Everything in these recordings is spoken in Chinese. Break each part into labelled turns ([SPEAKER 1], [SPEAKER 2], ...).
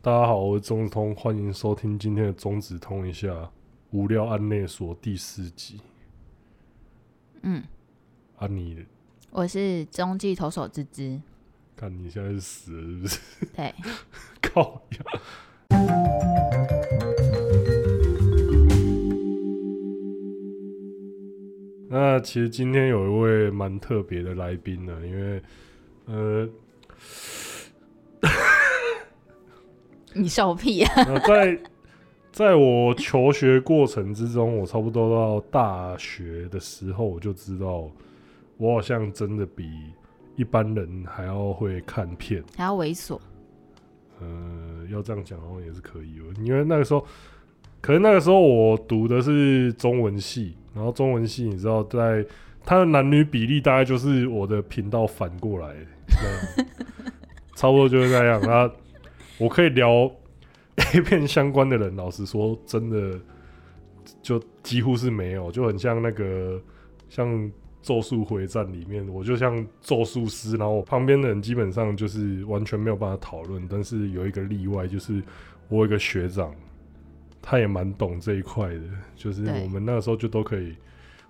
[SPEAKER 1] 大家好，我是中通，欢迎收听今天的中指通一下无聊案内所第四集。
[SPEAKER 2] 嗯，
[SPEAKER 1] 啊你，
[SPEAKER 2] 我是中继投手芝芝，
[SPEAKER 1] 看你现在是死了是不是？
[SPEAKER 2] 对，
[SPEAKER 1] 靠呀！那其实今天有一位蛮特别的来宾呢，因为呃
[SPEAKER 2] 你笑屁啊！
[SPEAKER 1] 那在在我求学过程之中，我差不多到大学的时候，我就知道我好像真的比一般人还要会看片。
[SPEAKER 2] 还要猥琐，
[SPEAKER 1] 呃，要这样讲好像也是可以哦的，因为那个时候，可能那个时候我读的是中文系，然后中文系你知道在，它的男女比例大概就是我的频道反过来那样，差不多就是那样。那我可以聊 A 片相关的人，老实说，真的就几乎是没有，就很像那个像《咒术回战》里面，我就像咒术师，然后我旁边的人基本上就是完全没有办法讨论。但是有一个例外，就是我有一个学长，他也蛮懂这一块的，就是
[SPEAKER 2] 对
[SPEAKER 1] 我们那时候就都可以。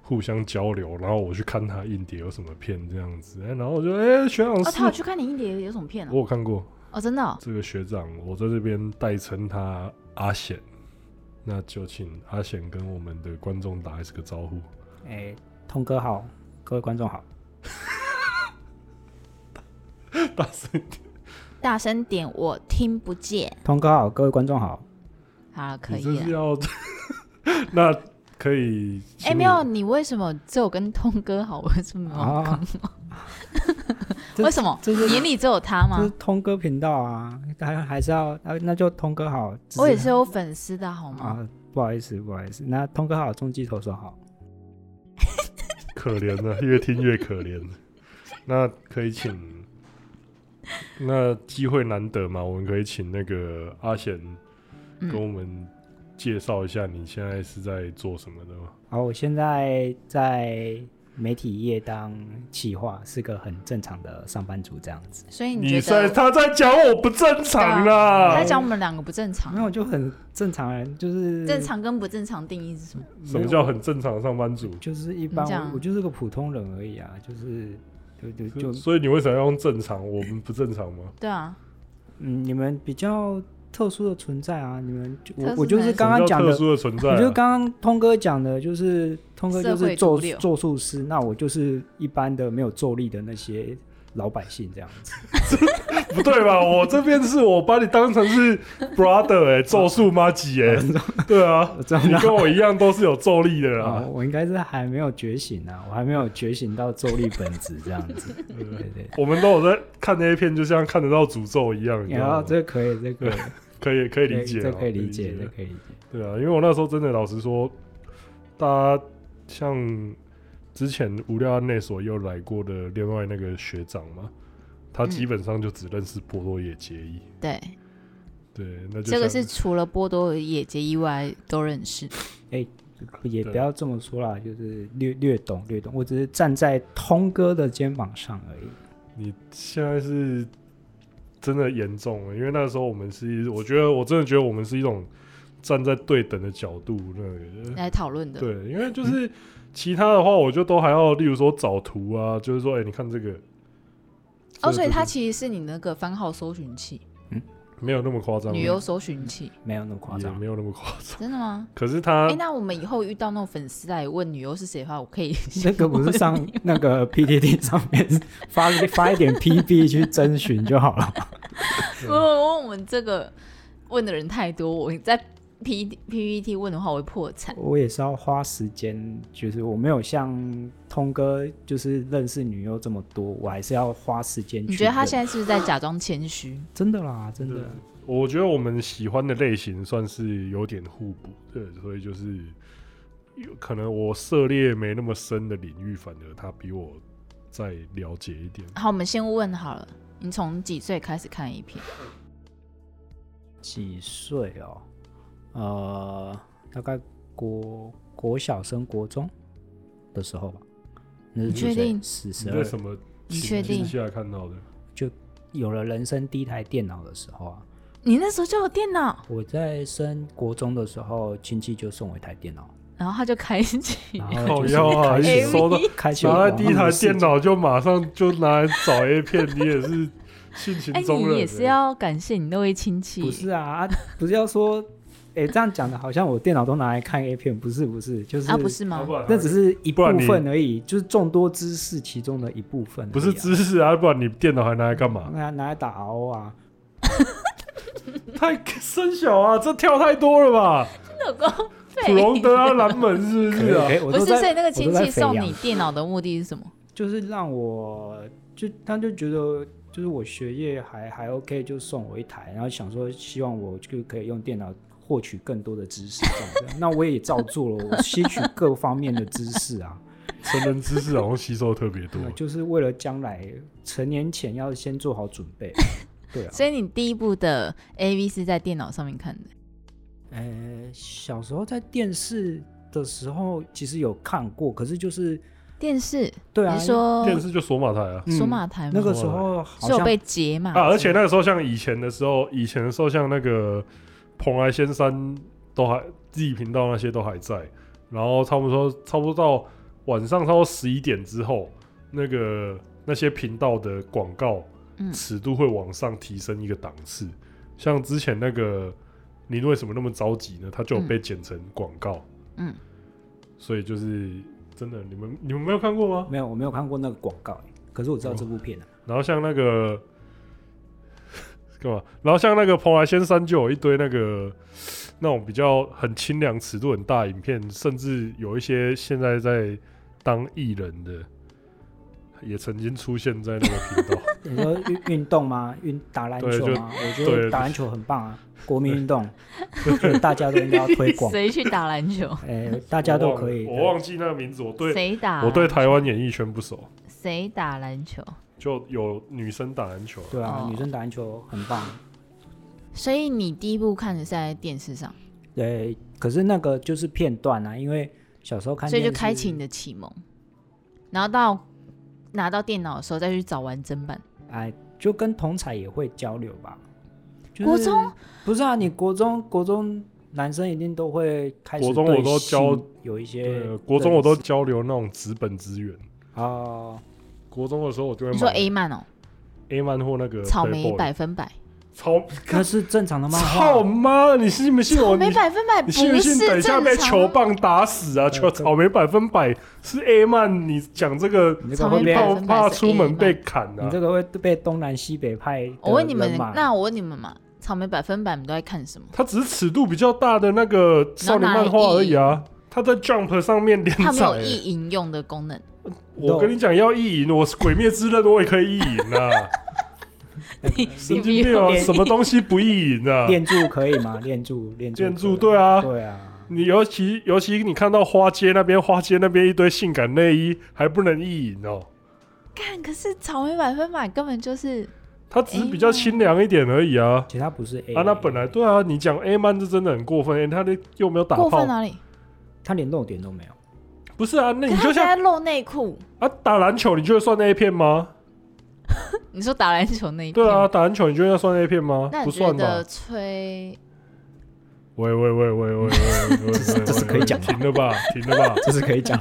[SPEAKER 1] 互相交流，然后我去看他硬碟有什么片这样子，哎、然后我就哎、学长
[SPEAKER 2] 哦，
[SPEAKER 1] 是
[SPEAKER 2] 他，有去看你硬碟有什么片
[SPEAKER 1] 我
[SPEAKER 2] 哦？
[SPEAKER 1] 有看过，
[SPEAKER 2] 哦，真的、哦，
[SPEAKER 1] 这个学长，我在这边代称他阿显，那就请阿显跟我们的观众打一个招呼。
[SPEAKER 3] 哎、通哥好，各位观众好。
[SPEAKER 1] 大声一点，
[SPEAKER 2] 大声点，我听不见。
[SPEAKER 3] 通哥好，各位观众好。
[SPEAKER 2] 好了，可
[SPEAKER 1] 你
[SPEAKER 2] 以啊
[SPEAKER 1] 这是
[SPEAKER 2] 了。
[SPEAKER 1] 要 那可以？
[SPEAKER 2] 哎、没有，，你为什么只有跟通哥好？为什么？
[SPEAKER 3] 啊，这
[SPEAKER 2] 为什么？
[SPEAKER 3] 这是
[SPEAKER 2] 眼里只有他
[SPEAKER 3] 这
[SPEAKER 2] 吗
[SPEAKER 3] 是？通哥频道啊，还还是要啊，那就通哥好。只
[SPEAKER 2] 我也是有粉丝的好吗？
[SPEAKER 3] 啊，不好意思，不好意思。那通哥好，中继投手好。
[SPEAKER 1] 可怜了，越听越可怜。 那可以请，那机会难得嘛，我们可以请那个阿显跟我
[SPEAKER 2] 嗯，
[SPEAKER 1] 们介绍一下你现在是在做什么的吗？
[SPEAKER 3] 好，我现在在媒体业当企划，是个很正常的上班族这样子。
[SPEAKER 2] 所
[SPEAKER 1] 你
[SPEAKER 2] 以哎你觉
[SPEAKER 1] 在
[SPEAKER 2] 得
[SPEAKER 1] 他在讲我不正常啦，
[SPEAKER 2] 他在讲我们两个不正常
[SPEAKER 3] 没？有，就很正常人，就是
[SPEAKER 2] 正，常跟不正常定义是什么？
[SPEAKER 1] 什么叫很正常的上班族？
[SPEAKER 3] 就是一
[SPEAKER 2] 你这样
[SPEAKER 3] 般，我就是个普通人而已啊，就是就就就
[SPEAKER 1] 所以你为什么要用正常？我们不正常吗？
[SPEAKER 2] 对啊，
[SPEAKER 3] 嗯，你们比较特殊的存在啊，你们就
[SPEAKER 2] 特
[SPEAKER 3] 我
[SPEAKER 2] 殊
[SPEAKER 3] 我就
[SPEAKER 2] 哪
[SPEAKER 3] 是
[SPEAKER 2] 一
[SPEAKER 3] 刚刚
[SPEAKER 1] 什
[SPEAKER 3] 讲
[SPEAKER 1] 么
[SPEAKER 3] 的，
[SPEAKER 1] 叫特殊的存在、
[SPEAKER 3] 我
[SPEAKER 1] 啊，
[SPEAKER 3] 就刚刚通哥讲的，就是通哥就
[SPEAKER 2] 社会毒
[SPEAKER 3] 是咒
[SPEAKER 2] 瘤
[SPEAKER 3] 咒术师，那我就是一般的没有咒力的那些老百姓这样子。
[SPEAKER 1] 不对吧？我这边是我把你当成是 brother 哎、咒术妈吉 哎，对啊，
[SPEAKER 3] 我知道
[SPEAKER 1] 你跟我一样都是有咒力的
[SPEAKER 3] 啊，
[SPEAKER 1] 啦。
[SPEAKER 3] 我应该是还没有觉醒啊，我还没有觉醒到咒力本质这样 子。对对对，
[SPEAKER 1] 我们都有在看那些片，就像看得到诅咒一样，你知
[SPEAKER 3] 然
[SPEAKER 1] 道
[SPEAKER 3] 后
[SPEAKER 1] 吗？
[SPEAKER 3] 啊哦这个可以，这个
[SPEAKER 1] 可以可以
[SPEAKER 3] 可
[SPEAKER 1] 理解啊，
[SPEAKER 3] 这可以理解，
[SPEAKER 1] 可
[SPEAKER 3] 这
[SPEAKER 1] 以
[SPEAKER 3] 可以理解。
[SPEAKER 1] 对啊，因为我那时候真的老实说，大家像之前无聊案内所又来过的另外那个学长嘛，
[SPEAKER 3] 嗯
[SPEAKER 1] 他基本上就只认识波多野结衣。
[SPEAKER 2] 对，
[SPEAKER 1] 对，那就
[SPEAKER 2] 这个
[SPEAKER 1] 像
[SPEAKER 2] 是除了波多野结衣外都认识。
[SPEAKER 3] 也
[SPEAKER 1] 对
[SPEAKER 3] 不要这么说啦，就是略略懂略懂，我只是站在通哥的肩膀上而已。
[SPEAKER 1] 你现在是真的严重了，因为那时候我们是，我觉得我真的觉得我们是一种站在对等的角度那个，
[SPEAKER 2] 来讨论的。
[SPEAKER 1] 对，因为就是其他的话，我就都还要，例如说找图啊，就是说，哎、你看这个，
[SPEAKER 2] 哦，所以它
[SPEAKER 1] 这
[SPEAKER 2] 其实是你那个番号搜寻器、
[SPEAKER 1] 个没有那么夸张，
[SPEAKER 2] 旅游搜寻器，
[SPEAKER 3] 没有那么夸
[SPEAKER 1] 也
[SPEAKER 3] 张，
[SPEAKER 1] 没有那么夸张，
[SPEAKER 2] 真的吗？
[SPEAKER 1] 可是
[SPEAKER 2] 哎、
[SPEAKER 1] 他
[SPEAKER 2] 那我们以后遇到那种粉丝来问旅游是谁的话，我可以
[SPEAKER 3] 那个不是上那个 PTT 上面发发一点 PB 去征询就好了。
[SPEAKER 2] 因为我我们这个问的人太多，我在 P P P E T 问的话，我会破产。
[SPEAKER 3] 我也是要花时间，就是我没有像通哥就是认识女优这么多，我还是要花时间去认。
[SPEAKER 2] 你觉得他现在是不是在假装谦虚？
[SPEAKER 3] 真的啦，真的
[SPEAKER 1] 对我觉得我们喜欢的类型算是有点互补，对，所以就是有可能我涉猎没那么深的领域，反而他比我再了解一点。
[SPEAKER 2] 好，我们先问好了，你从几岁开始看 A 片？
[SPEAKER 3] 几岁哦？呃，大概国国小升国中的时候吧。那是
[SPEAKER 2] 你
[SPEAKER 3] 几
[SPEAKER 2] 确
[SPEAKER 3] 岁
[SPEAKER 2] 定
[SPEAKER 3] 十
[SPEAKER 1] 你
[SPEAKER 3] 十
[SPEAKER 1] 在
[SPEAKER 3] 二
[SPEAKER 1] 什么
[SPEAKER 2] 你
[SPEAKER 1] 情
[SPEAKER 2] 确
[SPEAKER 1] 境
[SPEAKER 2] 定？
[SPEAKER 1] 下看到的？
[SPEAKER 3] 有了人生第一台电脑的时候啊，
[SPEAKER 2] 你那时候就有电脑，
[SPEAKER 3] 我在升国中的时候，亲戚就送我一台电脑，
[SPEAKER 2] 然后他就开启
[SPEAKER 3] 然
[SPEAKER 1] 靠
[SPEAKER 3] 后就是
[SPEAKER 1] 腰啊
[SPEAKER 3] 开
[SPEAKER 1] 一
[SPEAKER 3] 启
[SPEAKER 1] 收到
[SPEAKER 3] 开启
[SPEAKER 1] 拿
[SPEAKER 3] 我
[SPEAKER 1] 来第一台电，脑就马上就拿来找 A 片，你也是性情
[SPEAKER 2] 哎、
[SPEAKER 1] 中人、
[SPEAKER 2] 你也是要感谢你那位亲戚，
[SPEAKER 3] 不是啊， 啊不是要说，哎，这样讲的好像我电脑都拿来看 A 片，不是不是，就是
[SPEAKER 2] 啊，不是吗
[SPEAKER 1] 要不？然
[SPEAKER 3] 那只是一
[SPEAKER 1] 不
[SPEAKER 3] 部
[SPEAKER 1] 然你
[SPEAKER 3] 分而已，就是众多知识其中的一部分而已啊、
[SPEAKER 1] 不是知识啊，不然你电脑还拿来干嘛？
[SPEAKER 3] 拿拿来打 RO 啊，
[SPEAKER 1] 太生小啊，这跳太多了吧？
[SPEAKER 2] 老公，
[SPEAKER 1] 普隆德啊，南门是不是啊
[SPEAKER 3] 可？以我
[SPEAKER 2] 不
[SPEAKER 3] 都
[SPEAKER 2] 是，
[SPEAKER 3] 在
[SPEAKER 2] 所以那个
[SPEAKER 3] 我
[SPEAKER 2] 亲
[SPEAKER 3] 都在
[SPEAKER 2] 戚
[SPEAKER 3] 肥
[SPEAKER 2] 送
[SPEAKER 3] 羊
[SPEAKER 2] 你电脑的目的是什么？
[SPEAKER 3] 就是让我就他就觉得就是我学业还还 OK，就送我一台，然后想说希望我就可以用电脑获取更多的知识这样子。那我也照做了，我吸取各方面的知识啊，
[SPEAKER 1] 成人知识好像吸收特
[SPEAKER 2] 啊
[SPEAKER 1] 别多。
[SPEAKER 3] 呃就是为了将来成年前要先做好准 备。对啊，
[SPEAKER 2] 所以你第一部的 A V 是在电脑上面看的，
[SPEAKER 3] 呃，小时候在电视的时候其实有看过，可是就是
[SPEAKER 2] 电视？
[SPEAKER 3] 对啊，
[SPEAKER 2] 你是说
[SPEAKER 1] 电视就索马台啊
[SPEAKER 3] 嗯
[SPEAKER 2] 索马台吗？
[SPEAKER 3] 那个时候好
[SPEAKER 2] 是有
[SPEAKER 3] 像
[SPEAKER 2] 被截嘛？
[SPEAKER 1] 啊！而且那个时候像以前的时候，以前的时候像那个蓬莱仙山都还自己频道那些都还在，然后差不多差不多到晚上差不多十一点之后，那个那些频道的广告
[SPEAKER 2] 嗯
[SPEAKER 1] 尺度会往上提升一个档次。像之前那个你为什么那么着急呢？它就有被剪成广告，
[SPEAKER 2] 嗯，
[SPEAKER 1] 所以就是真的，你们你们没有看过吗？
[SPEAKER 3] 没有我没有看过那个广告、欸可是我知道这部片啊。
[SPEAKER 1] 然后像那个 干嘛？然后像那个蓬莱仙山就有一堆那个那种比较很清凉、尺度很大的影片，甚至有一些现在在当艺人的，也曾经出现在那个频道。
[SPEAKER 3] 你说运运动吗？ 运打篮
[SPEAKER 1] 对
[SPEAKER 3] 球
[SPEAKER 1] 就
[SPEAKER 3] 吗？我觉
[SPEAKER 1] 对
[SPEAKER 3] 得打篮球很棒啊，国民 运动，我觉得大家都应该要推广。
[SPEAKER 2] 谁去打篮 球？
[SPEAKER 3] 哎， 大家都可以
[SPEAKER 1] 我忘了我忘记那个名字，我对
[SPEAKER 2] 谁啊打？
[SPEAKER 1] 我对台湾演艺圈不熟，
[SPEAKER 2] 谁打篮球？
[SPEAKER 1] 就有女生打篮球啊、
[SPEAKER 3] 对啊
[SPEAKER 2] 哦，
[SPEAKER 3] 女生打篮球很棒。
[SPEAKER 2] 所以你第一部看的是在电视上，
[SPEAKER 3] 对，可是那个就是片段啊，因为小时候看
[SPEAKER 2] 所
[SPEAKER 3] 电
[SPEAKER 2] 以
[SPEAKER 3] 视，
[SPEAKER 2] 就开启你的启蒙，然后到拿到电脑的时候再去找完真版。
[SPEAKER 3] 哎，就跟同才也会交流吧。就是
[SPEAKER 2] 国中
[SPEAKER 3] 不是啊，你国中国中男生一定都会开始
[SPEAKER 1] 国中我
[SPEAKER 3] 对
[SPEAKER 1] 都交
[SPEAKER 3] 性有一些
[SPEAKER 1] 对，啊国中我都
[SPEAKER 3] 认识
[SPEAKER 1] 交流那种纸本资源。
[SPEAKER 3] 哦，
[SPEAKER 1] 国中的时候我就会
[SPEAKER 2] 你说
[SPEAKER 1] 买
[SPEAKER 2] A 漫哦，
[SPEAKER 1] A 漫或那个
[SPEAKER 2] 草莓
[SPEAKER 1] Playboy
[SPEAKER 2] 百分百，
[SPEAKER 1] 草
[SPEAKER 3] 那是正常的哦漫画
[SPEAKER 1] 操妈！你信不信
[SPEAKER 2] 草
[SPEAKER 1] 我？
[SPEAKER 2] 莓
[SPEAKER 1] 哦你
[SPEAKER 2] 百分百不
[SPEAKER 1] 你信不信？等
[SPEAKER 2] 是
[SPEAKER 1] 一下被球
[SPEAKER 2] 正常啊吗。
[SPEAKER 1] 棒打死啊！球草莓百分百是 A 曼，你讲这个
[SPEAKER 3] 你这
[SPEAKER 2] 草
[SPEAKER 3] 个会
[SPEAKER 2] 莓
[SPEAKER 3] 被
[SPEAKER 2] 百
[SPEAKER 1] 怕
[SPEAKER 2] 分百
[SPEAKER 1] 怕
[SPEAKER 2] 是
[SPEAKER 1] 出
[SPEAKER 2] A
[SPEAKER 1] 门
[SPEAKER 2] 漫
[SPEAKER 1] 被砍
[SPEAKER 3] 你
[SPEAKER 1] 啊
[SPEAKER 3] 这！个会被东南西北派。
[SPEAKER 2] 我问你们，那我问你们嘛，草莓百分百你们都在 看什么？
[SPEAKER 1] 它只是尺度比较大的那个少女漫画而已啊。它在 Jump 上面连
[SPEAKER 2] 它没
[SPEAKER 1] 载
[SPEAKER 2] 有
[SPEAKER 1] 欸、
[SPEAKER 2] 意淫用的 功能，
[SPEAKER 1] 我跟你讲要意淫，我是鬼灭之刃我也可以意淫 啊！神经病啊！
[SPEAKER 2] 你
[SPEAKER 1] 什么东西不意淫 啊？
[SPEAKER 3] 练柱可以吗？练柱，练柱可以，
[SPEAKER 1] 建筑对啊，
[SPEAKER 3] 对啊，
[SPEAKER 1] 你尤其尤其你看到花街那边，花街那边一堆性感内衣还不能意淫哦，
[SPEAKER 2] 看，可是草莓百分百根本就是
[SPEAKER 1] 它只是比
[SPEAKER 2] 哎
[SPEAKER 1] 较清凉一点而已啊。
[SPEAKER 3] 其实他不是 A
[SPEAKER 1] 啊，那本来对啊，你讲 A 曼是真的很过分，欸、他的又没有打
[SPEAKER 2] 过
[SPEAKER 1] 炮
[SPEAKER 2] 分，哪里？
[SPEAKER 3] 他连露点都没有，
[SPEAKER 1] 不是啊？那
[SPEAKER 2] 可
[SPEAKER 1] 你
[SPEAKER 2] 是
[SPEAKER 1] 就
[SPEAKER 2] 他
[SPEAKER 1] 像
[SPEAKER 2] 在露内裤，
[SPEAKER 1] 啊，打篮球你就会算 A 片吗？
[SPEAKER 2] 你说打篮球那一
[SPEAKER 1] 对啊，
[SPEAKER 2] 片，
[SPEAKER 1] 打篮球你就要算 A 片吗
[SPEAKER 2] 那？
[SPEAKER 1] 不
[SPEAKER 2] 你觉
[SPEAKER 1] 算
[SPEAKER 2] 得
[SPEAKER 1] 吧？
[SPEAKER 2] 吹
[SPEAKER 1] 喂喂喂喂喂喂喂 喂，喂
[SPEAKER 3] 这是可以讲的
[SPEAKER 1] 停了吧，停了吧。
[SPEAKER 3] 这是可以讲。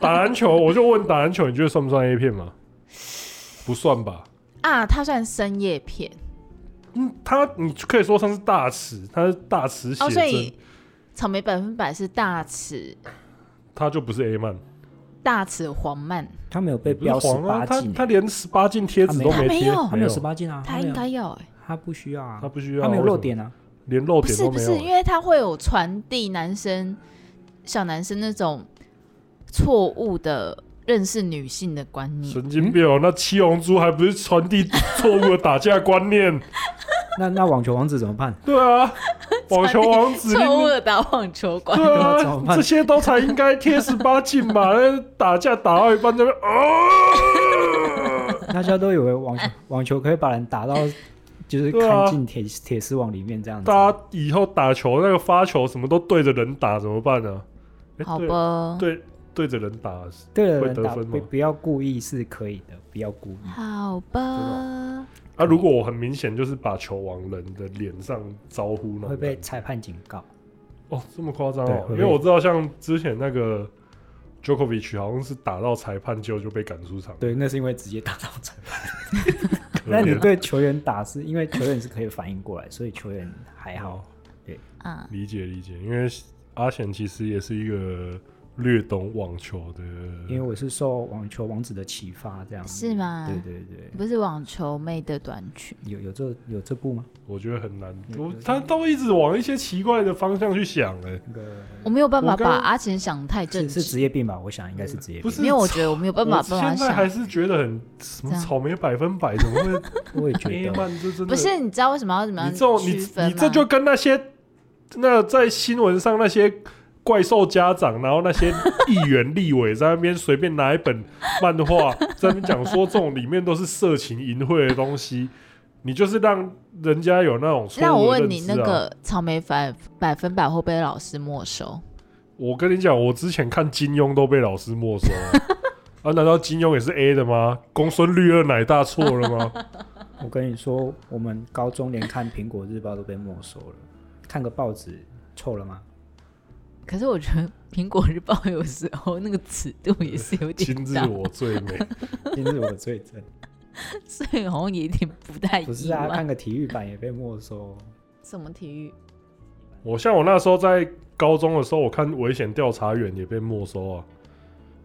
[SPEAKER 1] 打篮球我就问打篮球，你觉得算不算 A 片吗？不算吧。
[SPEAKER 2] 啊，它算深夜片
[SPEAKER 1] 嗯，他你可以说他是大尺，他是大尺写
[SPEAKER 2] 哦，所
[SPEAKER 1] 真
[SPEAKER 2] 以，草莓百分百是大尺
[SPEAKER 1] 他就不是 A 曼，
[SPEAKER 2] 大尺黄漫，
[SPEAKER 3] 他没有被
[SPEAKER 1] 不是
[SPEAKER 3] 标十
[SPEAKER 1] 黄啊，
[SPEAKER 3] 八
[SPEAKER 1] 他
[SPEAKER 3] 禁欸，
[SPEAKER 1] 他连十八禁贴纸都
[SPEAKER 2] 啊他没
[SPEAKER 1] 贴，
[SPEAKER 2] 有
[SPEAKER 3] 他没有十，八禁啊，
[SPEAKER 2] 他
[SPEAKER 3] 没
[SPEAKER 2] 应
[SPEAKER 3] 有
[SPEAKER 2] 该要哎，
[SPEAKER 3] 他不需要啊
[SPEAKER 1] 他，不需要，
[SPEAKER 3] 他没有
[SPEAKER 1] 为什么
[SPEAKER 3] 露，点啊，
[SPEAKER 1] 连露
[SPEAKER 2] 不
[SPEAKER 1] 点
[SPEAKER 2] 是
[SPEAKER 1] 都
[SPEAKER 2] 不
[SPEAKER 1] 没有
[SPEAKER 2] 是，
[SPEAKER 1] 欸。
[SPEAKER 2] 因为它会有传递男生小男生那种错误的认识女性的观 念，
[SPEAKER 1] 神经病哦！那七龙珠还不是传递错误的打架观 念？
[SPEAKER 3] 那那网球王子怎么 办？
[SPEAKER 1] 对啊，网球王子，
[SPEAKER 2] 错误的打网球观念
[SPEAKER 1] 对
[SPEAKER 3] 那怎么
[SPEAKER 1] 啊，
[SPEAKER 3] 办
[SPEAKER 1] 这些都才应该贴十八禁吧？那打架打到一半 这边哦，
[SPEAKER 3] 大家都以为网球网球可以把人打到， 就是
[SPEAKER 1] 对啊
[SPEAKER 3] 看进铁铁丝网里面这样子。
[SPEAKER 1] 大家以后打球那个发球什么都对着人打怎么办呢、哎
[SPEAKER 2] 好
[SPEAKER 1] 对
[SPEAKER 2] 吧？
[SPEAKER 1] 对，对着人打，啊
[SPEAKER 3] 对的
[SPEAKER 1] 会
[SPEAKER 3] 人
[SPEAKER 1] 得
[SPEAKER 3] 打
[SPEAKER 1] 分吗
[SPEAKER 3] 不不要故意是可以的，不要故意。
[SPEAKER 2] 好吧，
[SPEAKER 1] 啊，如果我很明显就是把球往人的脸上招呼呢，
[SPEAKER 3] 会被裁判警告。
[SPEAKER 1] 哦这么夸张
[SPEAKER 3] 对
[SPEAKER 1] 哦
[SPEAKER 3] 会，被
[SPEAKER 1] 因为我知道像之前那个 Djokovic 好像是打到裁判就就被赶出场，
[SPEAKER 3] 对，那是因为直接打到裁判。
[SPEAKER 1] 可
[SPEAKER 3] 那你
[SPEAKER 1] 怜
[SPEAKER 3] 对球员打是因为球员是可以反应过来，所以球员还好。
[SPEAKER 2] 啊，
[SPEAKER 1] 理解理解，因为阿贤其实也是一个略懂网球的，
[SPEAKER 3] 因为我是受网球王子的启发，这样子
[SPEAKER 2] 是吗
[SPEAKER 3] 对对对，
[SPEAKER 2] 不是网球妹的短裙，
[SPEAKER 3] 有有这有这部吗？
[SPEAKER 1] 我觉得很难，
[SPEAKER 3] 嗯
[SPEAKER 1] 我他都一直往一些奇怪的方向去想、欸，
[SPEAKER 3] 那个
[SPEAKER 2] 我没有办法
[SPEAKER 1] 我
[SPEAKER 2] 把
[SPEAKER 1] 刚
[SPEAKER 2] 阿贤想得太正
[SPEAKER 3] 是是职
[SPEAKER 2] 直，
[SPEAKER 3] 业病吧？我想应该是职业
[SPEAKER 1] 不
[SPEAKER 3] 病。
[SPEAKER 1] 是
[SPEAKER 2] 因为我觉得我没有办法
[SPEAKER 1] 我
[SPEAKER 2] 帮他
[SPEAKER 1] 现在还
[SPEAKER 2] 想。
[SPEAKER 1] 是觉得很什么
[SPEAKER 2] 这样
[SPEAKER 1] 草莓百分百，怎么会
[SPEAKER 3] 我也觉
[SPEAKER 1] A
[SPEAKER 3] 得，
[SPEAKER 1] 曼这真的
[SPEAKER 2] 不是，你知道为什么要怎么样
[SPEAKER 1] 你这种你
[SPEAKER 2] 区分吗？
[SPEAKER 1] 你这就跟那些那在新闻上那些怪兽家长，然后那些议员、立委在那边随便拿一本漫画，在那边讲说这种里面都是色情淫秽的东西，你就是让人家有那种错
[SPEAKER 2] 那我
[SPEAKER 1] 误的
[SPEAKER 2] 问
[SPEAKER 1] 认
[SPEAKER 2] 你，
[SPEAKER 1] 知
[SPEAKER 2] 那
[SPEAKER 1] 啊。
[SPEAKER 2] 个草莓百百分百会被老师没收？
[SPEAKER 1] 我跟你讲，我之前看金庸都被老师没收啊。啊，难道金庸也是 A 的吗？公孙绿二奶大错了吗？
[SPEAKER 3] 我跟你说，我们高中连看《苹果日报》都被没收了，看个报纸臭了吗？
[SPEAKER 2] 可是我觉得《苹果日报》有时候那个尺度也是有
[SPEAKER 1] 今
[SPEAKER 2] 点
[SPEAKER 1] 日
[SPEAKER 2] 大，
[SPEAKER 1] 我最美，
[SPEAKER 3] 今日我最 真，
[SPEAKER 2] 所以好像也有点不太一
[SPEAKER 3] 不是啊，
[SPEAKER 2] 样。
[SPEAKER 3] 看个体育版也被没收。
[SPEAKER 2] 什么体育？
[SPEAKER 1] 我像我那时候在高中的时候，我看《危险调查员》也被没收啊，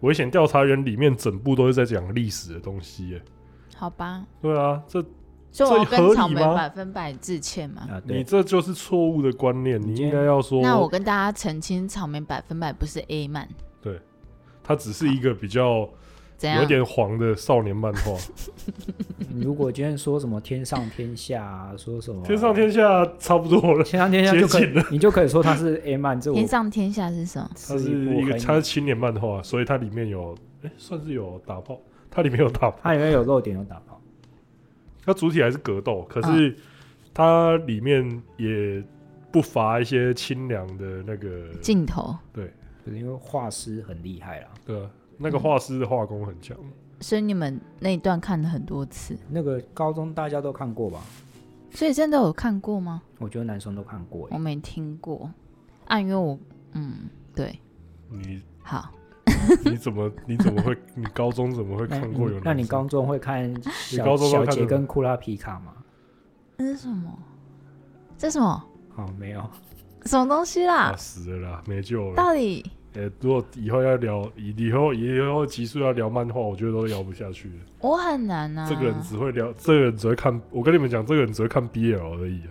[SPEAKER 1] 《危险调查员》里面整部都是在讲历史的东西、耶。
[SPEAKER 2] 好吧，
[SPEAKER 1] 对啊，这
[SPEAKER 2] 所以我要
[SPEAKER 1] 这合
[SPEAKER 2] 跟
[SPEAKER 1] 理
[SPEAKER 2] 草莓
[SPEAKER 1] 吗
[SPEAKER 2] 百分百致歉嘛。
[SPEAKER 3] 啊，
[SPEAKER 1] 你
[SPEAKER 3] 对，
[SPEAKER 1] 这就是错误的观念，你
[SPEAKER 3] 今天
[SPEAKER 1] 应该要说，
[SPEAKER 2] 那我跟大家澄清，草莓百分百不是 A 漫，
[SPEAKER 1] 它只是一个比较
[SPEAKER 2] 怎
[SPEAKER 1] 有
[SPEAKER 2] 样？
[SPEAKER 1] 点黄的少年漫 画，
[SPEAKER 3] 你如果今天说什么天上天下、啊，说什么
[SPEAKER 1] 《天上天下》差不多了，
[SPEAKER 3] 天上天下就可
[SPEAKER 1] 接
[SPEAKER 3] 以
[SPEAKER 1] 近了，
[SPEAKER 3] 你就可以说它是 A 漫，这我
[SPEAKER 2] 天上天下是什么？
[SPEAKER 1] 它
[SPEAKER 3] 是
[SPEAKER 1] 是
[SPEAKER 3] 部
[SPEAKER 1] 一个
[SPEAKER 3] 很
[SPEAKER 1] 它是青年漫画，所以它里面有，哎、算是有打炮，它里面有打炮，
[SPEAKER 3] 它里面有漏点有打炮，
[SPEAKER 1] 它主体还是格斗，可
[SPEAKER 2] 嗯
[SPEAKER 1] 是它里面也不乏一些清凉的那个
[SPEAKER 2] 镜头，
[SPEAKER 3] 就是因为画师很厉害啦。
[SPEAKER 1] 对啊，那个画师的画工很强。
[SPEAKER 2] 所以你们那一段看了很多次，
[SPEAKER 3] 那个高中大家都看过吧？
[SPEAKER 2] 所以真的有看过吗？
[SPEAKER 3] 我觉得男生都看过耶
[SPEAKER 2] 我。没听过，啊，因为我，嗯，对，
[SPEAKER 1] 你
[SPEAKER 2] 好，
[SPEAKER 1] 你怎么你怎么会你高中怎么会
[SPEAKER 3] 那
[SPEAKER 1] 看过有
[SPEAKER 3] 你
[SPEAKER 1] 男生？
[SPEAKER 3] 嗯那你高中会看小
[SPEAKER 1] 高中都
[SPEAKER 3] 小
[SPEAKER 1] 看什
[SPEAKER 3] 杰
[SPEAKER 1] 么
[SPEAKER 3] 跟库拉皮卡吗？
[SPEAKER 2] 这是什么？这是什么？
[SPEAKER 3] 哦，没 有，
[SPEAKER 2] 什么东西啦？
[SPEAKER 1] 啊死了啦，没救了。
[SPEAKER 2] 到底
[SPEAKER 1] 呃、如果以后要聊以以后以后集数要聊漫画，我觉得都聊不下去了。
[SPEAKER 2] 我很难啊。
[SPEAKER 1] 这个人只会聊，这个人只会看。我跟你们讲，这个人只会看 BL 而已、啊。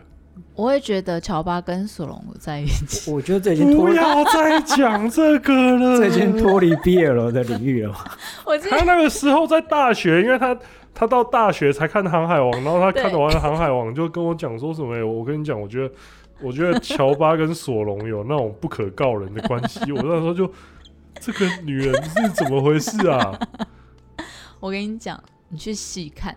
[SPEAKER 2] 我会觉得乔巴跟索隆在一起，
[SPEAKER 3] 我觉得这已经脱
[SPEAKER 1] 不
[SPEAKER 3] 离
[SPEAKER 1] 要再讲这个了，
[SPEAKER 3] 这已经脱离 BL 的领域了吧。
[SPEAKER 2] 我 之
[SPEAKER 1] 他
[SPEAKER 2] 前
[SPEAKER 1] 那个时候在大学，因为他他到大学才看《航海王》，然后他
[SPEAKER 2] 对
[SPEAKER 1] 看完《航海王》就跟我讲说什么、欸我跟你讲，我觉得我觉得乔巴跟索隆有那种不可告人的关系。我那时候就这个女人是怎么回事 啊？
[SPEAKER 2] 我跟你讲，你去细看，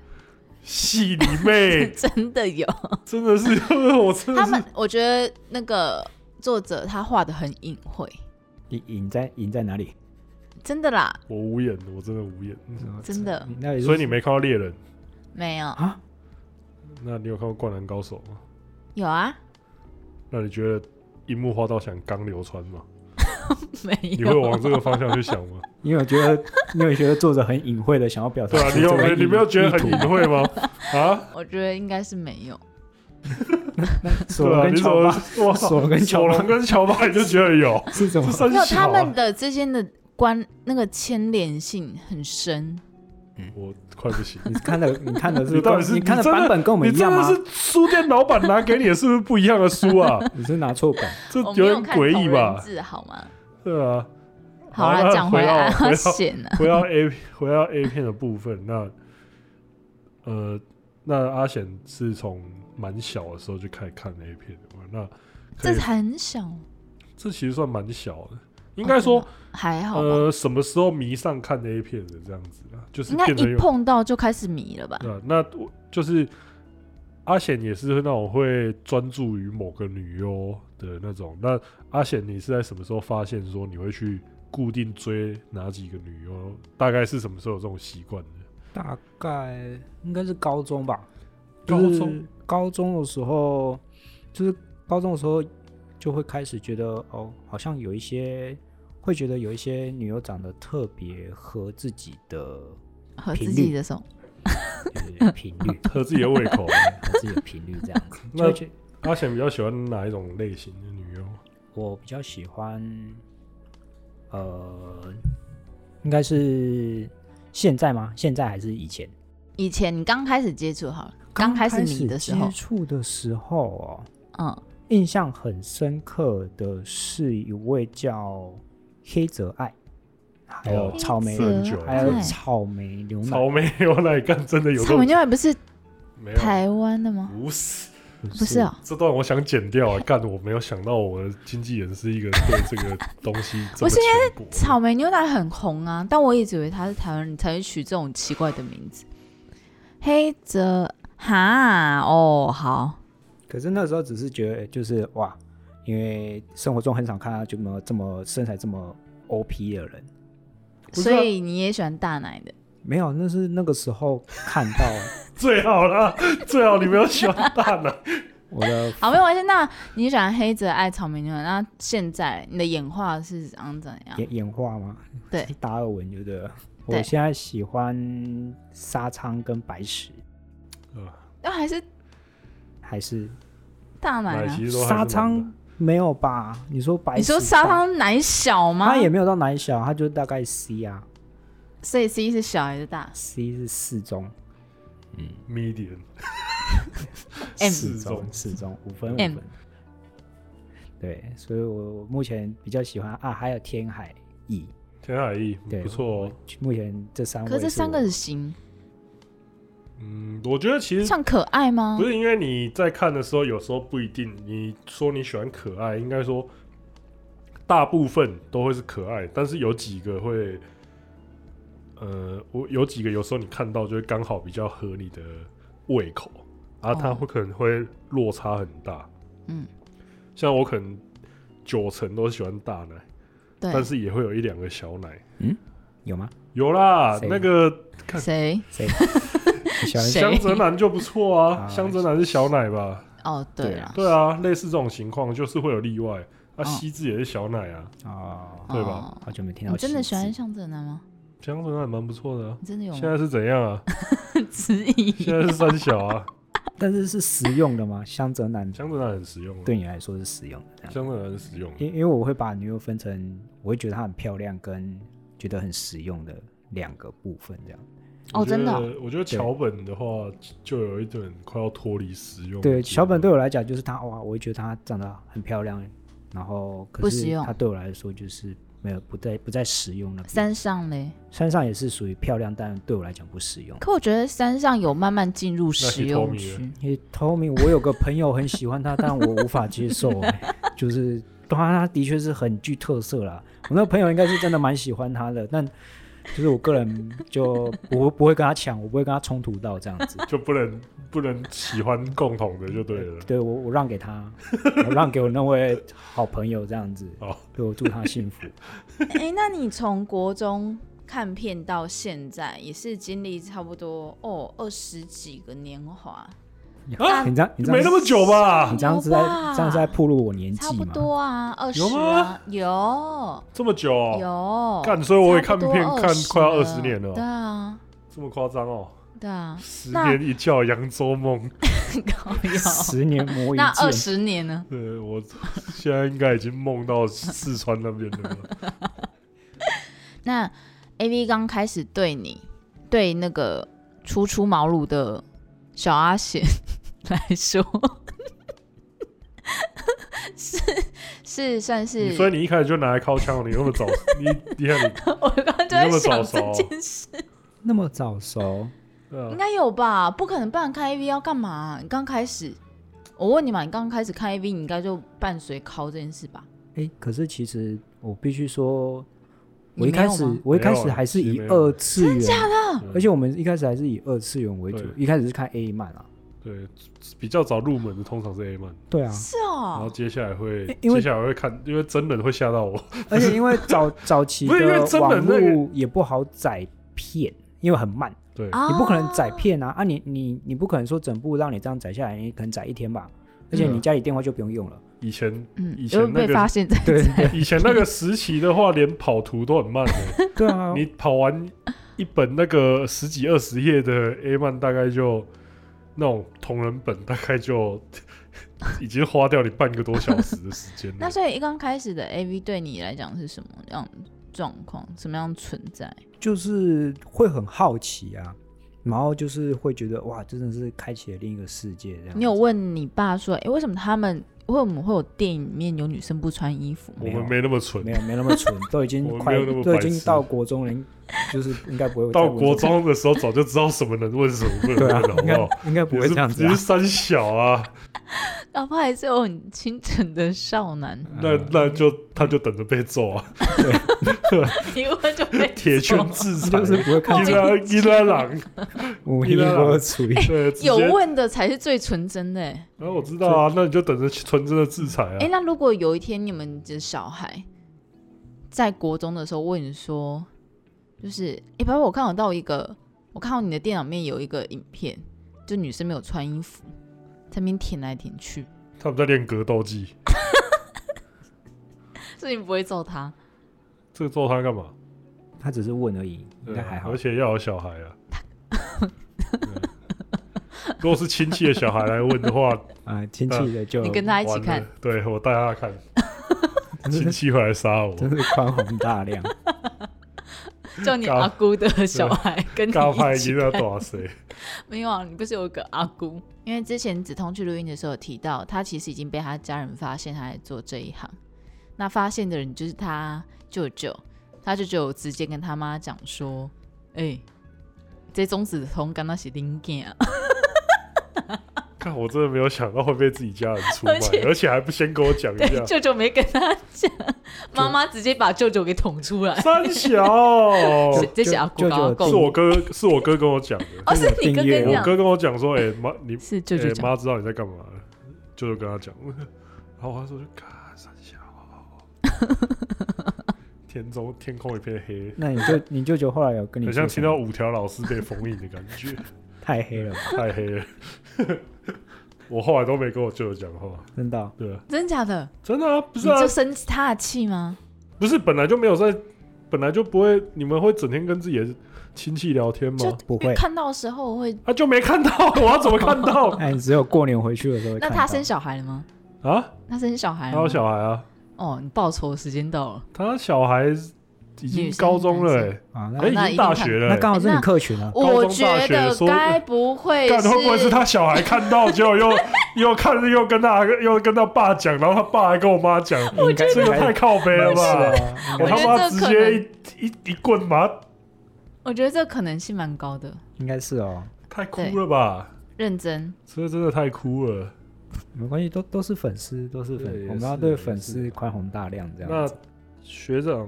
[SPEAKER 1] 戏你妹，
[SPEAKER 2] 真的有。
[SPEAKER 1] 真的是我真的
[SPEAKER 2] 他
[SPEAKER 1] 是
[SPEAKER 2] 们，我觉得那个作者他画的很隐晦，
[SPEAKER 3] 你赢在赢在哪里？
[SPEAKER 2] 真的啦，
[SPEAKER 1] 我无言，我真的无言。
[SPEAKER 2] 真的
[SPEAKER 3] 你嗯那里是
[SPEAKER 1] 所以你没看到猎人，
[SPEAKER 2] 没有
[SPEAKER 3] 啊？
[SPEAKER 1] 那你有看过《灌篮高手》吗？
[SPEAKER 2] 有啊，
[SPEAKER 1] 那你觉得樱木花道想刚流川吗？
[SPEAKER 2] 没
[SPEAKER 1] 你会
[SPEAKER 2] 有。啊
[SPEAKER 1] 往这个方向去想 吗？
[SPEAKER 3] 你有觉得你有觉得作者很隐晦的想要表达
[SPEAKER 1] 对啊，
[SPEAKER 3] 出
[SPEAKER 1] 你
[SPEAKER 3] 这个意？
[SPEAKER 1] 有没你没有觉得很隐晦 吗？啊？
[SPEAKER 2] 我觉得应该是没有，
[SPEAKER 3] 索
[SPEAKER 1] 对
[SPEAKER 3] 隆
[SPEAKER 1] 啊，你怎么
[SPEAKER 3] 跟乔巴
[SPEAKER 1] 哇
[SPEAKER 3] 索隆跟乔
[SPEAKER 1] 索
[SPEAKER 3] 巴
[SPEAKER 1] 隆跟乔巴，你就觉得有，
[SPEAKER 3] 是怎么。
[SPEAKER 1] 这？三
[SPEAKER 2] 没有
[SPEAKER 1] 小
[SPEAKER 2] 他们
[SPEAKER 1] 啊！
[SPEAKER 2] 的之间的关那个牵连性很深。
[SPEAKER 1] 我快不行
[SPEAKER 3] 你看的你看的是
[SPEAKER 1] 你到底是
[SPEAKER 3] 你看的
[SPEAKER 1] 你真的
[SPEAKER 3] 版本跟我
[SPEAKER 1] 你
[SPEAKER 3] 们一
[SPEAKER 1] 真
[SPEAKER 3] 样
[SPEAKER 1] 的
[SPEAKER 3] 吗？
[SPEAKER 1] 是书店老板拿给你的是不是不一样的书啊？
[SPEAKER 3] 你是拿错本，
[SPEAKER 1] 这
[SPEAKER 2] 我没
[SPEAKER 1] 有
[SPEAKER 2] 有
[SPEAKER 1] 点
[SPEAKER 2] 看
[SPEAKER 1] 诡异吧
[SPEAKER 2] 同人？志好吗？
[SPEAKER 1] 对啊。
[SPEAKER 2] 好啦，
[SPEAKER 1] 那
[SPEAKER 2] 讲回来，
[SPEAKER 1] 回
[SPEAKER 2] 好
[SPEAKER 1] 到
[SPEAKER 2] 险啊！
[SPEAKER 1] 回到 A 回到 A 片的部分，那呃，那阿显是从蛮小的时候就开始看 A 片的嘛？那可
[SPEAKER 2] 这
[SPEAKER 1] 以
[SPEAKER 2] 才很小，
[SPEAKER 1] 这其实算蛮小的，应该说
[SPEAKER 2] 哦还好吧？
[SPEAKER 1] 呃，什么时候迷上看 A 片的这样子啊？就是
[SPEAKER 2] 应该
[SPEAKER 1] 变成
[SPEAKER 2] 一
[SPEAKER 1] 有
[SPEAKER 2] 碰到就开始迷了吧？
[SPEAKER 1] 对啊，那我就是阿显也是那种会专注于某个女优的那种。那阿显，你是在什么时候发现说你会去固定追哪几个女优，大概是什么时候有这种习惯的？
[SPEAKER 3] 大概应该是高中吧。
[SPEAKER 1] 高中
[SPEAKER 3] 就是高中的时候，就是高中的时候就会开始觉得哦，好像有一些会觉得有一些女优长得特别合自己的
[SPEAKER 2] 和
[SPEAKER 3] 频
[SPEAKER 2] 自己
[SPEAKER 3] 率
[SPEAKER 2] 的手，
[SPEAKER 3] 就是频率，
[SPEAKER 1] 合自己的胃 口。
[SPEAKER 3] 合自己的频率这样子。
[SPEAKER 1] 那
[SPEAKER 3] 就会觉得
[SPEAKER 1] 阿贤比较喜欢哪一种类型的女优？
[SPEAKER 3] 我比较喜欢，呃，应该是现在吗？现在还是以前？
[SPEAKER 2] 以前你刚开始接触好了，刚开始你的时候
[SPEAKER 3] 接，触的时候哦，
[SPEAKER 2] 嗯，
[SPEAKER 3] 印象很深刻的是一位叫黑泽爱，还有
[SPEAKER 1] 哦
[SPEAKER 3] 草
[SPEAKER 1] 黑
[SPEAKER 3] 莓，
[SPEAKER 1] 泽很久
[SPEAKER 3] 还有
[SPEAKER 2] 爱
[SPEAKER 3] 草莓牛奶
[SPEAKER 1] 草，莓牛奶干真的有这
[SPEAKER 2] 草莓
[SPEAKER 1] 种？
[SPEAKER 2] 牛奶不是
[SPEAKER 1] 没有，
[SPEAKER 2] 台湾的吗？
[SPEAKER 1] 不是。
[SPEAKER 2] 不是啊，
[SPEAKER 1] 这段我想剪掉啊！干，我没有想到我的经纪人是一个对这个东西这
[SPEAKER 2] 不
[SPEAKER 1] 么
[SPEAKER 2] 是
[SPEAKER 1] 浅薄。
[SPEAKER 2] 草莓牛奶很红啊，但我一直以为他是台湾人才会取这种奇怪的名字。黑泽哈哦，好，
[SPEAKER 3] 可是那时候只是觉得就是哇，因为生活中很少看到这么这么身材这么 OP 的人，不是啊
[SPEAKER 2] 所以你也喜欢大奶的？
[SPEAKER 3] 没有，那是那个时候看到
[SPEAKER 1] 最好啦，最好你没有喜欢大奶。
[SPEAKER 3] 我的
[SPEAKER 2] 好，没有关系。那你喜欢黑泽爱草莓牛奶？那现在你的演化是长怎样？
[SPEAKER 3] 演演化吗？
[SPEAKER 2] 对
[SPEAKER 3] 是达尔文就对了。
[SPEAKER 2] 对
[SPEAKER 3] 我现在喜欢沙仓跟白石，
[SPEAKER 2] 那还是
[SPEAKER 3] 还是
[SPEAKER 2] 大奶
[SPEAKER 1] 奶
[SPEAKER 2] 啊
[SPEAKER 1] 其？实都还是
[SPEAKER 3] 沙
[SPEAKER 1] 蛮
[SPEAKER 3] 仓没有吧？你说白石吧？
[SPEAKER 2] 你说沙汤奶小吗
[SPEAKER 3] 他？也没有到哪里小，他就大概 C 啊
[SPEAKER 2] 所以 C 是小还是大？
[SPEAKER 3] ，C 是四中，
[SPEAKER 1] medium
[SPEAKER 2] 嗯
[SPEAKER 1] 适
[SPEAKER 3] 四
[SPEAKER 1] 中
[SPEAKER 3] 中，四中五分五
[SPEAKER 2] M
[SPEAKER 3] 分。对，所以我目前比较喜欢啊，还有天海翼，
[SPEAKER 1] 天海翼
[SPEAKER 3] 对
[SPEAKER 1] 不错哦。
[SPEAKER 3] 目前这三位
[SPEAKER 2] 可是
[SPEAKER 3] 是
[SPEAKER 2] 这三个
[SPEAKER 3] 我
[SPEAKER 2] 是行，
[SPEAKER 1] 嗯，我觉得其实
[SPEAKER 2] 算可爱吗
[SPEAKER 1] 不？是因为你在看的时候，有时候不一定。你说你喜欢可爱，应该说大部分都会是可爱，但是有几个会，呃，我有几个有时候你看到就会刚好比较合你的胃口，啊，它
[SPEAKER 2] 哦
[SPEAKER 1] 会可能会落差很大。
[SPEAKER 2] 嗯，
[SPEAKER 1] 像我可能九成都喜欢大奶，
[SPEAKER 2] 对，
[SPEAKER 1] 但是也会有一两个小奶。
[SPEAKER 3] 有吗？
[SPEAKER 1] 有啦，
[SPEAKER 3] 谁
[SPEAKER 1] 那个
[SPEAKER 2] 谁？
[SPEAKER 3] 谁？你喜欢
[SPEAKER 2] 谁
[SPEAKER 1] 香泽男就不错啊，
[SPEAKER 3] 啊
[SPEAKER 1] 香泽男是小奶吧？
[SPEAKER 2] 哦，对
[SPEAKER 3] 对啊
[SPEAKER 2] 了，
[SPEAKER 1] 对啊，类似这种情况就是会有例外。啊，
[SPEAKER 2] 嗯
[SPEAKER 1] 西子也是小奶啊，
[SPEAKER 3] 哦，
[SPEAKER 1] 对吧
[SPEAKER 2] 哦
[SPEAKER 3] 好久没听到
[SPEAKER 2] 你
[SPEAKER 3] 西子。
[SPEAKER 2] 真的喜欢向泽男吗？
[SPEAKER 1] 香水还蛮不错的、啊。
[SPEAKER 2] 你真的有
[SPEAKER 1] 现 在
[SPEAKER 2] 吗？
[SPEAKER 1] 是怎样啊？
[SPEAKER 2] 质疑
[SPEAKER 1] 现在是三小啊，
[SPEAKER 3] 但是是实用的吗？香泽男
[SPEAKER 1] 香水奶很实用、啊，
[SPEAKER 3] 对啊你来说是实用的，这样。
[SPEAKER 1] 香水奶很实用。
[SPEAKER 3] 因因为我会把女优分成，我会觉得她很漂亮跟觉得很实用的两个部分，这样。
[SPEAKER 2] 哦，
[SPEAKER 1] 我觉
[SPEAKER 2] 真
[SPEAKER 1] 得
[SPEAKER 2] 的哦，
[SPEAKER 1] 我觉得桥本的话就有一点快要脱离实用。
[SPEAKER 3] 对，小本对我来讲就是她哇，我会觉得她长得很漂亮，然后可
[SPEAKER 2] 不实
[SPEAKER 3] 是
[SPEAKER 2] 用
[SPEAKER 3] 她对我来说就是没有不在不在实用那边。
[SPEAKER 2] 山上嘞。
[SPEAKER 3] 山上也是属于漂亮，但对我来讲不实用。
[SPEAKER 2] 可我觉得山上有慢慢进入食用
[SPEAKER 1] 那是
[SPEAKER 2] 区，
[SPEAKER 3] 因为 Tommy，我有个朋友很喜欢她，但我无法接受、哎 就是她她的确是很具特色啦。我那个朋友应该是真的蛮喜欢她的，但就是我个人就不不会跟她抢，我不会跟她冲突到这样子。
[SPEAKER 1] 就不能不能喜欢共同的就对了。
[SPEAKER 3] 对我，我让给他，我让给我那位好朋友这样子，
[SPEAKER 1] 哦
[SPEAKER 3] 对我祝他幸福。
[SPEAKER 2] 哎、那你从国中看片到现在，也是经历差不多哦二十几个年华，
[SPEAKER 1] 啊，
[SPEAKER 3] 你这 样，你这
[SPEAKER 1] 没那
[SPEAKER 3] 样，
[SPEAKER 1] 么久吧
[SPEAKER 3] 你？这样是在
[SPEAKER 2] 有吧
[SPEAKER 3] 这样是在暴露我年
[SPEAKER 2] 差
[SPEAKER 3] 纪
[SPEAKER 2] 不
[SPEAKER 3] 吗？
[SPEAKER 2] 多啊，二十
[SPEAKER 1] 有吗
[SPEAKER 2] 啊，有
[SPEAKER 1] 这么久、哦？
[SPEAKER 2] 有，
[SPEAKER 1] 干，所以我也
[SPEAKER 2] 差
[SPEAKER 1] 看
[SPEAKER 2] 不多
[SPEAKER 1] 片看
[SPEAKER 2] 20
[SPEAKER 1] 快要二
[SPEAKER 2] 了
[SPEAKER 1] 十年了
[SPEAKER 2] 对
[SPEAKER 1] 哦，
[SPEAKER 2] 啊，
[SPEAKER 1] 这么夸张哦？，
[SPEAKER 2] 对啊
[SPEAKER 1] 十
[SPEAKER 2] 那
[SPEAKER 1] 年一觉扬州梦。
[SPEAKER 2] 高腰。
[SPEAKER 3] 十年磨一
[SPEAKER 2] 那二
[SPEAKER 3] 剑，
[SPEAKER 2] 十年呢？
[SPEAKER 1] 对，我现在应该已经梦到四川那边了吧。
[SPEAKER 2] 那 A V 刚开始对你，对那个初出茅庐的小阿贤来说， 是是算 是，
[SPEAKER 1] 所以你一开始就拿来靠枪，你那么早，你你看你，
[SPEAKER 2] 我刚刚就
[SPEAKER 1] 你那
[SPEAKER 2] 在
[SPEAKER 1] 么早
[SPEAKER 2] 想
[SPEAKER 1] 熟哦啊
[SPEAKER 2] 这件事，
[SPEAKER 3] 那么早熟，
[SPEAKER 1] 对
[SPEAKER 2] 应
[SPEAKER 1] 啊，
[SPEAKER 2] 该有吧？不可能，不然看 A V 要干嘛、你刚开始，我问你嘛，你刚开始看 A V，你应该就伴随考这件事吧？
[SPEAKER 3] 哎，可是其实我必须说，
[SPEAKER 2] 你
[SPEAKER 3] 我一
[SPEAKER 2] 没有
[SPEAKER 3] 开始
[SPEAKER 2] 吗
[SPEAKER 3] 我一开
[SPEAKER 1] 没有啊
[SPEAKER 3] 始还是
[SPEAKER 1] 其实
[SPEAKER 3] 以
[SPEAKER 1] 没有
[SPEAKER 3] 二次元，
[SPEAKER 1] 嗯
[SPEAKER 2] 啊
[SPEAKER 3] 而且我们一开始还是以二次元为主
[SPEAKER 1] 对，
[SPEAKER 3] 一开始是看 A 漫啊，
[SPEAKER 1] 对，比较早入门的通常是 A 漫，
[SPEAKER 3] 对啊，
[SPEAKER 2] 是
[SPEAKER 1] 然后
[SPEAKER 2] 哦，
[SPEAKER 1] 接下来会，
[SPEAKER 3] 因为
[SPEAKER 1] 接下来会看，因为真人会吓到我。
[SPEAKER 3] 而且因为 早早期
[SPEAKER 1] 不是因为
[SPEAKER 3] 的
[SPEAKER 1] 真的
[SPEAKER 3] 网
[SPEAKER 1] 那个
[SPEAKER 3] 络也不好载片，因为很慢，
[SPEAKER 1] 对，
[SPEAKER 2] 你
[SPEAKER 3] 你不可能载片啊啊！你你你不可能说整部让你这样载下来，你可能载一天吧，而且
[SPEAKER 1] 嗯
[SPEAKER 3] 你家里电话就不用用了。
[SPEAKER 1] 以前
[SPEAKER 2] 嗯，
[SPEAKER 1] 以前
[SPEAKER 2] 就被
[SPEAKER 1] 那个
[SPEAKER 2] 发现在
[SPEAKER 3] 对对
[SPEAKER 1] 以前那个时期的话，连跑图都很慢的、
[SPEAKER 3] 对啊，
[SPEAKER 1] 你跑完一本那个十几二十页的 A 漫，大概就那种同人本，大概就已经花掉你半个多小时的时间
[SPEAKER 2] 那
[SPEAKER 1] 了。
[SPEAKER 2] 所以一刚开始的 A V 对你来讲是什么样的状况？什么样的存在？
[SPEAKER 3] 就是会很好奇啊，然后就是会觉得哇，真的是开启了另一个世界这样子。
[SPEAKER 2] 你有问你爸说，哎、为什么他们为什么会有电影里面有女生不穿衣服吗
[SPEAKER 1] 我？们没那么蠢
[SPEAKER 3] 没，有没那 么蠢，都已
[SPEAKER 1] 我
[SPEAKER 3] 经
[SPEAKER 1] 没
[SPEAKER 3] 快
[SPEAKER 1] 有那么
[SPEAKER 3] 都已
[SPEAKER 1] 白
[SPEAKER 3] 经
[SPEAKER 1] 痴
[SPEAKER 3] 到国中了，应就是应该不会
[SPEAKER 1] 到
[SPEAKER 3] 再问这
[SPEAKER 1] 国
[SPEAKER 3] 种
[SPEAKER 1] 中的时候早就知道什么 能问什么不能
[SPEAKER 3] 对
[SPEAKER 1] 问
[SPEAKER 3] 啊
[SPEAKER 1] 了，，好
[SPEAKER 3] 应
[SPEAKER 1] 不好？
[SPEAKER 3] 该应该不
[SPEAKER 1] 你
[SPEAKER 3] 会
[SPEAKER 1] 是
[SPEAKER 3] 这样子
[SPEAKER 1] 你
[SPEAKER 3] 啊
[SPEAKER 1] 是。三小啊，
[SPEAKER 2] 哪怕还是有很清纯的少男，
[SPEAKER 3] 嗯
[SPEAKER 1] 那
[SPEAKER 3] 啊
[SPEAKER 1] 那就他就等着被揍 啊，
[SPEAKER 2] 一问就 被
[SPEAKER 1] 铁
[SPEAKER 2] 揍
[SPEAKER 1] 拳制裁，
[SPEAKER 3] 就是不会看
[SPEAKER 1] 伊
[SPEAKER 3] 这种
[SPEAKER 1] 拉伊拉狼，
[SPEAKER 3] 无一不会处 理。
[SPEAKER 1] 对，直
[SPEAKER 2] 有
[SPEAKER 1] 接
[SPEAKER 2] 问的才是最纯真的、欸。
[SPEAKER 1] 然后我知道啊，那你就等着纯真的制裁啊
[SPEAKER 2] 哎、。那如果有一天你们的小孩在国中的时候问你说，就是哎、欸爸爸，我看到一个，我看到你的电脑里面有一个影片，就女生没有穿衣服，在那边舔来舔去，
[SPEAKER 1] 他们在练格斗技，
[SPEAKER 2] 所以你不会揍他，
[SPEAKER 1] 这个揍他干嘛？
[SPEAKER 3] 他只是问而已，应
[SPEAKER 1] 对
[SPEAKER 3] 该还好
[SPEAKER 1] 而。且要有小孩啊。对如果是亲戚的小孩来问 的话，
[SPEAKER 3] 啊，亲戚的就
[SPEAKER 2] 你跟他一起
[SPEAKER 1] 完了
[SPEAKER 2] 看，
[SPEAKER 1] 对我带他 看，
[SPEAKER 3] 真
[SPEAKER 1] 亲
[SPEAKER 3] 是
[SPEAKER 1] 戚会来杀我，
[SPEAKER 3] 真是宽宏大 量。
[SPEAKER 2] 叫你
[SPEAKER 1] 高
[SPEAKER 2] 阿姑的小孩跟你
[SPEAKER 1] 尬拍
[SPEAKER 2] 一
[SPEAKER 1] 一
[SPEAKER 2] 起
[SPEAKER 1] 定要打 谁？
[SPEAKER 2] 没有啊，你不是有个阿姑？因为之前子通去录音的时候有提到，他其实已经被他家人发现他在做这一行。那发现的人就是他舅舅，他舅舅直接跟他妈讲说：“哎、这钟子通刚刚是零件啊，
[SPEAKER 1] 看我真的没有想到会被自己家人出卖
[SPEAKER 2] 而且，
[SPEAKER 1] 而且还不先跟我讲一
[SPEAKER 2] 对，
[SPEAKER 1] 下。
[SPEAKER 2] 舅舅没跟他讲，妈妈直接把舅舅给捅出来。
[SPEAKER 1] 三小， 哦
[SPEAKER 2] 是这是阿姑
[SPEAKER 3] 舅舅
[SPEAKER 2] 阿
[SPEAKER 3] 舅舅
[SPEAKER 1] 是
[SPEAKER 2] 公，
[SPEAKER 1] 我哥，是我哥跟我讲的。
[SPEAKER 2] 哦，是你哥
[SPEAKER 3] 订阅
[SPEAKER 2] 跟
[SPEAKER 3] 这
[SPEAKER 2] 你
[SPEAKER 1] 我
[SPEAKER 2] 讲，
[SPEAKER 1] 哥跟我讲说，哎妈，你
[SPEAKER 2] 是舅舅
[SPEAKER 1] 欸
[SPEAKER 2] 讲，
[SPEAKER 1] 妈知道你在干嘛了，舅舅跟他讲， 然后我那时候就嘎三小，天中天空一片黑，
[SPEAKER 3] 那你就你舅舅后来有跟你
[SPEAKER 1] 很
[SPEAKER 3] 说
[SPEAKER 1] 像
[SPEAKER 3] 什
[SPEAKER 1] 听
[SPEAKER 3] 么
[SPEAKER 1] 到五条老师被封印的感 觉，
[SPEAKER 3] 太黑了吧，
[SPEAKER 1] 太黑了。 我后来都没跟我舅舅讲话，
[SPEAKER 3] 真的哦。
[SPEAKER 1] 对啊，
[SPEAKER 2] 真假的？
[SPEAKER 1] 真的啊，不
[SPEAKER 2] 你
[SPEAKER 1] 是啊
[SPEAKER 2] 就，生他的气吗？
[SPEAKER 1] 不是本来就没有在，本来就不会，你们会整天跟自己的亲戚聊天
[SPEAKER 2] 就
[SPEAKER 1] 吗？
[SPEAKER 3] 不
[SPEAKER 2] 因
[SPEAKER 3] 会
[SPEAKER 2] 为看到的时候我会，
[SPEAKER 1] 啊，就没看到，我要怎么看到
[SPEAKER 3] 哎，你只有过年回去的时候会
[SPEAKER 2] 那
[SPEAKER 3] 看
[SPEAKER 2] 他
[SPEAKER 3] 到
[SPEAKER 2] 生小孩了吗？
[SPEAKER 1] 啊？
[SPEAKER 2] 他生小孩
[SPEAKER 1] 还
[SPEAKER 2] 了吗
[SPEAKER 1] 有小孩啊，
[SPEAKER 2] 哦，你报仇的时间到了。
[SPEAKER 1] 他小孩已
[SPEAKER 2] 女
[SPEAKER 1] 经
[SPEAKER 2] 生
[SPEAKER 1] 高中了、
[SPEAKER 2] 男生
[SPEAKER 1] 欸，
[SPEAKER 3] 啊，
[SPEAKER 1] 哎、
[SPEAKER 3] 那
[SPEAKER 2] 哦那
[SPEAKER 1] 已经
[SPEAKER 2] 一定
[SPEAKER 1] 大
[SPEAKER 2] 看
[SPEAKER 1] 学了、欸
[SPEAKER 3] 那。刚好是
[SPEAKER 2] 哎
[SPEAKER 3] 你
[SPEAKER 2] 那
[SPEAKER 3] 客群啊。
[SPEAKER 1] 高
[SPEAKER 2] 我
[SPEAKER 1] 中
[SPEAKER 2] 觉
[SPEAKER 1] 大学
[SPEAKER 2] 得
[SPEAKER 1] 说呃
[SPEAKER 2] 该不会
[SPEAKER 1] 干会不会是他小孩看到，结果又 又看又跟他又跟他爸讲，然后他爸还跟我妈讲，
[SPEAKER 3] 应该
[SPEAKER 1] 这个太靠北了吧！
[SPEAKER 3] 吧
[SPEAKER 1] 我
[SPEAKER 2] 觉
[SPEAKER 1] 他
[SPEAKER 2] 得
[SPEAKER 1] 妈
[SPEAKER 2] 这
[SPEAKER 1] 直
[SPEAKER 2] 可
[SPEAKER 1] 接
[SPEAKER 2] 能
[SPEAKER 1] 一一一棍把他
[SPEAKER 2] 我觉得这可能性蛮高的。
[SPEAKER 3] 应该是哦，
[SPEAKER 1] 太哭了吧！
[SPEAKER 2] 认真，
[SPEAKER 1] 这真的太哭了。
[SPEAKER 3] 没关系，都都是粉丝，都是
[SPEAKER 1] 对
[SPEAKER 3] 粉，
[SPEAKER 1] 也
[SPEAKER 3] 我们要
[SPEAKER 1] 是
[SPEAKER 3] 对
[SPEAKER 1] 也
[SPEAKER 3] 粉
[SPEAKER 1] 是
[SPEAKER 3] 丝宽宏大量这样
[SPEAKER 1] 那
[SPEAKER 3] 子。
[SPEAKER 1] 学长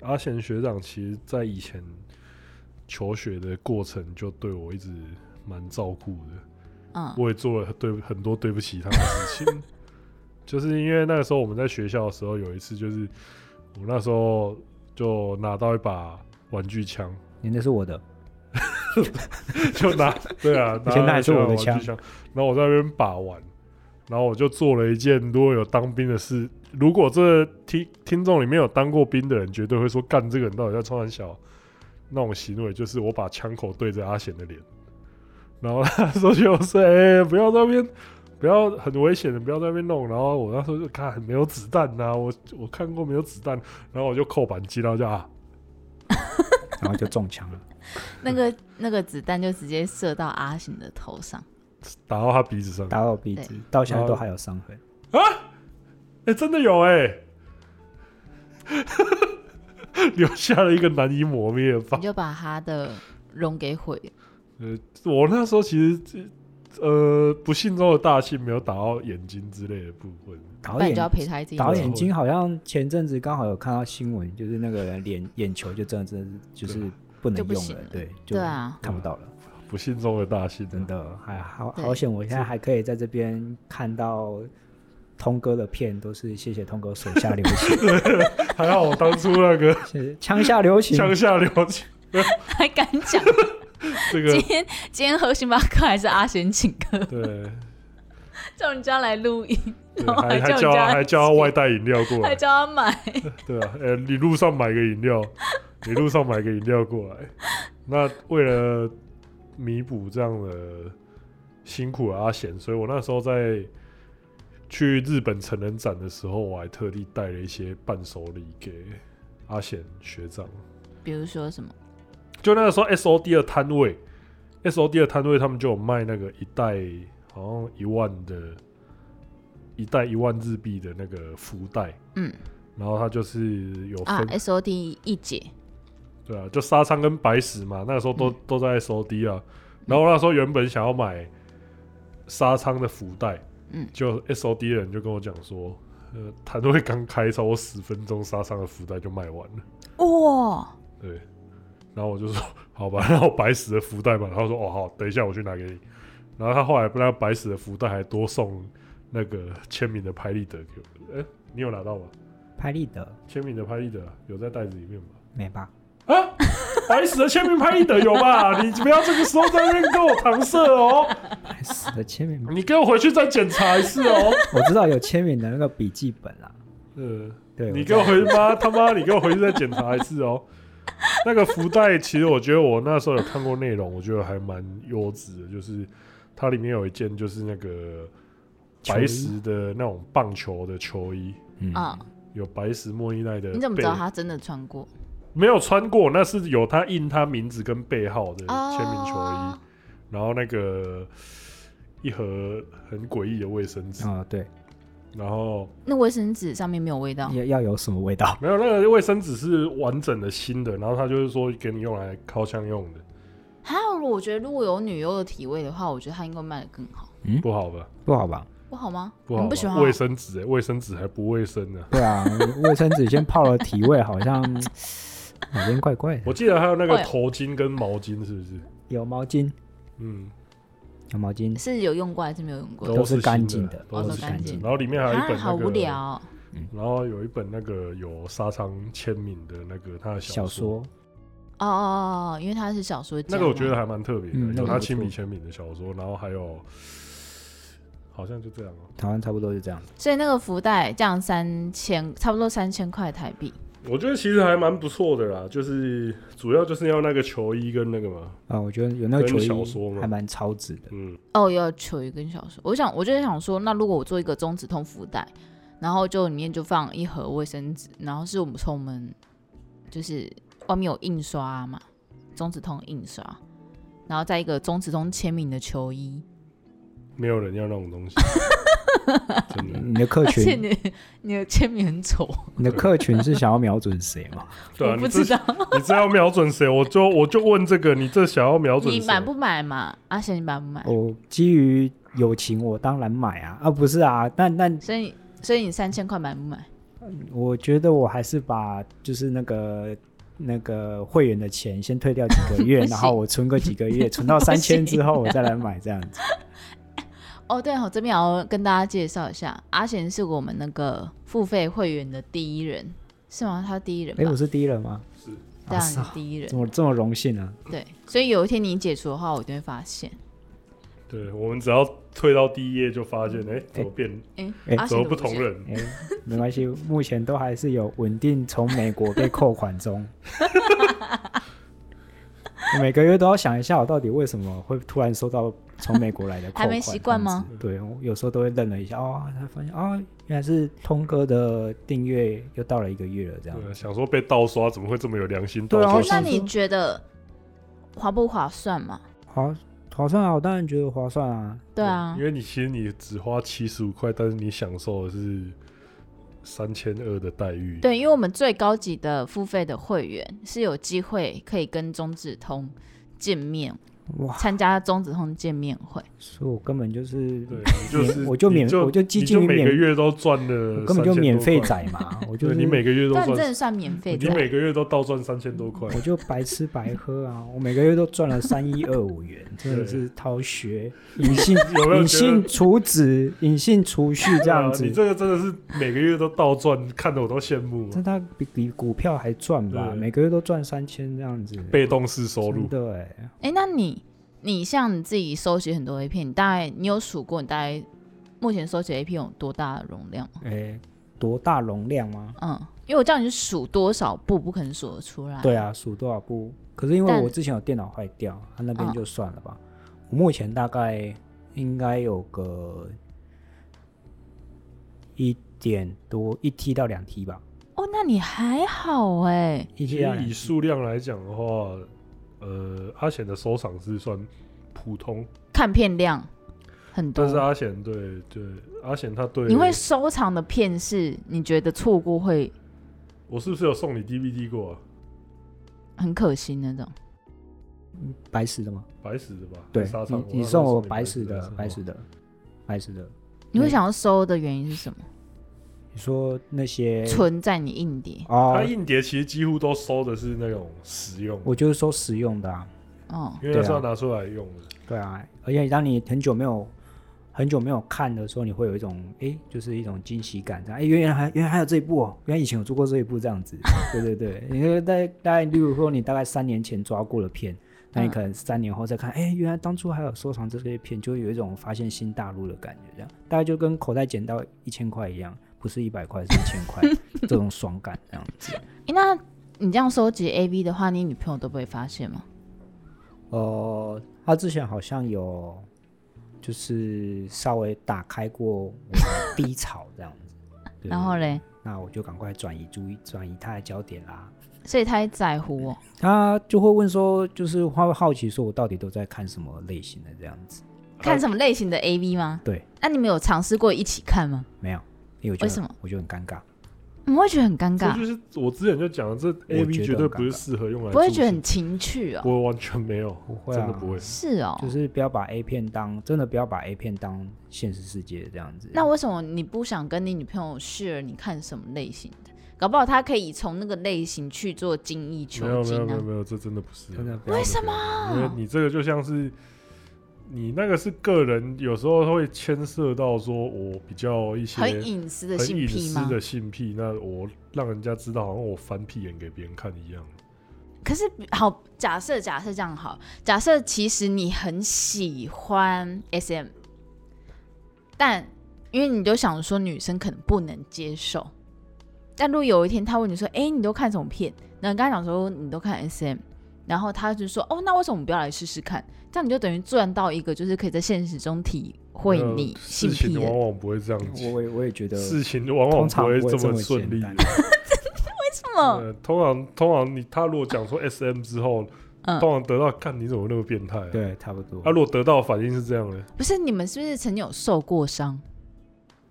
[SPEAKER 1] 阿贤学长，其实在以前求学的过程就对我一直蛮照顾的。
[SPEAKER 2] 嗯，
[SPEAKER 1] 我也做了对很多对不起他的事情， 就是因为那个时候我们在学校的时候，有一次就是我那时候就拿到一把玩具枪，
[SPEAKER 3] 你那是我的，
[SPEAKER 1] 就拿对 啊，
[SPEAKER 3] 而且那
[SPEAKER 1] 拿
[SPEAKER 3] 还是我的
[SPEAKER 1] 玩具枪，然后我在那边把玩，然后我就做了一件如果有当兵的事，如果这听听众里面有当过兵的人，绝对会说干这个人到底在穿小那种行为，就是我把枪口对着阿贤的脸，然后他说就是哎、不要在那边。不要很危险的，不要在那边弄。然后我那时候就看没有子弹呐、我我看过没有子弹，然后我就扣扳机，然后就啊，
[SPEAKER 3] 然后就中枪 了。
[SPEAKER 2] 那个那个子弹就直接射到阿行的头上，
[SPEAKER 1] 打到他鼻子上。
[SPEAKER 3] 打到鼻子，到现在都还有伤痕。
[SPEAKER 1] 哎、真的有哎、 留下了一个难以磨灭的疤
[SPEAKER 2] 你。就把他的容给毁了。
[SPEAKER 1] 呃，我那时候其实呃，不幸中的大幸，没有打到眼睛之类的部分。
[SPEAKER 3] 导
[SPEAKER 2] 不然你就要
[SPEAKER 3] 演
[SPEAKER 2] 陪他一起
[SPEAKER 3] 导
[SPEAKER 1] 演
[SPEAKER 3] 演睛好像前阵子刚好有看到新闻，就是那个人脸眼球就真的真的是就是不能
[SPEAKER 2] 就不
[SPEAKER 3] 用
[SPEAKER 2] 行
[SPEAKER 3] 了
[SPEAKER 2] 了，
[SPEAKER 3] 对，就
[SPEAKER 2] 对啊，
[SPEAKER 3] 看不到了。
[SPEAKER 1] 不幸中的大幸啊，
[SPEAKER 3] 真的还好
[SPEAKER 2] 对
[SPEAKER 3] 好险，我现在还可以在这边看到通哥的片，都是谢谢通哥手下留 情，
[SPEAKER 1] 还好我当初那 个
[SPEAKER 3] 谢谢枪下留情，
[SPEAKER 1] 向下了解
[SPEAKER 2] 还敢讲？
[SPEAKER 1] 这
[SPEAKER 2] 今
[SPEAKER 1] 个，
[SPEAKER 2] 天今天喝星巴克还是阿贤请客，
[SPEAKER 1] 对，
[SPEAKER 2] 叫人家来录音，
[SPEAKER 1] 对
[SPEAKER 2] 然后
[SPEAKER 1] 还
[SPEAKER 2] 还叫
[SPEAKER 1] 叫
[SPEAKER 2] 人
[SPEAKER 1] 他
[SPEAKER 2] 家
[SPEAKER 1] 还叫他外带饮料过
[SPEAKER 2] 还
[SPEAKER 1] 来，
[SPEAKER 2] 叫他买，
[SPEAKER 1] 对啊，呃，你路上买个饮料，你路上买个饮料过 来，那为了弥补这样的辛苦啊的阿贤，所以我那时候在去日本成人展的时候，我还特地带了一些伴手礼给阿贤学长。
[SPEAKER 2] 比如说什么？
[SPEAKER 1] 就那个时候 SOD 的摊位，SOD 的摊位他们就有卖那个一袋好像一万的，一袋一万日币的那个福袋，
[SPEAKER 2] 嗯
[SPEAKER 1] 然后它就是有分，
[SPEAKER 2] 啊，S O D 一姐，
[SPEAKER 1] 对啊，就沙仓跟白石嘛，那个时候都、
[SPEAKER 2] 嗯
[SPEAKER 1] 都在 SOD 啊，然后那时候原本想要买沙仓的福袋，
[SPEAKER 2] 嗯
[SPEAKER 1] 就 SOD 的人就跟我讲说。呃，摊位刚开超过十分钟，沙仓的福袋就卖完了。
[SPEAKER 2] 哇，
[SPEAKER 1] 对，然后我就说 好吧，然后白石的福袋嘛，然后说哦好，等一下我去拿给你。然后他后来不那白石的福袋还多送那个签名的拍立得给我，哎、你有拿到吗？
[SPEAKER 3] 拍立得
[SPEAKER 1] 签名的拍立得啊有在袋子里面吗？
[SPEAKER 3] 没吧？
[SPEAKER 1] 啊，白石的签名拍立得有 吧？你不要这个时候在那边跟我搪塞哦，
[SPEAKER 3] 死的签名，
[SPEAKER 1] 你跟我回去再检查一次哦。
[SPEAKER 3] 我知道有签名的那个笔记本啦。
[SPEAKER 2] 呃
[SPEAKER 1] 嗯。
[SPEAKER 3] 对，
[SPEAKER 1] 你
[SPEAKER 3] 我知
[SPEAKER 1] 给
[SPEAKER 3] 道
[SPEAKER 1] 我回妈他妈，你给我回去再检查一次哦。那个福袋，其实我觉得我那时候有看过内容，我觉得还蛮优质的，就是它里面有一件就是那个
[SPEAKER 3] 球衣
[SPEAKER 1] 白石的那种棒球的球衣，
[SPEAKER 3] 嗯
[SPEAKER 2] 啊，
[SPEAKER 1] 有白石莫伊奈的。
[SPEAKER 2] 你怎么知道？他真的穿过？
[SPEAKER 1] 没有穿过，那是有他印他名字跟背号的签名球衣，
[SPEAKER 2] 哦
[SPEAKER 1] 然后那个一盒很诡异的卫生纸，
[SPEAKER 3] 啊，对，
[SPEAKER 1] 然后
[SPEAKER 2] 那卫生纸上面没有味道，
[SPEAKER 3] 要要有什么味道？
[SPEAKER 1] 没有，那个卫生纸是完整的新的，然后他就是说给你用来烤箱用的，
[SPEAKER 2] 还有，我觉得如果有女优的体味的话，我觉得她应该卖的更好，
[SPEAKER 1] 不好吧？
[SPEAKER 3] 不好吧？
[SPEAKER 2] 不好吗？
[SPEAKER 1] 不
[SPEAKER 2] 你
[SPEAKER 1] 好吧，
[SPEAKER 2] 们不喜欢
[SPEAKER 1] 卫
[SPEAKER 2] 啊
[SPEAKER 1] 生纸、欸，卫生纸还不卫生呢、
[SPEAKER 3] 对啊，卫生纸先泡了体味，好像 哪边怪怪的。
[SPEAKER 1] 我记得还有那个
[SPEAKER 2] 会哦
[SPEAKER 1] 头巾跟毛巾，是不是？
[SPEAKER 3] 有毛巾，
[SPEAKER 1] 嗯，
[SPEAKER 3] 有毛巾，
[SPEAKER 2] 是有用过还是没有用过？
[SPEAKER 3] 都是
[SPEAKER 1] 是新
[SPEAKER 3] 干净的
[SPEAKER 1] 都
[SPEAKER 2] 哦都
[SPEAKER 1] 是
[SPEAKER 2] 是
[SPEAKER 1] 新
[SPEAKER 2] 干
[SPEAKER 1] 的
[SPEAKER 2] 净的
[SPEAKER 1] 然后里面还有一本、那
[SPEAKER 2] 啊，
[SPEAKER 1] 个，
[SPEAKER 2] 好无聊哦、
[SPEAKER 1] 然后有一本那个有沙仓签名的那个他的
[SPEAKER 3] 小
[SPEAKER 1] 说，
[SPEAKER 3] 说，
[SPEAKER 2] 哦哦哦，因为他是小说家嘛，
[SPEAKER 1] 那个我觉得还蛮特别的，
[SPEAKER 3] 嗯那个
[SPEAKER 1] 有他
[SPEAKER 3] 不错
[SPEAKER 1] 亲笔签名的小说，然后还有好像就这样哦、
[SPEAKER 3] 台湾差不多是这样。
[SPEAKER 2] 所以那个福袋降三千，差不多三千块台币。
[SPEAKER 1] 我觉得其实还蛮不错的啦，就是主要就是要那个球衣跟那个嘛，
[SPEAKER 3] 啊，我觉得有那个
[SPEAKER 1] 跟
[SPEAKER 3] 球
[SPEAKER 1] 小说
[SPEAKER 3] 衣
[SPEAKER 1] 嘛
[SPEAKER 3] 还蛮超值的。
[SPEAKER 1] 嗯，
[SPEAKER 2] 哦，要求一根小说。我想，我就在想说，那如果我做一个中子通福袋，然后就里面就放一盒卫生纸，然后是我们从我们就是外面有印刷嘛，中子通印刷，然后再一个中子通签名的球衣，
[SPEAKER 1] 没有人要那种东西，真的。
[SPEAKER 3] 你的客
[SPEAKER 2] 而 且
[SPEAKER 3] 群，
[SPEAKER 2] 你你的签名很丑，
[SPEAKER 3] 你的客群是想要瞄准谁嘛？
[SPEAKER 1] 对啊，
[SPEAKER 2] 我不
[SPEAKER 1] 你这
[SPEAKER 2] 知道
[SPEAKER 1] 你这要瞄准谁？我就我就问这个，你这想要瞄准哦谁
[SPEAKER 2] 你买不买嘛？阿贤，你买不买？
[SPEAKER 1] 哦
[SPEAKER 3] 我基于友情，我当然买啊，啊不是啊，但但
[SPEAKER 2] 所以所以你三千块买不买？
[SPEAKER 3] 我觉得我还是把就是那个那个会员的钱先退掉几个 月，
[SPEAKER 2] 不行
[SPEAKER 3] 然后我存个几个 月，存到
[SPEAKER 2] 不
[SPEAKER 3] 三千
[SPEAKER 2] 行
[SPEAKER 3] 之后我再来买这样子。
[SPEAKER 2] 哦，对哦，这边也要跟大家介绍一下，阿贤是我们那个付费会员的第一人，是吗？他第一人吧
[SPEAKER 3] 哎，？我是第一人吗？
[SPEAKER 2] 对啊，
[SPEAKER 3] 啊
[SPEAKER 2] 你
[SPEAKER 3] 是啊
[SPEAKER 2] 是第一人
[SPEAKER 3] 怎。么这么荣幸啊？
[SPEAKER 2] 对，所以有一天你解除的话，我一定会发现。
[SPEAKER 1] 对我们只要退到第一页就发现，哎、怎么变、
[SPEAKER 2] 哎、
[SPEAKER 3] 哎
[SPEAKER 2] 阿
[SPEAKER 1] 怎
[SPEAKER 2] 贤
[SPEAKER 1] 么不
[SPEAKER 2] 怎么见
[SPEAKER 1] 同？人？
[SPEAKER 3] 哎，没关系，目前都还是有稳定从美国被扣 款中。我每个月都要想一下，我到底为什么会突然收到从美国来的扣款？
[SPEAKER 2] 还没习惯吗
[SPEAKER 3] 这样子？对，我有时候都会愣了一下，哦，才发现哦，原来是通哥的订阅又到了一个月了，这样。
[SPEAKER 1] 对，啊想说被盗刷，怎么会这么有良心盗
[SPEAKER 3] 对啊
[SPEAKER 1] 刷
[SPEAKER 3] 我
[SPEAKER 1] 系
[SPEAKER 2] 那
[SPEAKER 1] 统？
[SPEAKER 3] 想
[SPEAKER 2] 你觉得划不划算嘛？
[SPEAKER 3] 划划算啊，我当然觉得划算啊。
[SPEAKER 2] 对啊
[SPEAKER 1] 嗯因，为你其实你只花七十五块，但是你享受的是三千二的待遇。
[SPEAKER 2] 对，因为我们最高级的付费的会员是有机会可以跟中指通见面
[SPEAKER 3] 哇，
[SPEAKER 2] 参加中子通见面会，
[SPEAKER 3] 所以我根本就是
[SPEAKER 1] 对，你就是
[SPEAKER 3] 我就免
[SPEAKER 1] 你就
[SPEAKER 3] 我就接近于
[SPEAKER 1] 你就每
[SPEAKER 3] 免
[SPEAKER 1] 个月都赚了
[SPEAKER 3] 我
[SPEAKER 1] 3000多块，
[SPEAKER 3] 根本就免费仔嘛，我就
[SPEAKER 1] 对
[SPEAKER 3] 是
[SPEAKER 1] 你每个月都
[SPEAKER 2] 但你真
[SPEAKER 1] 赚，
[SPEAKER 2] 的算免费
[SPEAKER 1] 你
[SPEAKER 2] 的。
[SPEAKER 1] 每个月都倒赚三千多块，
[SPEAKER 3] 我就白吃白喝啊， 我每个月都赚了三一二五元，真的
[SPEAKER 1] 对
[SPEAKER 3] 是掏学隐性
[SPEAKER 1] 有没有觉得
[SPEAKER 3] 隐性？储值、隐性储蓄这样
[SPEAKER 1] 啊
[SPEAKER 3] 子
[SPEAKER 1] 你，这个真的是每个月都倒赚，看得我都羡慕。啊
[SPEAKER 3] 那它比比股票还赚吧？
[SPEAKER 1] 对
[SPEAKER 3] 每个月都赚三千这样子，
[SPEAKER 1] 被动式收入
[SPEAKER 3] 真，的哎，
[SPEAKER 2] 哎、那你你像你自己搜集很多 A 片，你大概你有数过你大概目前搜集 A 片有多大的容量吗？
[SPEAKER 3] 哎，多大容量吗？
[SPEAKER 2] 嗯，因为我叫你数多少部，不可能数得出来。
[SPEAKER 3] 对啊，数多少步？可是因为
[SPEAKER 2] 但
[SPEAKER 3] 我之前有电脑坏掉，它那边
[SPEAKER 2] 嗯
[SPEAKER 3] 就算了吧。我目前大概应该有个一点多一 T 到两 T 吧，
[SPEAKER 2] 哦，那你还好哎、
[SPEAKER 3] 一
[SPEAKER 1] 其
[SPEAKER 3] T 到
[SPEAKER 1] 实
[SPEAKER 3] 两
[SPEAKER 1] 以
[SPEAKER 3] T。
[SPEAKER 1] 数量来讲的话，呃，阿显的收藏是算普通，
[SPEAKER 2] 看片量很多
[SPEAKER 1] 但。是阿显对对阿显他对
[SPEAKER 2] 你会收藏的片是你觉得错过会
[SPEAKER 1] 我是不是有送你 DVD 过啊？
[SPEAKER 2] 很可惜那种？
[SPEAKER 3] 嗯白石的吗？
[SPEAKER 1] 白石的吧？
[SPEAKER 3] 对
[SPEAKER 1] 沙场，，
[SPEAKER 3] 你你
[SPEAKER 1] 那时候
[SPEAKER 3] 送我
[SPEAKER 1] 你
[SPEAKER 3] 白石的，白
[SPEAKER 1] 白
[SPEAKER 3] 石的，白石的。
[SPEAKER 2] 你会
[SPEAKER 3] 对
[SPEAKER 2] 想要收的原因是什么？
[SPEAKER 3] 你说那些
[SPEAKER 2] 存在你硬碟
[SPEAKER 3] 哦
[SPEAKER 1] 他，硬碟其实几乎都收的是那种实用，
[SPEAKER 3] 我就是收实用的啊，
[SPEAKER 2] 哦，
[SPEAKER 1] 因为那是要拿出来用的。
[SPEAKER 3] 对啊。而且当你很久没有很久没有看的时候，你会有一种哎、诶就是一种惊喜感，这样哎、诶原来还原来还有这一部哦，原来以前有做过这一部这样子。对对对，你就大概大概，例如说你大概三年前抓过的片。那你
[SPEAKER 2] 嗯
[SPEAKER 3] 可能三年后再看，哎、原来当初还有收藏这些片，就会有一种发现新大陆的感觉，这样大概就跟口袋捡到一千块一样，不是一百块，是一千 块，这种爽感这样子。
[SPEAKER 2] 诶那你这样收集 A V 的话，你女朋友都不会发现吗？
[SPEAKER 3] 呃，他之前好像有就是稍微打开过我的低潮这样子， 对
[SPEAKER 2] 然后，嘞，
[SPEAKER 3] 那我就赶快转移注意，转移他的焦点啦。
[SPEAKER 2] 所以她也在乎
[SPEAKER 1] 呃
[SPEAKER 2] 哦。
[SPEAKER 3] 他就会问说，就是他会好奇说我到底都在看什么类型的这样子？
[SPEAKER 2] 看什么类型的 A V 吗？
[SPEAKER 3] 对，
[SPEAKER 2] 那、你们有尝试过一起看吗？
[SPEAKER 3] 没有，因为我觉
[SPEAKER 2] 为
[SPEAKER 3] 得
[SPEAKER 2] 什么
[SPEAKER 3] 我就很尴尬，
[SPEAKER 2] 你们会觉得很尴
[SPEAKER 1] 这
[SPEAKER 2] 尬，
[SPEAKER 1] 就是我之前就讲的，这 A
[SPEAKER 3] 我
[SPEAKER 1] V
[SPEAKER 3] 觉得
[SPEAKER 1] 绝对
[SPEAKER 3] 很
[SPEAKER 1] 不是
[SPEAKER 3] 尴尬
[SPEAKER 1] 适合用来
[SPEAKER 2] 不会
[SPEAKER 1] 注
[SPEAKER 2] 觉得
[SPEAKER 1] 射
[SPEAKER 2] 很情趣哦？
[SPEAKER 1] 我完全没有，
[SPEAKER 3] 不会
[SPEAKER 1] 真
[SPEAKER 3] 啊
[SPEAKER 1] 的不会。
[SPEAKER 2] 是哦，
[SPEAKER 3] 就是不要把 A 片当真的不要把 A 片当现实世界这样子。
[SPEAKER 2] 那为什么你不想跟你女朋友 share 你看什么类型的？搞不好她可以从那个类型去做精益
[SPEAKER 1] 没有没
[SPEAKER 2] 求精
[SPEAKER 1] 有没有
[SPEAKER 2] 啊。
[SPEAKER 1] 没有，这真的不是。
[SPEAKER 3] 真的不要
[SPEAKER 2] 为什么？
[SPEAKER 1] 因为你这个就像是你那个是个人，有时候会牵涉到说我比较一些
[SPEAKER 2] 很隐私的
[SPEAKER 1] 很
[SPEAKER 2] 性
[SPEAKER 1] 隐
[SPEAKER 2] 癖
[SPEAKER 1] 私
[SPEAKER 2] 吗？
[SPEAKER 1] 的性癖，那我让人家知道，好像我翻屁眼给别人看一样。
[SPEAKER 2] 可是好，假设假设这样好，假设其实你很喜欢 SM，但因为你就想说女生可能不能接受，但如果有一天他问你说：“哎、你都看什么片？”那你跟他讲说你都看 SM，然后他就说：“哦，那为什么我们不要来试试看？”这样你就等于赚到一个就是可以在现实中体会
[SPEAKER 1] 那
[SPEAKER 2] 你性
[SPEAKER 1] 呃事
[SPEAKER 2] 癖
[SPEAKER 1] 情往
[SPEAKER 2] 的。
[SPEAKER 1] 往不会这样子，
[SPEAKER 3] 我也我也觉得
[SPEAKER 1] 事情往往
[SPEAKER 3] 通常
[SPEAKER 1] 不会
[SPEAKER 3] 不会这
[SPEAKER 1] 这么
[SPEAKER 3] 么
[SPEAKER 1] 顺
[SPEAKER 3] 简
[SPEAKER 1] 利。
[SPEAKER 3] 单
[SPEAKER 2] 嗯
[SPEAKER 1] 呃，通常通常你他如果讲说 S M 之后，
[SPEAKER 2] 嗯
[SPEAKER 1] 通常得到看你怎么那么变态啊？
[SPEAKER 3] 对，差不多。
[SPEAKER 1] 他如果得到的反应是这样的，
[SPEAKER 2] 不是你们是不是曾经有受过伤？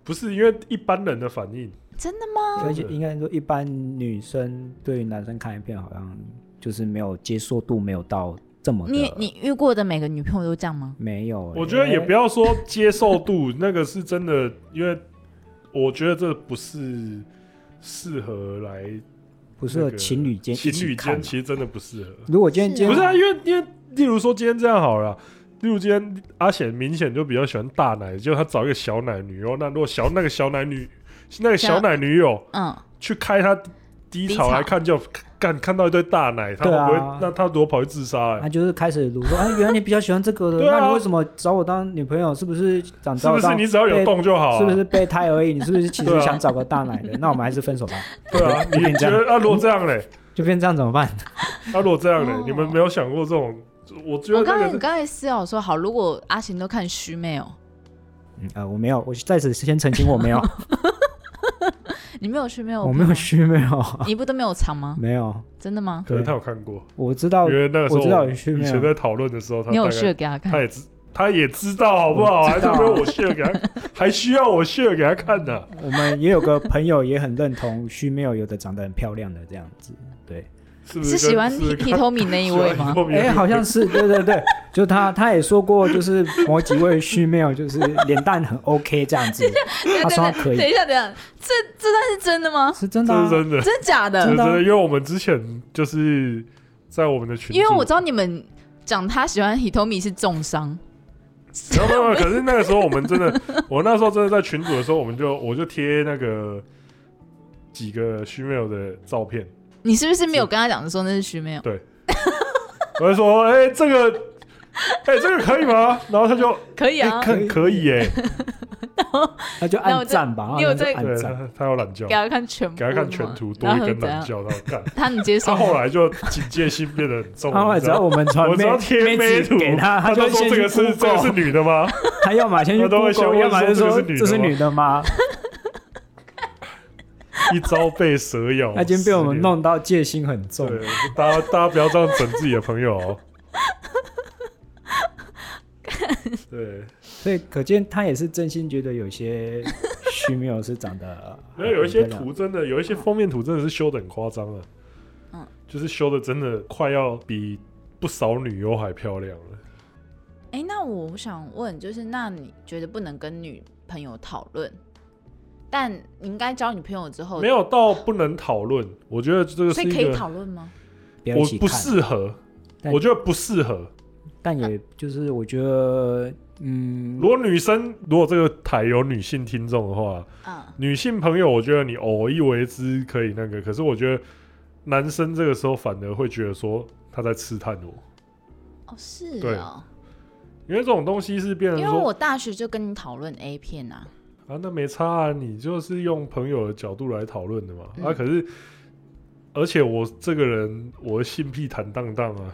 [SPEAKER 1] 不是因为一般人的反应，
[SPEAKER 2] 真的吗？
[SPEAKER 3] 而
[SPEAKER 1] 真
[SPEAKER 3] 且
[SPEAKER 1] 的
[SPEAKER 3] 应该说，一般女生对于男生看一片，好像就是没有接受度，没有到这么的。
[SPEAKER 2] 你你遇过的每个女朋友都这样吗？
[SPEAKER 3] 没有欸、
[SPEAKER 1] 我觉得也不
[SPEAKER 3] 要
[SPEAKER 1] 要说接受度，那个是真的，因为我觉得这不是适合来
[SPEAKER 3] 不适合
[SPEAKER 1] 那个
[SPEAKER 3] 情侣间一
[SPEAKER 1] 情
[SPEAKER 3] 起
[SPEAKER 1] 侣
[SPEAKER 3] 看
[SPEAKER 1] 间
[SPEAKER 3] 啊。
[SPEAKER 1] 其实真的不适合。
[SPEAKER 3] 如果今天
[SPEAKER 2] 是
[SPEAKER 3] 今
[SPEAKER 2] 啊
[SPEAKER 1] 不
[SPEAKER 3] 天
[SPEAKER 1] 是啊，因为因为例如说今天这样好了啦，例如今天阿显明显就比较喜欢大奶，结果他找一个小奶女哦，那如果小那个小奶女那个小奶女友
[SPEAKER 2] 嗯，
[SPEAKER 1] 去开他低
[SPEAKER 2] 低
[SPEAKER 1] 潮
[SPEAKER 2] 潮
[SPEAKER 1] 来看就，干看到一堆大奶，他
[SPEAKER 3] 对啊
[SPEAKER 1] 会不会那他如果跑去自杀、
[SPEAKER 3] 他
[SPEAKER 1] 欸？
[SPEAKER 3] 就是开始如 说，哎，原来你比较喜欢这个的，
[SPEAKER 1] 对啊
[SPEAKER 3] 那你为什么找我当女朋友？是不是长
[SPEAKER 1] 是
[SPEAKER 3] 找
[SPEAKER 1] 不
[SPEAKER 3] 我
[SPEAKER 1] 是
[SPEAKER 3] 当？
[SPEAKER 1] 你只要有
[SPEAKER 3] 被
[SPEAKER 1] 动就好、啊？
[SPEAKER 3] 是不是备胎而已？你是不是其
[SPEAKER 1] 对啊
[SPEAKER 3] 实想找个大奶 的？那我们还是分手吧，
[SPEAKER 1] 对啊，
[SPEAKER 3] 就
[SPEAKER 1] 你
[SPEAKER 3] 变这
[SPEAKER 1] 觉
[SPEAKER 3] 样，
[SPEAKER 1] 得啊？如果这样嘞，
[SPEAKER 3] 就变这样怎么办？
[SPEAKER 1] 啊，如果这样嘞
[SPEAKER 2] 哦，
[SPEAKER 1] 你们没有想过这种？我觉
[SPEAKER 2] 我
[SPEAKER 1] 得
[SPEAKER 2] 刚才
[SPEAKER 1] 那
[SPEAKER 2] 我
[SPEAKER 1] 个
[SPEAKER 2] 刚才思考说，好，如果阿行都看虚妹哦，
[SPEAKER 3] 嗯呃，我没有，我在此先澄清，我没有，
[SPEAKER 2] 你没有虚妹，
[SPEAKER 3] 我没有，虚，没有，
[SPEAKER 2] 你不都没有藏吗？
[SPEAKER 3] 没有。
[SPEAKER 2] 真的吗？
[SPEAKER 1] 可能
[SPEAKER 3] 对
[SPEAKER 1] 他有看过，
[SPEAKER 3] 我知道
[SPEAKER 1] 因为那个时候
[SPEAKER 3] 我知道有去
[SPEAKER 1] 以
[SPEAKER 3] 没有
[SPEAKER 1] 前在讨论的时候，他
[SPEAKER 2] 你有
[SPEAKER 1] 大概
[SPEAKER 2] share 给他看
[SPEAKER 1] 他？也知他也知道好不好？
[SPEAKER 3] 我
[SPEAKER 1] 还
[SPEAKER 3] 知
[SPEAKER 1] 是
[SPEAKER 3] 道
[SPEAKER 1] 没有我 share 给 他，还需要我 share 给他看呢？
[SPEAKER 3] 我们也有个朋友也很认同虚妙有的长得很漂亮的这样子，对，
[SPEAKER 1] 是不
[SPEAKER 2] 是
[SPEAKER 1] 是
[SPEAKER 2] 喜欢
[SPEAKER 1] 跟是
[SPEAKER 2] h i t o m i 那一位吗？？
[SPEAKER 3] 哎、好像是， 对对对，就他他也说过，就是某几位 female 就是脸蛋很 OK 这样 子，他说他可
[SPEAKER 2] 等
[SPEAKER 3] 以，
[SPEAKER 2] 一下，等一下，这这段是真的吗？
[SPEAKER 3] 是真的、
[SPEAKER 1] 这
[SPEAKER 3] 啊
[SPEAKER 1] 是，真的，
[SPEAKER 2] 真假
[SPEAKER 1] 这
[SPEAKER 2] 的
[SPEAKER 1] 是真
[SPEAKER 3] 真？的啊
[SPEAKER 1] 的，因为我们之前就是在我们的群，
[SPEAKER 2] 因为我知道你们讲他喜欢 Hitomi 是重伤，
[SPEAKER 1] 没有没有没有，可是那个时候我们真的，我那时候真的在群组的时候，我们就我就贴那个几个 female 的照片，
[SPEAKER 2] 你是不是没有跟他讲说那是徐没有？
[SPEAKER 1] 我就说，哎、这个，哎、这个可以吗？然后他就，
[SPEAKER 2] 可以
[SPEAKER 1] 哎、
[SPEAKER 2] 啊，
[SPEAKER 1] 看可以哎、
[SPEAKER 3] 他就
[SPEAKER 2] 那我就
[SPEAKER 3] 按赞吧，
[SPEAKER 2] 你有
[SPEAKER 3] 他就
[SPEAKER 2] 在
[SPEAKER 1] 对
[SPEAKER 3] 按赞，
[SPEAKER 1] 他他有懒觉
[SPEAKER 2] 给，他看全部，
[SPEAKER 1] 给他看全图，多
[SPEAKER 2] 然
[SPEAKER 1] 一
[SPEAKER 2] 后
[SPEAKER 1] 根
[SPEAKER 2] 怎
[SPEAKER 1] 懒
[SPEAKER 2] 样？
[SPEAKER 1] 觉，他干。
[SPEAKER 2] 他能接受
[SPEAKER 1] 他
[SPEAKER 2] 吗？
[SPEAKER 1] 后来就警戒心变得很重，
[SPEAKER 3] 他后来
[SPEAKER 1] 你
[SPEAKER 3] 只
[SPEAKER 1] 知
[SPEAKER 3] 要
[SPEAKER 1] 道
[SPEAKER 3] 我们传
[SPEAKER 1] 我只
[SPEAKER 3] 妹
[SPEAKER 1] 要贴
[SPEAKER 3] 妹
[SPEAKER 1] 妹
[SPEAKER 3] 子
[SPEAKER 1] 图
[SPEAKER 3] 给他，
[SPEAKER 1] 他
[SPEAKER 3] 就
[SPEAKER 1] 说
[SPEAKER 3] 先
[SPEAKER 1] 这
[SPEAKER 3] 去
[SPEAKER 1] 个是这个是
[SPEAKER 3] Google，
[SPEAKER 1] 女的吗？
[SPEAKER 3] 他要么先去
[SPEAKER 1] 他都会先
[SPEAKER 3] Google，
[SPEAKER 1] 问
[SPEAKER 3] 要么就
[SPEAKER 1] 说
[SPEAKER 3] 说
[SPEAKER 1] 这个是女的吗哦
[SPEAKER 3] 这是女的吗？
[SPEAKER 1] 一招被蛇咬，
[SPEAKER 3] 他已经被我们
[SPEAKER 1] 十年
[SPEAKER 3] 弄到戒心很重，
[SPEAKER 1] 对，大家大家不要这样整自己的朋友 哦。对，
[SPEAKER 3] 所以可见他也是真心觉得有些 female 是长 得
[SPEAKER 1] 因为有一些
[SPEAKER 3] 很漂亮
[SPEAKER 1] 图真的，有一些封面图真的是修的很夸张了，
[SPEAKER 2] 嗯
[SPEAKER 1] 就是修的真的快要比不少女优还漂亮了。
[SPEAKER 2] 哎、那我想问，就是那你觉得不能跟女朋友讨论，但你应该交女朋友之后，
[SPEAKER 1] 没有到不能讨论，我觉得这个
[SPEAKER 2] 哦所
[SPEAKER 1] 是
[SPEAKER 2] 以可
[SPEAKER 1] 一
[SPEAKER 2] 以
[SPEAKER 1] 个
[SPEAKER 2] 讨论吗？
[SPEAKER 3] 不要一
[SPEAKER 1] 我
[SPEAKER 3] 起
[SPEAKER 1] 不
[SPEAKER 3] 看
[SPEAKER 1] 适合，
[SPEAKER 3] 但
[SPEAKER 1] 我觉得不适合。
[SPEAKER 3] 但也就是我觉得，嗯
[SPEAKER 1] 如，果女生如果这个台有女性听众的话，
[SPEAKER 2] 嗯，
[SPEAKER 1] 女性朋友，我觉得你偶一为之可以那个，可是我觉得男生这个时候反而会觉得说他在刺探我，
[SPEAKER 2] 哦，是
[SPEAKER 1] 对
[SPEAKER 2] 哦，
[SPEAKER 1] 因为这种东西是变成
[SPEAKER 2] 因为
[SPEAKER 1] 说
[SPEAKER 2] 我大学就跟你讨论 A 片啊，
[SPEAKER 1] 啊，那没差啊，你就是用朋友的角度来讨论的嘛。
[SPEAKER 2] 嗯
[SPEAKER 1] 啊，可是而且我这个人，我的性癖坦荡荡啊，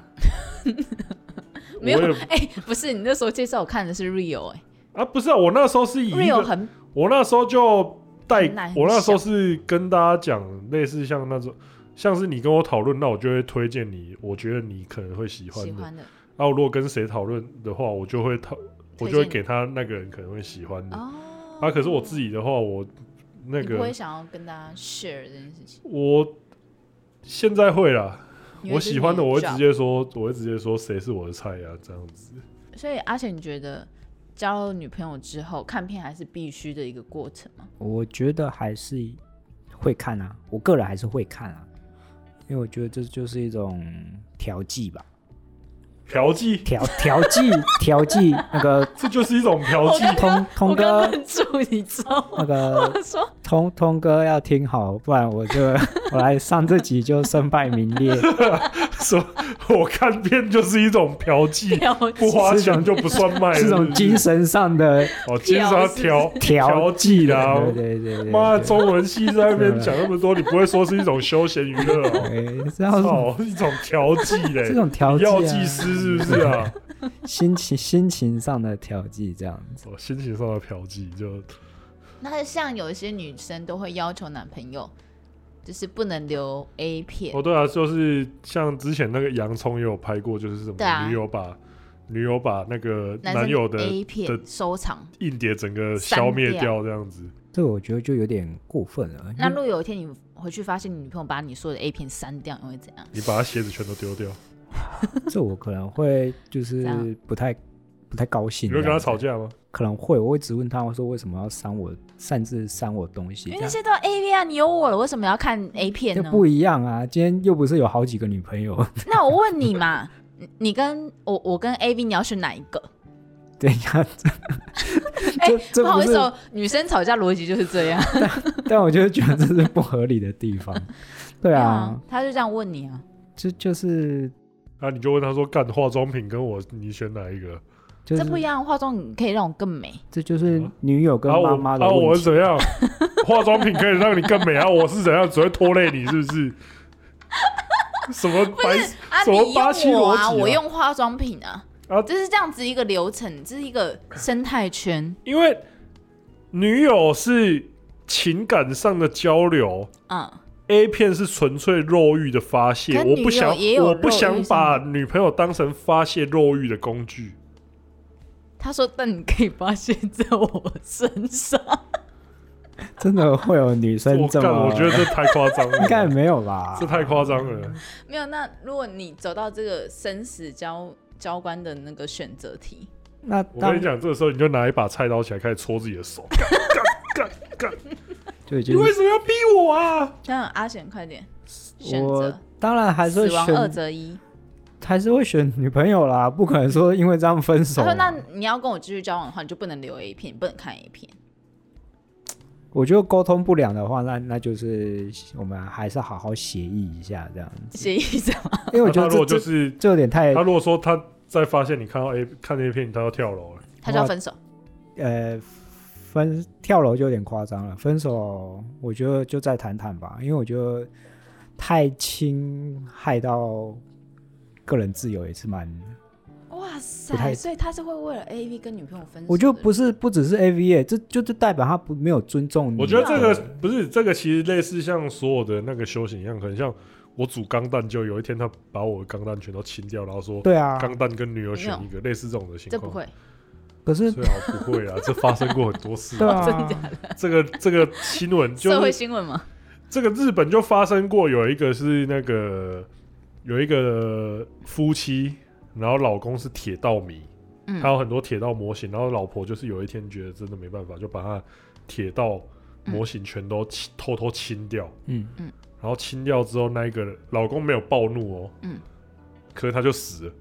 [SPEAKER 1] 我
[SPEAKER 2] 没有
[SPEAKER 1] 也，
[SPEAKER 2] 哎、不是，你那时候介绍我看的是 Real，哎、
[SPEAKER 1] 啊，不是啊，我那时候是以
[SPEAKER 2] r e
[SPEAKER 1] 一
[SPEAKER 2] a l
[SPEAKER 1] 个，
[SPEAKER 2] 很
[SPEAKER 1] 我那时候就带
[SPEAKER 2] 很难，
[SPEAKER 1] 我那时
[SPEAKER 2] 想
[SPEAKER 1] 候是跟大家讲类似像那种。像是你跟我讨论，那我就会推荐你，我觉得你可能会喜欢
[SPEAKER 2] 喜
[SPEAKER 1] 的。
[SPEAKER 2] 欢的
[SPEAKER 1] 啊，我如果跟谁讨论的话，我就会讨，我
[SPEAKER 2] 推
[SPEAKER 1] 就会
[SPEAKER 2] 荐
[SPEAKER 1] 给他那个人可能会喜欢的。
[SPEAKER 2] 哦。
[SPEAKER 1] 啊，可是我自己的话，我那
[SPEAKER 2] 你不
[SPEAKER 1] 个
[SPEAKER 2] 会想要跟大家 share 这件事情，
[SPEAKER 1] 我现在会啦，
[SPEAKER 2] 因为
[SPEAKER 1] 我
[SPEAKER 2] 这是
[SPEAKER 1] 喜欢的
[SPEAKER 2] 你
[SPEAKER 1] 我会
[SPEAKER 2] job
[SPEAKER 1] 直接说，我会直接说谁是我的菜啊，这样 子。
[SPEAKER 2] 所以，而且你觉得交了女朋友之后，看片还是必须的一个过程吗？
[SPEAKER 3] 我觉得还是会看啊，我个人还是会看啊，因为我觉得这就是一种调剂吧，
[SPEAKER 1] 嫖妓，
[SPEAKER 3] 调调剂调剂那个
[SPEAKER 1] 这就是一种嫖妓。
[SPEAKER 3] 通
[SPEAKER 2] 我刚
[SPEAKER 3] 通哥
[SPEAKER 2] 刚愣住，你知道吗？
[SPEAKER 3] 那个
[SPEAKER 2] 他说
[SPEAKER 3] 通通哥要听好，不然我就我来上这集就身败名裂，
[SPEAKER 1] 说 我看片就是一种嫖妓，
[SPEAKER 2] 嫖
[SPEAKER 1] 不
[SPEAKER 2] 妓，
[SPEAKER 1] 花钱就不算卖了，
[SPEAKER 3] 是种
[SPEAKER 1] 不
[SPEAKER 3] 精神上的
[SPEAKER 1] 哦，精神上
[SPEAKER 2] 嫖
[SPEAKER 1] 调
[SPEAKER 3] 调
[SPEAKER 1] 剂啦。
[SPEAKER 3] 对对对对对，
[SPEAKER 1] 妈的，中文系在那边
[SPEAKER 3] 对
[SPEAKER 1] 讲那么多，你不会说是一种休闲娱乐哦？
[SPEAKER 3] 对，哎这样
[SPEAKER 1] 操，一种调剂嘞，
[SPEAKER 3] 哦这种调剂、啊，
[SPEAKER 1] 药剂师是不是啊？
[SPEAKER 3] 心情心情上的调剂这样子。
[SPEAKER 1] 哦，心情上的调剂 就
[SPEAKER 2] 那像有一些女生都会要求男朋友，就是不能留 A 片
[SPEAKER 1] 哦，，对啊，就是像之前那个洋葱也有拍过，就是什
[SPEAKER 2] 对啊
[SPEAKER 1] 么女友把女友把那个
[SPEAKER 2] 生哎
[SPEAKER 1] 男友的
[SPEAKER 2] A
[SPEAKER 1] 的嗯
[SPEAKER 2] 片收藏。
[SPEAKER 1] 硬碟整个
[SPEAKER 2] 删
[SPEAKER 1] 消灭
[SPEAKER 2] 掉
[SPEAKER 1] 掉这样子，
[SPEAKER 3] 这我觉得就有点过分了。
[SPEAKER 2] 那
[SPEAKER 3] 因
[SPEAKER 2] 如果
[SPEAKER 3] 为
[SPEAKER 2] 有一天你回去发现你女朋友把你所有的 A 片删掉，你会怎样？
[SPEAKER 1] 你把他鞋子全都丢掉，
[SPEAKER 3] 这我可能会就
[SPEAKER 2] 这样
[SPEAKER 3] 是不太不太高兴。
[SPEAKER 1] 你会跟他吵？架吗？
[SPEAKER 3] 可能会，我会只问他，我说为什么要删我，擅自删我东西？
[SPEAKER 2] 因
[SPEAKER 3] 这
[SPEAKER 2] 为那
[SPEAKER 3] 样
[SPEAKER 2] 些都 A 片啊，你有我了，为什么要看 A 片
[SPEAKER 3] 这
[SPEAKER 2] 呢？
[SPEAKER 3] 不一样啊！今天又不是有好几个女朋 友，
[SPEAKER 2] 那我问你嘛，你你跟我我跟 A V 你要选哪一个？
[SPEAKER 3] 等一下，
[SPEAKER 2] 哎
[SPEAKER 3] 这这
[SPEAKER 2] 不好
[SPEAKER 3] 不
[SPEAKER 2] 意思
[SPEAKER 3] 是
[SPEAKER 2] 哦，女生吵架逻辑就是这样。
[SPEAKER 3] 但我就觉得这是不合理的 地方。对啊，，
[SPEAKER 2] 嗯他就这样问你啊。
[SPEAKER 3] 这就是
[SPEAKER 1] 啊，你就问他说，干化妆品跟我，你选哪一个？
[SPEAKER 3] 就
[SPEAKER 2] 这不一
[SPEAKER 3] 是
[SPEAKER 2] 样，化妆你可以让我更美。
[SPEAKER 3] 这就是女友跟
[SPEAKER 1] 啊
[SPEAKER 3] 妈
[SPEAKER 1] 我
[SPEAKER 3] 妈的
[SPEAKER 1] 啊我
[SPEAKER 3] 问
[SPEAKER 1] 是
[SPEAKER 3] 题。
[SPEAKER 1] 怎样？ 化妆品可以让你更美啊，我是怎样只会拖累你是不是？ 什么白
[SPEAKER 2] 啊，
[SPEAKER 1] 什
[SPEAKER 2] 你
[SPEAKER 1] 么巴西
[SPEAKER 2] 用我啊，
[SPEAKER 1] 逻辑啊
[SPEAKER 2] 我用化妆品啊，
[SPEAKER 1] 啊
[SPEAKER 2] 这是这样子一个流程，这是一个生态圈
[SPEAKER 1] 因为女友是情感上的交流
[SPEAKER 2] 啊、
[SPEAKER 1] ，A 片是纯粹肉欲的发泄。
[SPEAKER 2] 可
[SPEAKER 1] 我
[SPEAKER 2] 女友
[SPEAKER 1] 不想
[SPEAKER 2] 也，有
[SPEAKER 1] 我不
[SPEAKER 2] 肉
[SPEAKER 1] 想
[SPEAKER 2] 欲
[SPEAKER 1] 把女朋友当成发泄肉欲的工具。
[SPEAKER 2] 他说，但你可以发现在我身上，
[SPEAKER 3] 真的会有女生
[SPEAKER 1] 我
[SPEAKER 3] 这
[SPEAKER 1] 干，
[SPEAKER 3] 么？
[SPEAKER 1] 我觉得这太夸张了，
[SPEAKER 3] 应该没有吧？
[SPEAKER 1] 这太夸张了。
[SPEAKER 2] 没有，那如果你走到这个生死交交关的那个选择题，
[SPEAKER 3] 那
[SPEAKER 1] 我跟
[SPEAKER 3] 当
[SPEAKER 1] 你讲，这个时候你就拿一把菜刀起来开始戳自己的手，干干干干！
[SPEAKER 3] 就已
[SPEAKER 1] 你
[SPEAKER 3] 经
[SPEAKER 1] 为什么要逼我啊？
[SPEAKER 2] 那阿贤快点选
[SPEAKER 3] 我
[SPEAKER 2] 择，
[SPEAKER 3] 当然还是会
[SPEAKER 2] 死亡二
[SPEAKER 3] 选，
[SPEAKER 2] 择一。
[SPEAKER 3] 还是会选女朋友啦，不可能说因为这样分手啊
[SPEAKER 2] 他
[SPEAKER 3] 嘛。
[SPEAKER 2] 说：“那你要跟我继续交往的话，你就不能留 A 片，不能看 A 片。
[SPEAKER 3] 我觉得沟通不良的话，那那就是我们还是好好协议一下这样，”
[SPEAKER 2] 协议这样，
[SPEAKER 3] 因为我
[SPEAKER 1] 啊那
[SPEAKER 3] 觉
[SPEAKER 1] 他
[SPEAKER 3] 得
[SPEAKER 1] 如
[SPEAKER 3] 这
[SPEAKER 1] 果就
[SPEAKER 3] 这
[SPEAKER 1] 是
[SPEAKER 3] 这有点太
[SPEAKER 1] 他如果说他再发现你看到 A 看 A 片，他要跳楼欸了。
[SPEAKER 2] 他就要分手。
[SPEAKER 3] 呃分跳楼就有点夸张了，分手我觉得就再谈谈吧，因为我觉得太侵害到个人自由也是蛮，
[SPEAKER 2] 哇
[SPEAKER 3] 不太
[SPEAKER 2] 塞！所以他是会为了 A V 跟女朋友分手的人？
[SPEAKER 3] 我觉得不是不只是 A V，A，这就就代表他不没有尊
[SPEAKER 2] 嗯
[SPEAKER 3] 重你。啊
[SPEAKER 1] 我觉得这个不是这个，其实类似像所有的那个修行一样，很像我煮钢蛋，就有一天他把我的钢蛋全都清掉，然后说
[SPEAKER 3] 对啊，
[SPEAKER 1] 钢蛋跟女友选一个，类似这种的情
[SPEAKER 2] 这
[SPEAKER 1] 况。
[SPEAKER 2] 不会，
[SPEAKER 3] 可是
[SPEAKER 1] 最好不会啊，这发生过很多次。
[SPEAKER 3] 对啊，
[SPEAKER 2] 哦真的假的？
[SPEAKER 1] 这个这个新闻就
[SPEAKER 2] 社会
[SPEAKER 1] 是
[SPEAKER 2] 新闻嘛。
[SPEAKER 1] 这个日本就发生过，有一个是那个有一个夫妻，然后老公是铁道迷，
[SPEAKER 2] 嗯
[SPEAKER 1] 他有很多铁道模型，然后老婆就是有一天觉得真的没办法，就把他铁道模型全都清偷偷清掉，
[SPEAKER 3] 嗯，
[SPEAKER 1] 然后清掉之后，那一个老公没有暴怒哦，
[SPEAKER 2] 嗯，
[SPEAKER 1] 可是他就死了，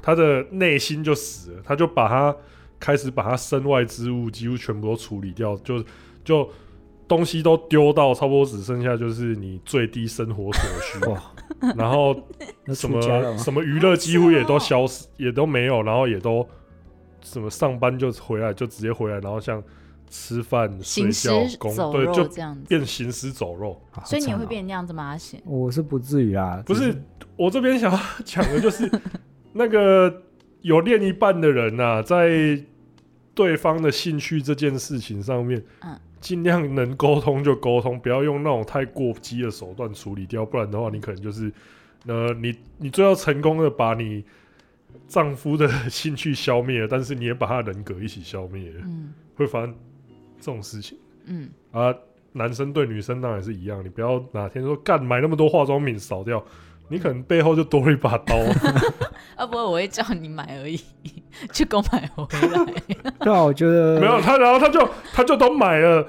[SPEAKER 1] 他的内心就死了，他就把他开始把他身外之物几乎全部都处理掉，就就东西都丢到差不多只剩下就是你最低生活所 需，
[SPEAKER 3] 哇，
[SPEAKER 1] 然后
[SPEAKER 3] 那
[SPEAKER 1] 什
[SPEAKER 3] 出家
[SPEAKER 1] 么
[SPEAKER 3] 了吗？
[SPEAKER 1] 什么娱乐几乎也
[SPEAKER 2] 哦
[SPEAKER 1] 都消失，也都没有，然后也都什么上班就回来就直接回来，然后像吃饭、睡
[SPEAKER 2] 行尸
[SPEAKER 1] 觉、工
[SPEAKER 2] 走
[SPEAKER 1] 对，
[SPEAKER 2] 肉
[SPEAKER 1] 就
[SPEAKER 2] 这样子，
[SPEAKER 1] 变行尸走肉。
[SPEAKER 3] 好
[SPEAKER 2] 所以你
[SPEAKER 3] 惨
[SPEAKER 2] 会
[SPEAKER 3] 哦
[SPEAKER 2] 变那样子吗？阿贤，
[SPEAKER 3] 我是不至于啦，
[SPEAKER 1] 不
[SPEAKER 3] 只
[SPEAKER 1] 是，我这边想要讲的就是 那个有另一半的人呐、在对方的兴趣这件事情上面，
[SPEAKER 2] 嗯
[SPEAKER 1] 尽量能沟通就沟通，不要用那种太过激的手段处理掉，不然的话，你可能就是，呃，你你最后成功的把你丈夫的兴趣消灭了，但是你也把他的人格一起消灭了，
[SPEAKER 2] 嗯
[SPEAKER 1] 会发生这种事情
[SPEAKER 2] 嗯，
[SPEAKER 1] 啊。男生对女生当然也是一样，你不要哪天说干买那么多化妆品少掉，你可能背后就多了一把 刀。
[SPEAKER 2] 啊不，我会叫你买而已，去购买回来。
[SPEAKER 3] 对啊，我觉得
[SPEAKER 1] 没有他，然后他就他就都买了，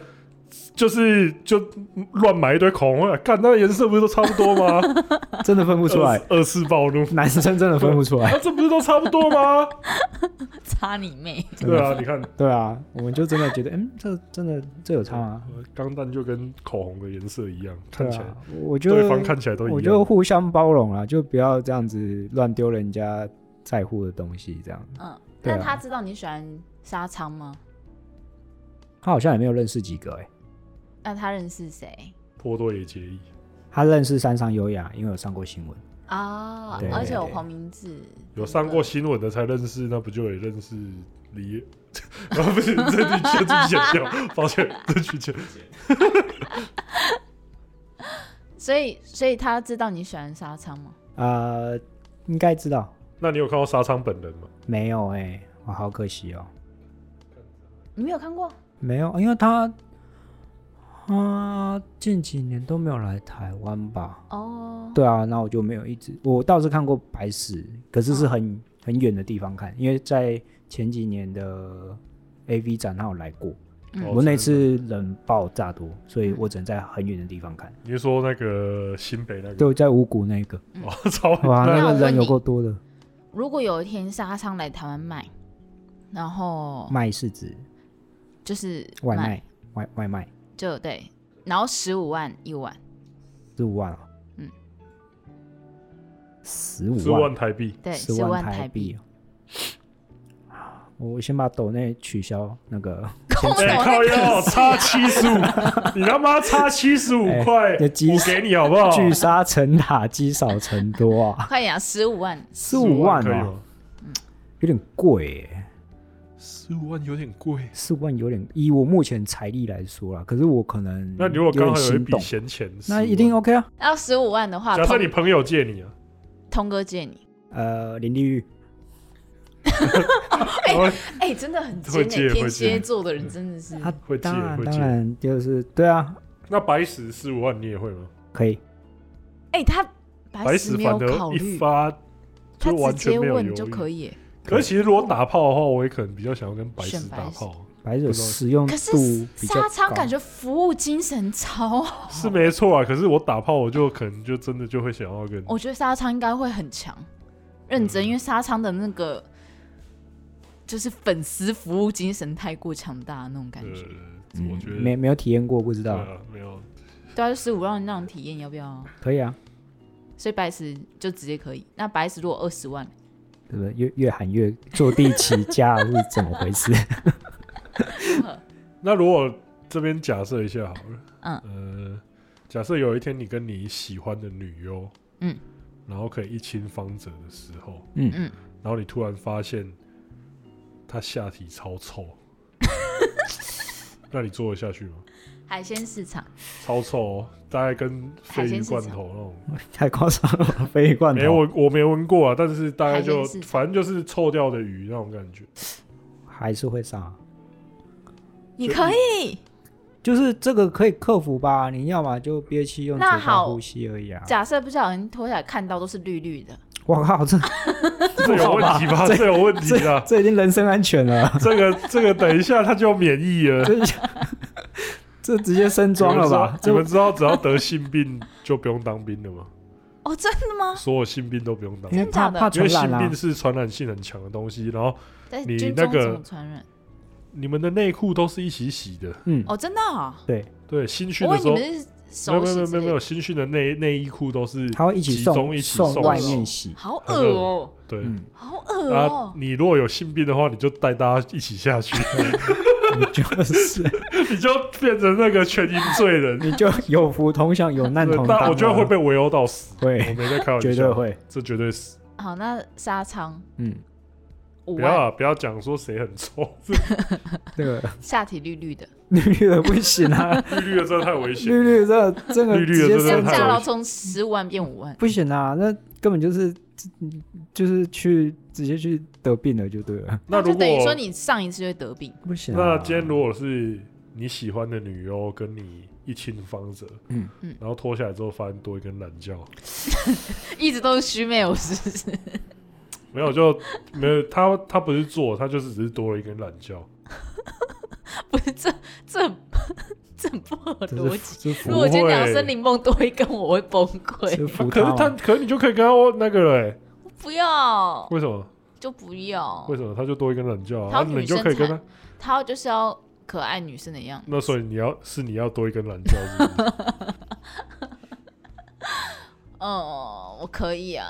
[SPEAKER 1] 就是就乱买一堆口红，看那颜色不是都差不多吗？
[SPEAKER 3] 真的分 不出 来，
[SPEAKER 1] 二次暴怒，
[SPEAKER 3] 男生真的分不出 来。
[SPEAKER 1] 啊，这不是都差不多吗？
[SPEAKER 2] 擦你妹！
[SPEAKER 3] 真的
[SPEAKER 1] 对啊，你看
[SPEAKER 3] 对啊，我们就真的觉得，嗯，这真的这有差吗？
[SPEAKER 1] 钢弹就跟口红的颜色一样，
[SPEAKER 3] 对
[SPEAKER 1] 看起来
[SPEAKER 3] 啊，我觉
[SPEAKER 1] 对方
[SPEAKER 3] 得
[SPEAKER 1] 看起来都
[SPEAKER 3] 我
[SPEAKER 1] 一
[SPEAKER 3] 觉得
[SPEAKER 1] 样。
[SPEAKER 3] 互相包容啦，就不要这样子乱丢人家在乎的东西。这样，
[SPEAKER 2] 嗯，
[SPEAKER 3] 对啊
[SPEAKER 2] 那他知道你喜欢沙仓吗？
[SPEAKER 3] 他好像也没有认识几个哎、
[SPEAKER 2] 那他认识谁？
[SPEAKER 1] 波多野结衣，
[SPEAKER 3] 他认识山上优雅，因为有上过新闻。
[SPEAKER 2] 哦
[SPEAKER 3] 对，
[SPEAKER 2] 而且有
[SPEAKER 3] 对
[SPEAKER 2] 黄明志，
[SPEAKER 1] 有上过新闻的才认识，那不就也认识李？ 啊，不是，这句这句剪掉， 抱歉，这句剪。
[SPEAKER 2] 所以所以他知道你喜欢沙仓吗？
[SPEAKER 3] 呃，应该知道，
[SPEAKER 1] 那你有看到沙仓本人吗？
[SPEAKER 3] 没有哎、我好可惜哦、
[SPEAKER 2] 你没有看过？
[SPEAKER 3] 没有，因为他他近几年都没有来台湾吧？
[SPEAKER 2] 哦，
[SPEAKER 3] 对啊，那我就没有一直，我倒是看过白石，可是是很、很远的地方看，因为在前几年的 A V 展他有来过，
[SPEAKER 2] 嗯
[SPEAKER 3] 我那
[SPEAKER 1] 哦真的
[SPEAKER 3] 次人爆炸多，所以我只能在很远的地方看，
[SPEAKER 1] 你是说那个新北那个？
[SPEAKER 3] 就在五谷那个，
[SPEAKER 1] 哦，超
[SPEAKER 3] 哇，
[SPEAKER 2] 那我
[SPEAKER 3] 那个
[SPEAKER 2] 问
[SPEAKER 3] 人有
[SPEAKER 2] 你
[SPEAKER 3] 够多的，
[SPEAKER 2] 如果有一天沙仓来台湾卖，然后
[SPEAKER 3] 卖是指
[SPEAKER 2] 就是
[SPEAKER 3] 外卖，外外卖
[SPEAKER 2] 就对，然后十五万一碗，
[SPEAKER 3] 十五万啊，
[SPEAKER 2] 嗯，
[SPEAKER 3] 十五
[SPEAKER 1] 十万台币。
[SPEAKER 2] 对，
[SPEAKER 3] 十
[SPEAKER 2] 十
[SPEAKER 3] 万
[SPEAKER 2] 万台
[SPEAKER 3] 币。哦。我先把抖内取消 那个，
[SPEAKER 1] 哎、
[SPEAKER 2] 我
[SPEAKER 1] 靠
[SPEAKER 2] 那个
[SPEAKER 1] 腰
[SPEAKER 2] 是
[SPEAKER 1] 差七 十五，你他妈差七十五
[SPEAKER 3] 哎
[SPEAKER 1] 块，
[SPEAKER 3] 那鸡
[SPEAKER 1] 我给你好不好？
[SPEAKER 3] 聚沙成塔，积少成多 啊，
[SPEAKER 2] 快点啊，十五万，
[SPEAKER 3] 十五万
[SPEAKER 1] 可以
[SPEAKER 3] 哦、
[SPEAKER 1] 吗？
[SPEAKER 3] 有点贵、欸，
[SPEAKER 1] 十五万有点贵。
[SPEAKER 3] 四万有点，以我目前财力来说啦，可是我可能
[SPEAKER 1] 那如果刚好
[SPEAKER 3] 有
[SPEAKER 1] 有一
[SPEAKER 3] 点心
[SPEAKER 1] 笔
[SPEAKER 3] 动，
[SPEAKER 1] 闲钱，
[SPEAKER 3] 那
[SPEAKER 1] 15
[SPEAKER 3] 一定
[SPEAKER 1] 万。
[SPEAKER 3] OK 啊。
[SPEAKER 2] 要十五万的话，
[SPEAKER 1] 假设你
[SPEAKER 2] 通
[SPEAKER 1] 朋友借你啊，
[SPEAKER 2] 通哥借你，
[SPEAKER 3] 呃，林立玉，
[SPEAKER 1] 然后
[SPEAKER 2] 哎、真的很尖
[SPEAKER 1] 会
[SPEAKER 2] 欸
[SPEAKER 1] 戒
[SPEAKER 2] 天
[SPEAKER 1] 会
[SPEAKER 2] 蝎
[SPEAKER 1] 戒
[SPEAKER 2] 座的人真的是，
[SPEAKER 3] 他
[SPEAKER 1] 嗯会
[SPEAKER 3] 当
[SPEAKER 1] 戒
[SPEAKER 3] 然
[SPEAKER 1] 会
[SPEAKER 3] 当
[SPEAKER 1] 戒
[SPEAKER 3] 然就是对啊，
[SPEAKER 1] 那白石四五万你也会吗？
[SPEAKER 3] 可以。
[SPEAKER 2] 哎、他
[SPEAKER 1] 白
[SPEAKER 2] 白石
[SPEAKER 1] 石
[SPEAKER 2] 没
[SPEAKER 1] 反
[SPEAKER 2] 有
[SPEAKER 1] 而
[SPEAKER 2] 考
[SPEAKER 1] 一
[SPEAKER 2] 虑，
[SPEAKER 1] 发
[SPEAKER 2] 他
[SPEAKER 1] 就完
[SPEAKER 2] 直接
[SPEAKER 1] 全没有
[SPEAKER 2] 问
[SPEAKER 1] 犹
[SPEAKER 2] 就可
[SPEAKER 1] 豫。
[SPEAKER 2] 以欸。
[SPEAKER 1] 可是其实如果打炮的话，我也可能比较想要跟白
[SPEAKER 2] 选
[SPEAKER 1] 石
[SPEAKER 2] 白
[SPEAKER 1] 打
[SPEAKER 2] 石
[SPEAKER 1] 炮，
[SPEAKER 3] 白酒
[SPEAKER 1] 不知道
[SPEAKER 3] 使用
[SPEAKER 2] 可是
[SPEAKER 3] 度比较
[SPEAKER 2] 沙仓
[SPEAKER 3] 高
[SPEAKER 2] 感觉服务精神超好，
[SPEAKER 1] 是没错啊。可是我打炮，我就可能就真的就会想要跟
[SPEAKER 2] 我觉得沙仓应该会很强，认真，
[SPEAKER 1] 嗯
[SPEAKER 2] 因为沙仓的那个就是粉丝服务精神太过强大的那种感
[SPEAKER 1] 呃
[SPEAKER 2] 觉。，
[SPEAKER 1] 我
[SPEAKER 3] 嗯
[SPEAKER 1] 觉得
[SPEAKER 3] 没没有体验过，不知
[SPEAKER 1] 对
[SPEAKER 3] 道。
[SPEAKER 1] 啊，没有
[SPEAKER 2] 对啊，就十五让那种体验，要不要？
[SPEAKER 3] 可以啊，
[SPEAKER 2] 所以白石就直接可以。那白石如果二十万，
[SPEAKER 3] 对不对？越越喊越坐地起价 是怎么回事？
[SPEAKER 1] 那如果这边假设一下好了，
[SPEAKER 2] 嗯
[SPEAKER 1] 呃，假设有一天你跟你喜欢的女优，
[SPEAKER 2] 嗯，
[SPEAKER 1] 然后可以一亲芳泽的时候，
[SPEAKER 3] 嗯
[SPEAKER 2] 嗯，
[SPEAKER 1] 然后你突然发现她下体超 臭，那你做得下去吗？
[SPEAKER 2] 海鲜市场
[SPEAKER 1] 超臭、哦，大概跟鲱鱼罐头那种，
[SPEAKER 3] 太夸张了，鲱鱼罐
[SPEAKER 1] 没
[SPEAKER 3] 头。
[SPEAKER 1] 闻我没闻过啊，但是大概就
[SPEAKER 2] 海鲜市场
[SPEAKER 1] 反正就是臭掉的鱼那种感觉，
[SPEAKER 3] 还是会上啊、
[SPEAKER 2] 你可以。
[SPEAKER 3] 就是这个可以克服吧？你要么就憋气用嘴
[SPEAKER 2] 那
[SPEAKER 3] 巴
[SPEAKER 2] 好
[SPEAKER 3] 呼吸而已啊！
[SPEAKER 2] 假设不小心脱下来看到都是绿绿的，
[SPEAKER 3] 我靠，这
[SPEAKER 1] 这有问题吧？
[SPEAKER 3] 这
[SPEAKER 1] 这有问题
[SPEAKER 3] 这
[SPEAKER 1] 啊！
[SPEAKER 3] 这已经人身安全 了，
[SPEAKER 1] 这个这个，等一下他就免疫了。
[SPEAKER 3] 这这直接升装了吧？
[SPEAKER 1] 你
[SPEAKER 3] 这
[SPEAKER 1] 们知道，你们知道只要得性病就不用当兵了吗？
[SPEAKER 2] 哦，真的吗？
[SPEAKER 1] 所有性病都不用当
[SPEAKER 3] 因
[SPEAKER 1] 兵，
[SPEAKER 2] 真
[SPEAKER 3] 为怕
[SPEAKER 2] 假的
[SPEAKER 3] 怕
[SPEAKER 1] 因
[SPEAKER 3] 传
[SPEAKER 1] 为性
[SPEAKER 3] 染啊
[SPEAKER 1] 病，是传染性很强的东西。然后
[SPEAKER 2] 在
[SPEAKER 1] 你
[SPEAKER 2] 军
[SPEAKER 1] 那
[SPEAKER 2] 中
[SPEAKER 1] 个嗯
[SPEAKER 2] 怎么传染？
[SPEAKER 1] 你们的内裤都是一起洗的，
[SPEAKER 3] 嗯，
[SPEAKER 2] 哦，真的啊、
[SPEAKER 1] 对，新训
[SPEAKER 2] 我
[SPEAKER 1] 的
[SPEAKER 2] 问
[SPEAKER 1] 时
[SPEAKER 2] 你
[SPEAKER 1] 候
[SPEAKER 2] 们是
[SPEAKER 1] 没有没有没有
[SPEAKER 2] 手洗
[SPEAKER 1] 没
[SPEAKER 2] 之
[SPEAKER 1] 有
[SPEAKER 2] 类
[SPEAKER 1] 没有，新训的内内衣裤都是
[SPEAKER 3] 他会一起
[SPEAKER 1] 集
[SPEAKER 3] 送
[SPEAKER 1] 中一起
[SPEAKER 3] 送
[SPEAKER 1] 送
[SPEAKER 3] 外
[SPEAKER 1] 的
[SPEAKER 3] 面洗，
[SPEAKER 2] 好恶哦、
[SPEAKER 1] 对。
[SPEAKER 3] 嗯，
[SPEAKER 2] 好恶
[SPEAKER 1] 啊
[SPEAKER 2] 哦、，
[SPEAKER 1] 你如果有性病的话，你就带大家一起下 去，
[SPEAKER 3] 你就是
[SPEAKER 1] 你就变成那个全营罪人。
[SPEAKER 3] 你就有福同享，有 难
[SPEAKER 1] 对
[SPEAKER 3] 同当啊。
[SPEAKER 1] 但我觉得会被围殴到死，我
[SPEAKER 3] 会，
[SPEAKER 1] 没在开玩笑，
[SPEAKER 3] 绝对，会，
[SPEAKER 1] 这绝对是。
[SPEAKER 2] 好，那沙仓
[SPEAKER 3] 嗯，
[SPEAKER 2] 五
[SPEAKER 1] 不要
[SPEAKER 2] 万，
[SPEAKER 1] 啊不要讲说谁很臭，
[SPEAKER 3] 这个
[SPEAKER 2] 下体绿绿的，
[SPEAKER 3] 绿绿的不行 啊，
[SPEAKER 1] 绿绿的真的太危险了。
[SPEAKER 3] 绿绿的这这个
[SPEAKER 1] 绿绿的
[SPEAKER 3] 直
[SPEAKER 1] 这
[SPEAKER 2] 身
[SPEAKER 3] 接
[SPEAKER 1] 真的
[SPEAKER 3] 升装
[SPEAKER 1] 太
[SPEAKER 2] 价
[SPEAKER 1] 危
[SPEAKER 2] 要
[SPEAKER 1] 险
[SPEAKER 2] 从十五万变五万，
[SPEAKER 3] 不行啊，那根本就是就是去直接去得病了就对了，
[SPEAKER 1] 那
[SPEAKER 2] 就
[SPEAKER 1] 如果
[SPEAKER 2] 等于说你上一次就会得病，
[SPEAKER 3] 不行、啊。
[SPEAKER 1] 那今天如果是你喜欢的女优跟你一亲芳泽，
[SPEAKER 3] 嗯
[SPEAKER 2] 嗯
[SPEAKER 1] 然后脱下来之后发现多一根懒觉，
[SPEAKER 2] 一直都是虚妹，我是不是？
[SPEAKER 1] 没有就 没有他他不是做，他就是只是多了一根懒觉，
[SPEAKER 2] 不是这这 这很不合
[SPEAKER 3] 这
[SPEAKER 2] 逻辑。
[SPEAKER 3] 是这是
[SPEAKER 2] 如果
[SPEAKER 1] 不
[SPEAKER 2] 今天
[SPEAKER 1] 会
[SPEAKER 2] 讲森林梦多一根，我会崩溃。
[SPEAKER 3] 这是
[SPEAKER 1] 啊
[SPEAKER 3] 福
[SPEAKER 1] 可是他
[SPEAKER 3] 他
[SPEAKER 1] 可是你就可以跟他握那个了欸，
[SPEAKER 2] 不要，
[SPEAKER 1] 为什么
[SPEAKER 2] 就不要
[SPEAKER 1] 为。什么他就多一根懒觉啊？
[SPEAKER 2] 他
[SPEAKER 1] 然
[SPEAKER 2] 要
[SPEAKER 1] 后你
[SPEAKER 2] 女
[SPEAKER 1] 就
[SPEAKER 2] 生
[SPEAKER 1] 可以跟他
[SPEAKER 2] 产，他就是要可爱女生的样子。
[SPEAKER 1] 那所以你要是你要多一根懒觉是 不是，
[SPEAKER 2] 嗯，我可以啊。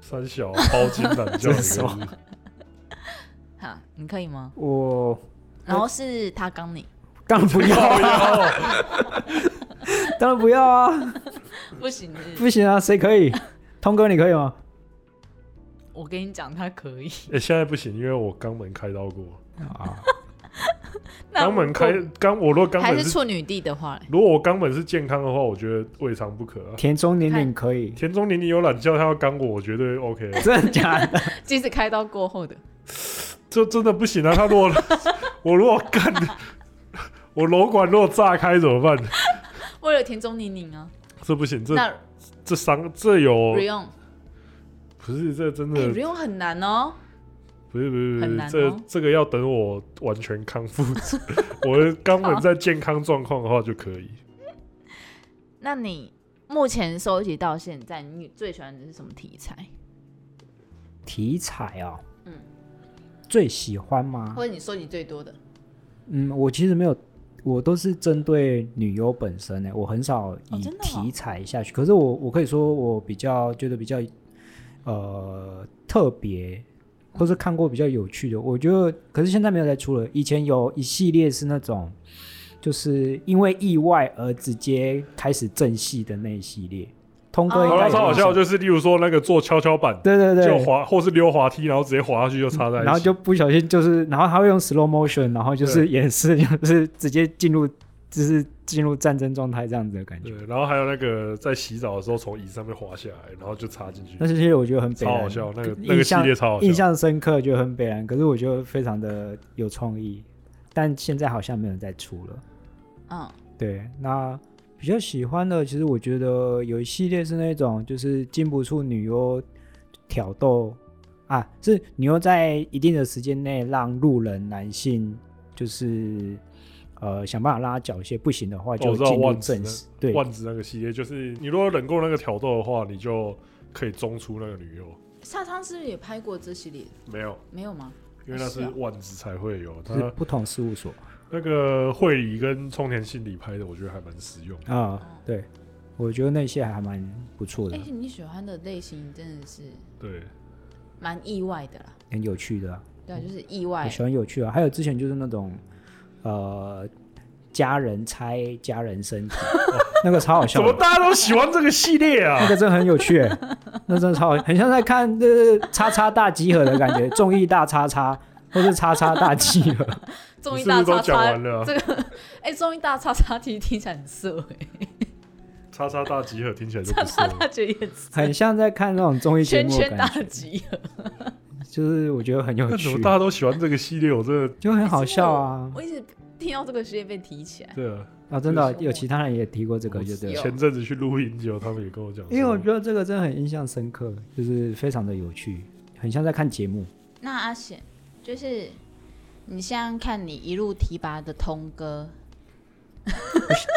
[SPEAKER 1] 三小包金懒觉，
[SPEAKER 3] 这是什么
[SPEAKER 1] 你看
[SPEAKER 2] 哈，你可以吗？
[SPEAKER 3] 我
[SPEAKER 2] 然后是他刚你，
[SPEAKER 3] 当然不 要啊，当然不要啊，
[SPEAKER 2] 不行是不是
[SPEAKER 3] 不行啊，谁可以？通哥你可以吗？
[SPEAKER 2] 我跟你讲，他可 以。
[SPEAKER 1] 是欸现在不行，因为我肛门开刀过，
[SPEAKER 3] 啊，
[SPEAKER 2] 那
[SPEAKER 1] 肛门开
[SPEAKER 2] 如果
[SPEAKER 1] 肛我如果肛
[SPEAKER 2] 还
[SPEAKER 1] 门
[SPEAKER 2] 是
[SPEAKER 1] 是
[SPEAKER 2] 处女地的话嘞，
[SPEAKER 1] 如果我肛门是健康的话，我觉得未尝不可啊。
[SPEAKER 3] 田中年龄可以，
[SPEAKER 1] 田中年龄有懒觉，他要干我，我绝对 OK。啊
[SPEAKER 3] 真的假的？
[SPEAKER 2] 即使开刀过后的，
[SPEAKER 1] 这真的不行啊！他如果 我如果干， 我楼管如果炸开怎么办？
[SPEAKER 2] 为了田中宁宁啊，
[SPEAKER 1] 这不行，这
[SPEAKER 2] 那
[SPEAKER 1] 这伤这有
[SPEAKER 2] r i o n
[SPEAKER 1] 不是这真
[SPEAKER 2] 哎
[SPEAKER 1] 的
[SPEAKER 2] r i o n 很难哦，
[SPEAKER 1] 不是不是不
[SPEAKER 2] 很
[SPEAKER 1] 是
[SPEAKER 2] 难哦
[SPEAKER 1] 这这个要等我完全康复， 我的肛门在健康状况的话就可以。
[SPEAKER 2] 那你目前收集到现在，你最喜欢的是什么题材？
[SPEAKER 3] 题材哦，
[SPEAKER 2] 嗯
[SPEAKER 3] 最喜欢吗？
[SPEAKER 2] 或者你收集最多的？
[SPEAKER 3] 嗯，我其实没有，我都是针对女优本身欸呢，我很少以
[SPEAKER 2] 真的哦
[SPEAKER 3] 题材下去。可是我我可以说，我比较觉得比较呃特
[SPEAKER 2] 嗯
[SPEAKER 3] 别，或是看过比较有趣的，我觉得。可是现在没有再出了，以前有一系列是那种。就是因为意外而直接开始正戏的那一系列，通哥
[SPEAKER 2] 哦
[SPEAKER 3] 应
[SPEAKER 1] 好
[SPEAKER 3] 该
[SPEAKER 1] 了，
[SPEAKER 3] 也
[SPEAKER 1] 超好
[SPEAKER 3] 有
[SPEAKER 1] 笑，就是例如说那个做跷跷板，
[SPEAKER 3] 对对对，
[SPEAKER 1] 就滑或是溜滑梯，然后直接滑下去就插在一起，
[SPEAKER 3] 然后就不小心就是，然后他会用 slow motion，然后就是
[SPEAKER 1] 对
[SPEAKER 3] 演示，就是直接进入就是进入战争状态这样子的感觉
[SPEAKER 1] 对。，然后还有那个在洗澡的时候从椅子上面滑下来，然后就插进去，
[SPEAKER 3] 那这些我觉得很北
[SPEAKER 1] 超好
[SPEAKER 3] 蓝
[SPEAKER 1] 笑，那个
[SPEAKER 3] 印
[SPEAKER 1] 那个系
[SPEAKER 3] 象
[SPEAKER 1] 列超好笑。
[SPEAKER 3] 印象深刻，觉得很北然，可是我觉得非常的有创意，但现在好像没有再出了。
[SPEAKER 2] 嗯，
[SPEAKER 3] 对，那比较喜欢的，其实我觉得有一系列是那种就是禁不住女优挑逗啊，是女优在一定的时间内让路人男性就是呃想办法让他缴械，不行的话就
[SPEAKER 1] 哦我知道
[SPEAKER 3] 进入
[SPEAKER 1] 万子
[SPEAKER 3] 正
[SPEAKER 1] 那
[SPEAKER 3] 史。对，
[SPEAKER 1] 万子那个系列，就是你如果忍过那个挑逗的话，你就可以中出那个女优。
[SPEAKER 2] 沙滩是不是也拍过这系列？
[SPEAKER 1] 没有，
[SPEAKER 2] 没有吗？
[SPEAKER 1] 因为那
[SPEAKER 2] 是
[SPEAKER 1] 是
[SPEAKER 2] 啊
[SPEAKER 1] 万子才会有。
[SPEAKER 3] 就是
[SPEAKER 1] 他
[SPEAKER 3] 不同事务所
[SPEAKER 1] 那个惠理跟冲田信里拍的，我觉得还蛮实用的。
[SPEAKER 3] 啊、对，我觉得那些还蛮不错
[SPEAKER 1] 啊
[SPEAKER 2] 哎、
[SPEAKER 3] 的，
[SPEAKER 2] 你喜欢的类型真的是
[SPEAKER 1] 对，
[SPEAKER 2] 蛮意外的啦。
[SPEAKER 3] 很有趣的啊、
[SPEAKER 2] 对啊，就是意外
[SPEAKER 3] 我喜欢有趣啊。还有之前就是那种，呃，家人拆家人 身体，那个超好
[SPEAKER 1] 怎
[SPEAKER 3] 笑
[SPEAKER 1] 么
[SPEAKER 3] 的，
[SPEAKER 1] 大家都喜欢这个系列啊
[SPEAKER 3] 那？个真的很有趣欸、那真的超好，很像在看呃叉叉大集合的感觉，综艺大叉叉或是叉叉大集合，
[SPEAKER 2] 综
[SPEAKER 1] 你
[SPEAKER 2] 艺
[SPEAKER 1] 是不
[SPEAKER 2] 大
[SPEAKER 1] 是都
[SPEAKER 2] 叉
[SPEAKER 1] 讲
[SPEAKER 2] 叉
[SPEAKER 1] 完，了啊？
[SPEAKER 2] 这个哎，综艺大叉 叉其实听起来很色哎、
[SPEAKER 1] 叉叉大集合听起来就
[SPEAKER 2] 叉
[SPEAKER 1] 不是
[SPEAKER 2] 叉
[SPEAKER 1] 了。
[SPEAKER 2] 大觉得也是
[SPEAKER 3] 很像在看那种综艺节
[SPEAKER 2] 圈
[SPEAKER 3] 目的
[SPEAKER 2] 圈大
[SPEAKER 3] 感觉，
[SPEAKER 2] 集合，
[SPEAKER 3] 就是我觉得很有
[SPEAKER 1] 那怎么
[SPEAKER 3] 趣
[SPEAKER 1] 大，家都喜欢这个系列？我真的
[SPEAKER 3] 就很好 笑啊
[SPEAKER 2] 我一直听到这个系列被提起来，
[SPEAKER 1] 对啊，
[SPEAKER 3] 啊！真的啊
[SPEAKER 2] 就是
[SPEAKER 3] 有其他人也提过这个，就对了
[SPEAKER 2] 有。
[SPEAKER 1] 前阵子去录音结果他们也跟我讲说，
[SPEAKER 3] 因为我觉得这个真的很印象深刻，就是非常的有趣，很像在看节目。
[SPEAKER 2] 那阿显，就是你现在看你一路提拔的通哥，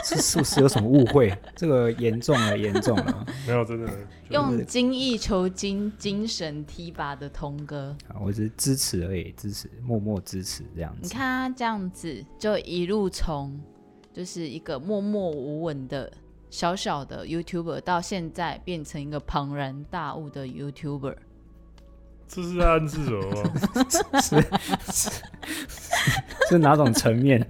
[SPEAKER 3] 是是不是有什么误会？这个严重了，严重了！
[SPEAKER 1] 没有真的
[SPEAKER 2] 用精益求精精神提拔的通哥，
[SPEAKER 3] 啊我只是支持而已，支持，默默支持这样
[SPEAKER 2] 你
[SPEAKER 3] 子。
[SPEAKER 2] 看他这样子，就一路从就是一个默默无闻的小小的 YouTuber，到现在变成一个庞然大物的 YouTuber。
[SPEAKER 1] 这是在暗示什么吗？
[SPEAKER 3] 是哪种层面？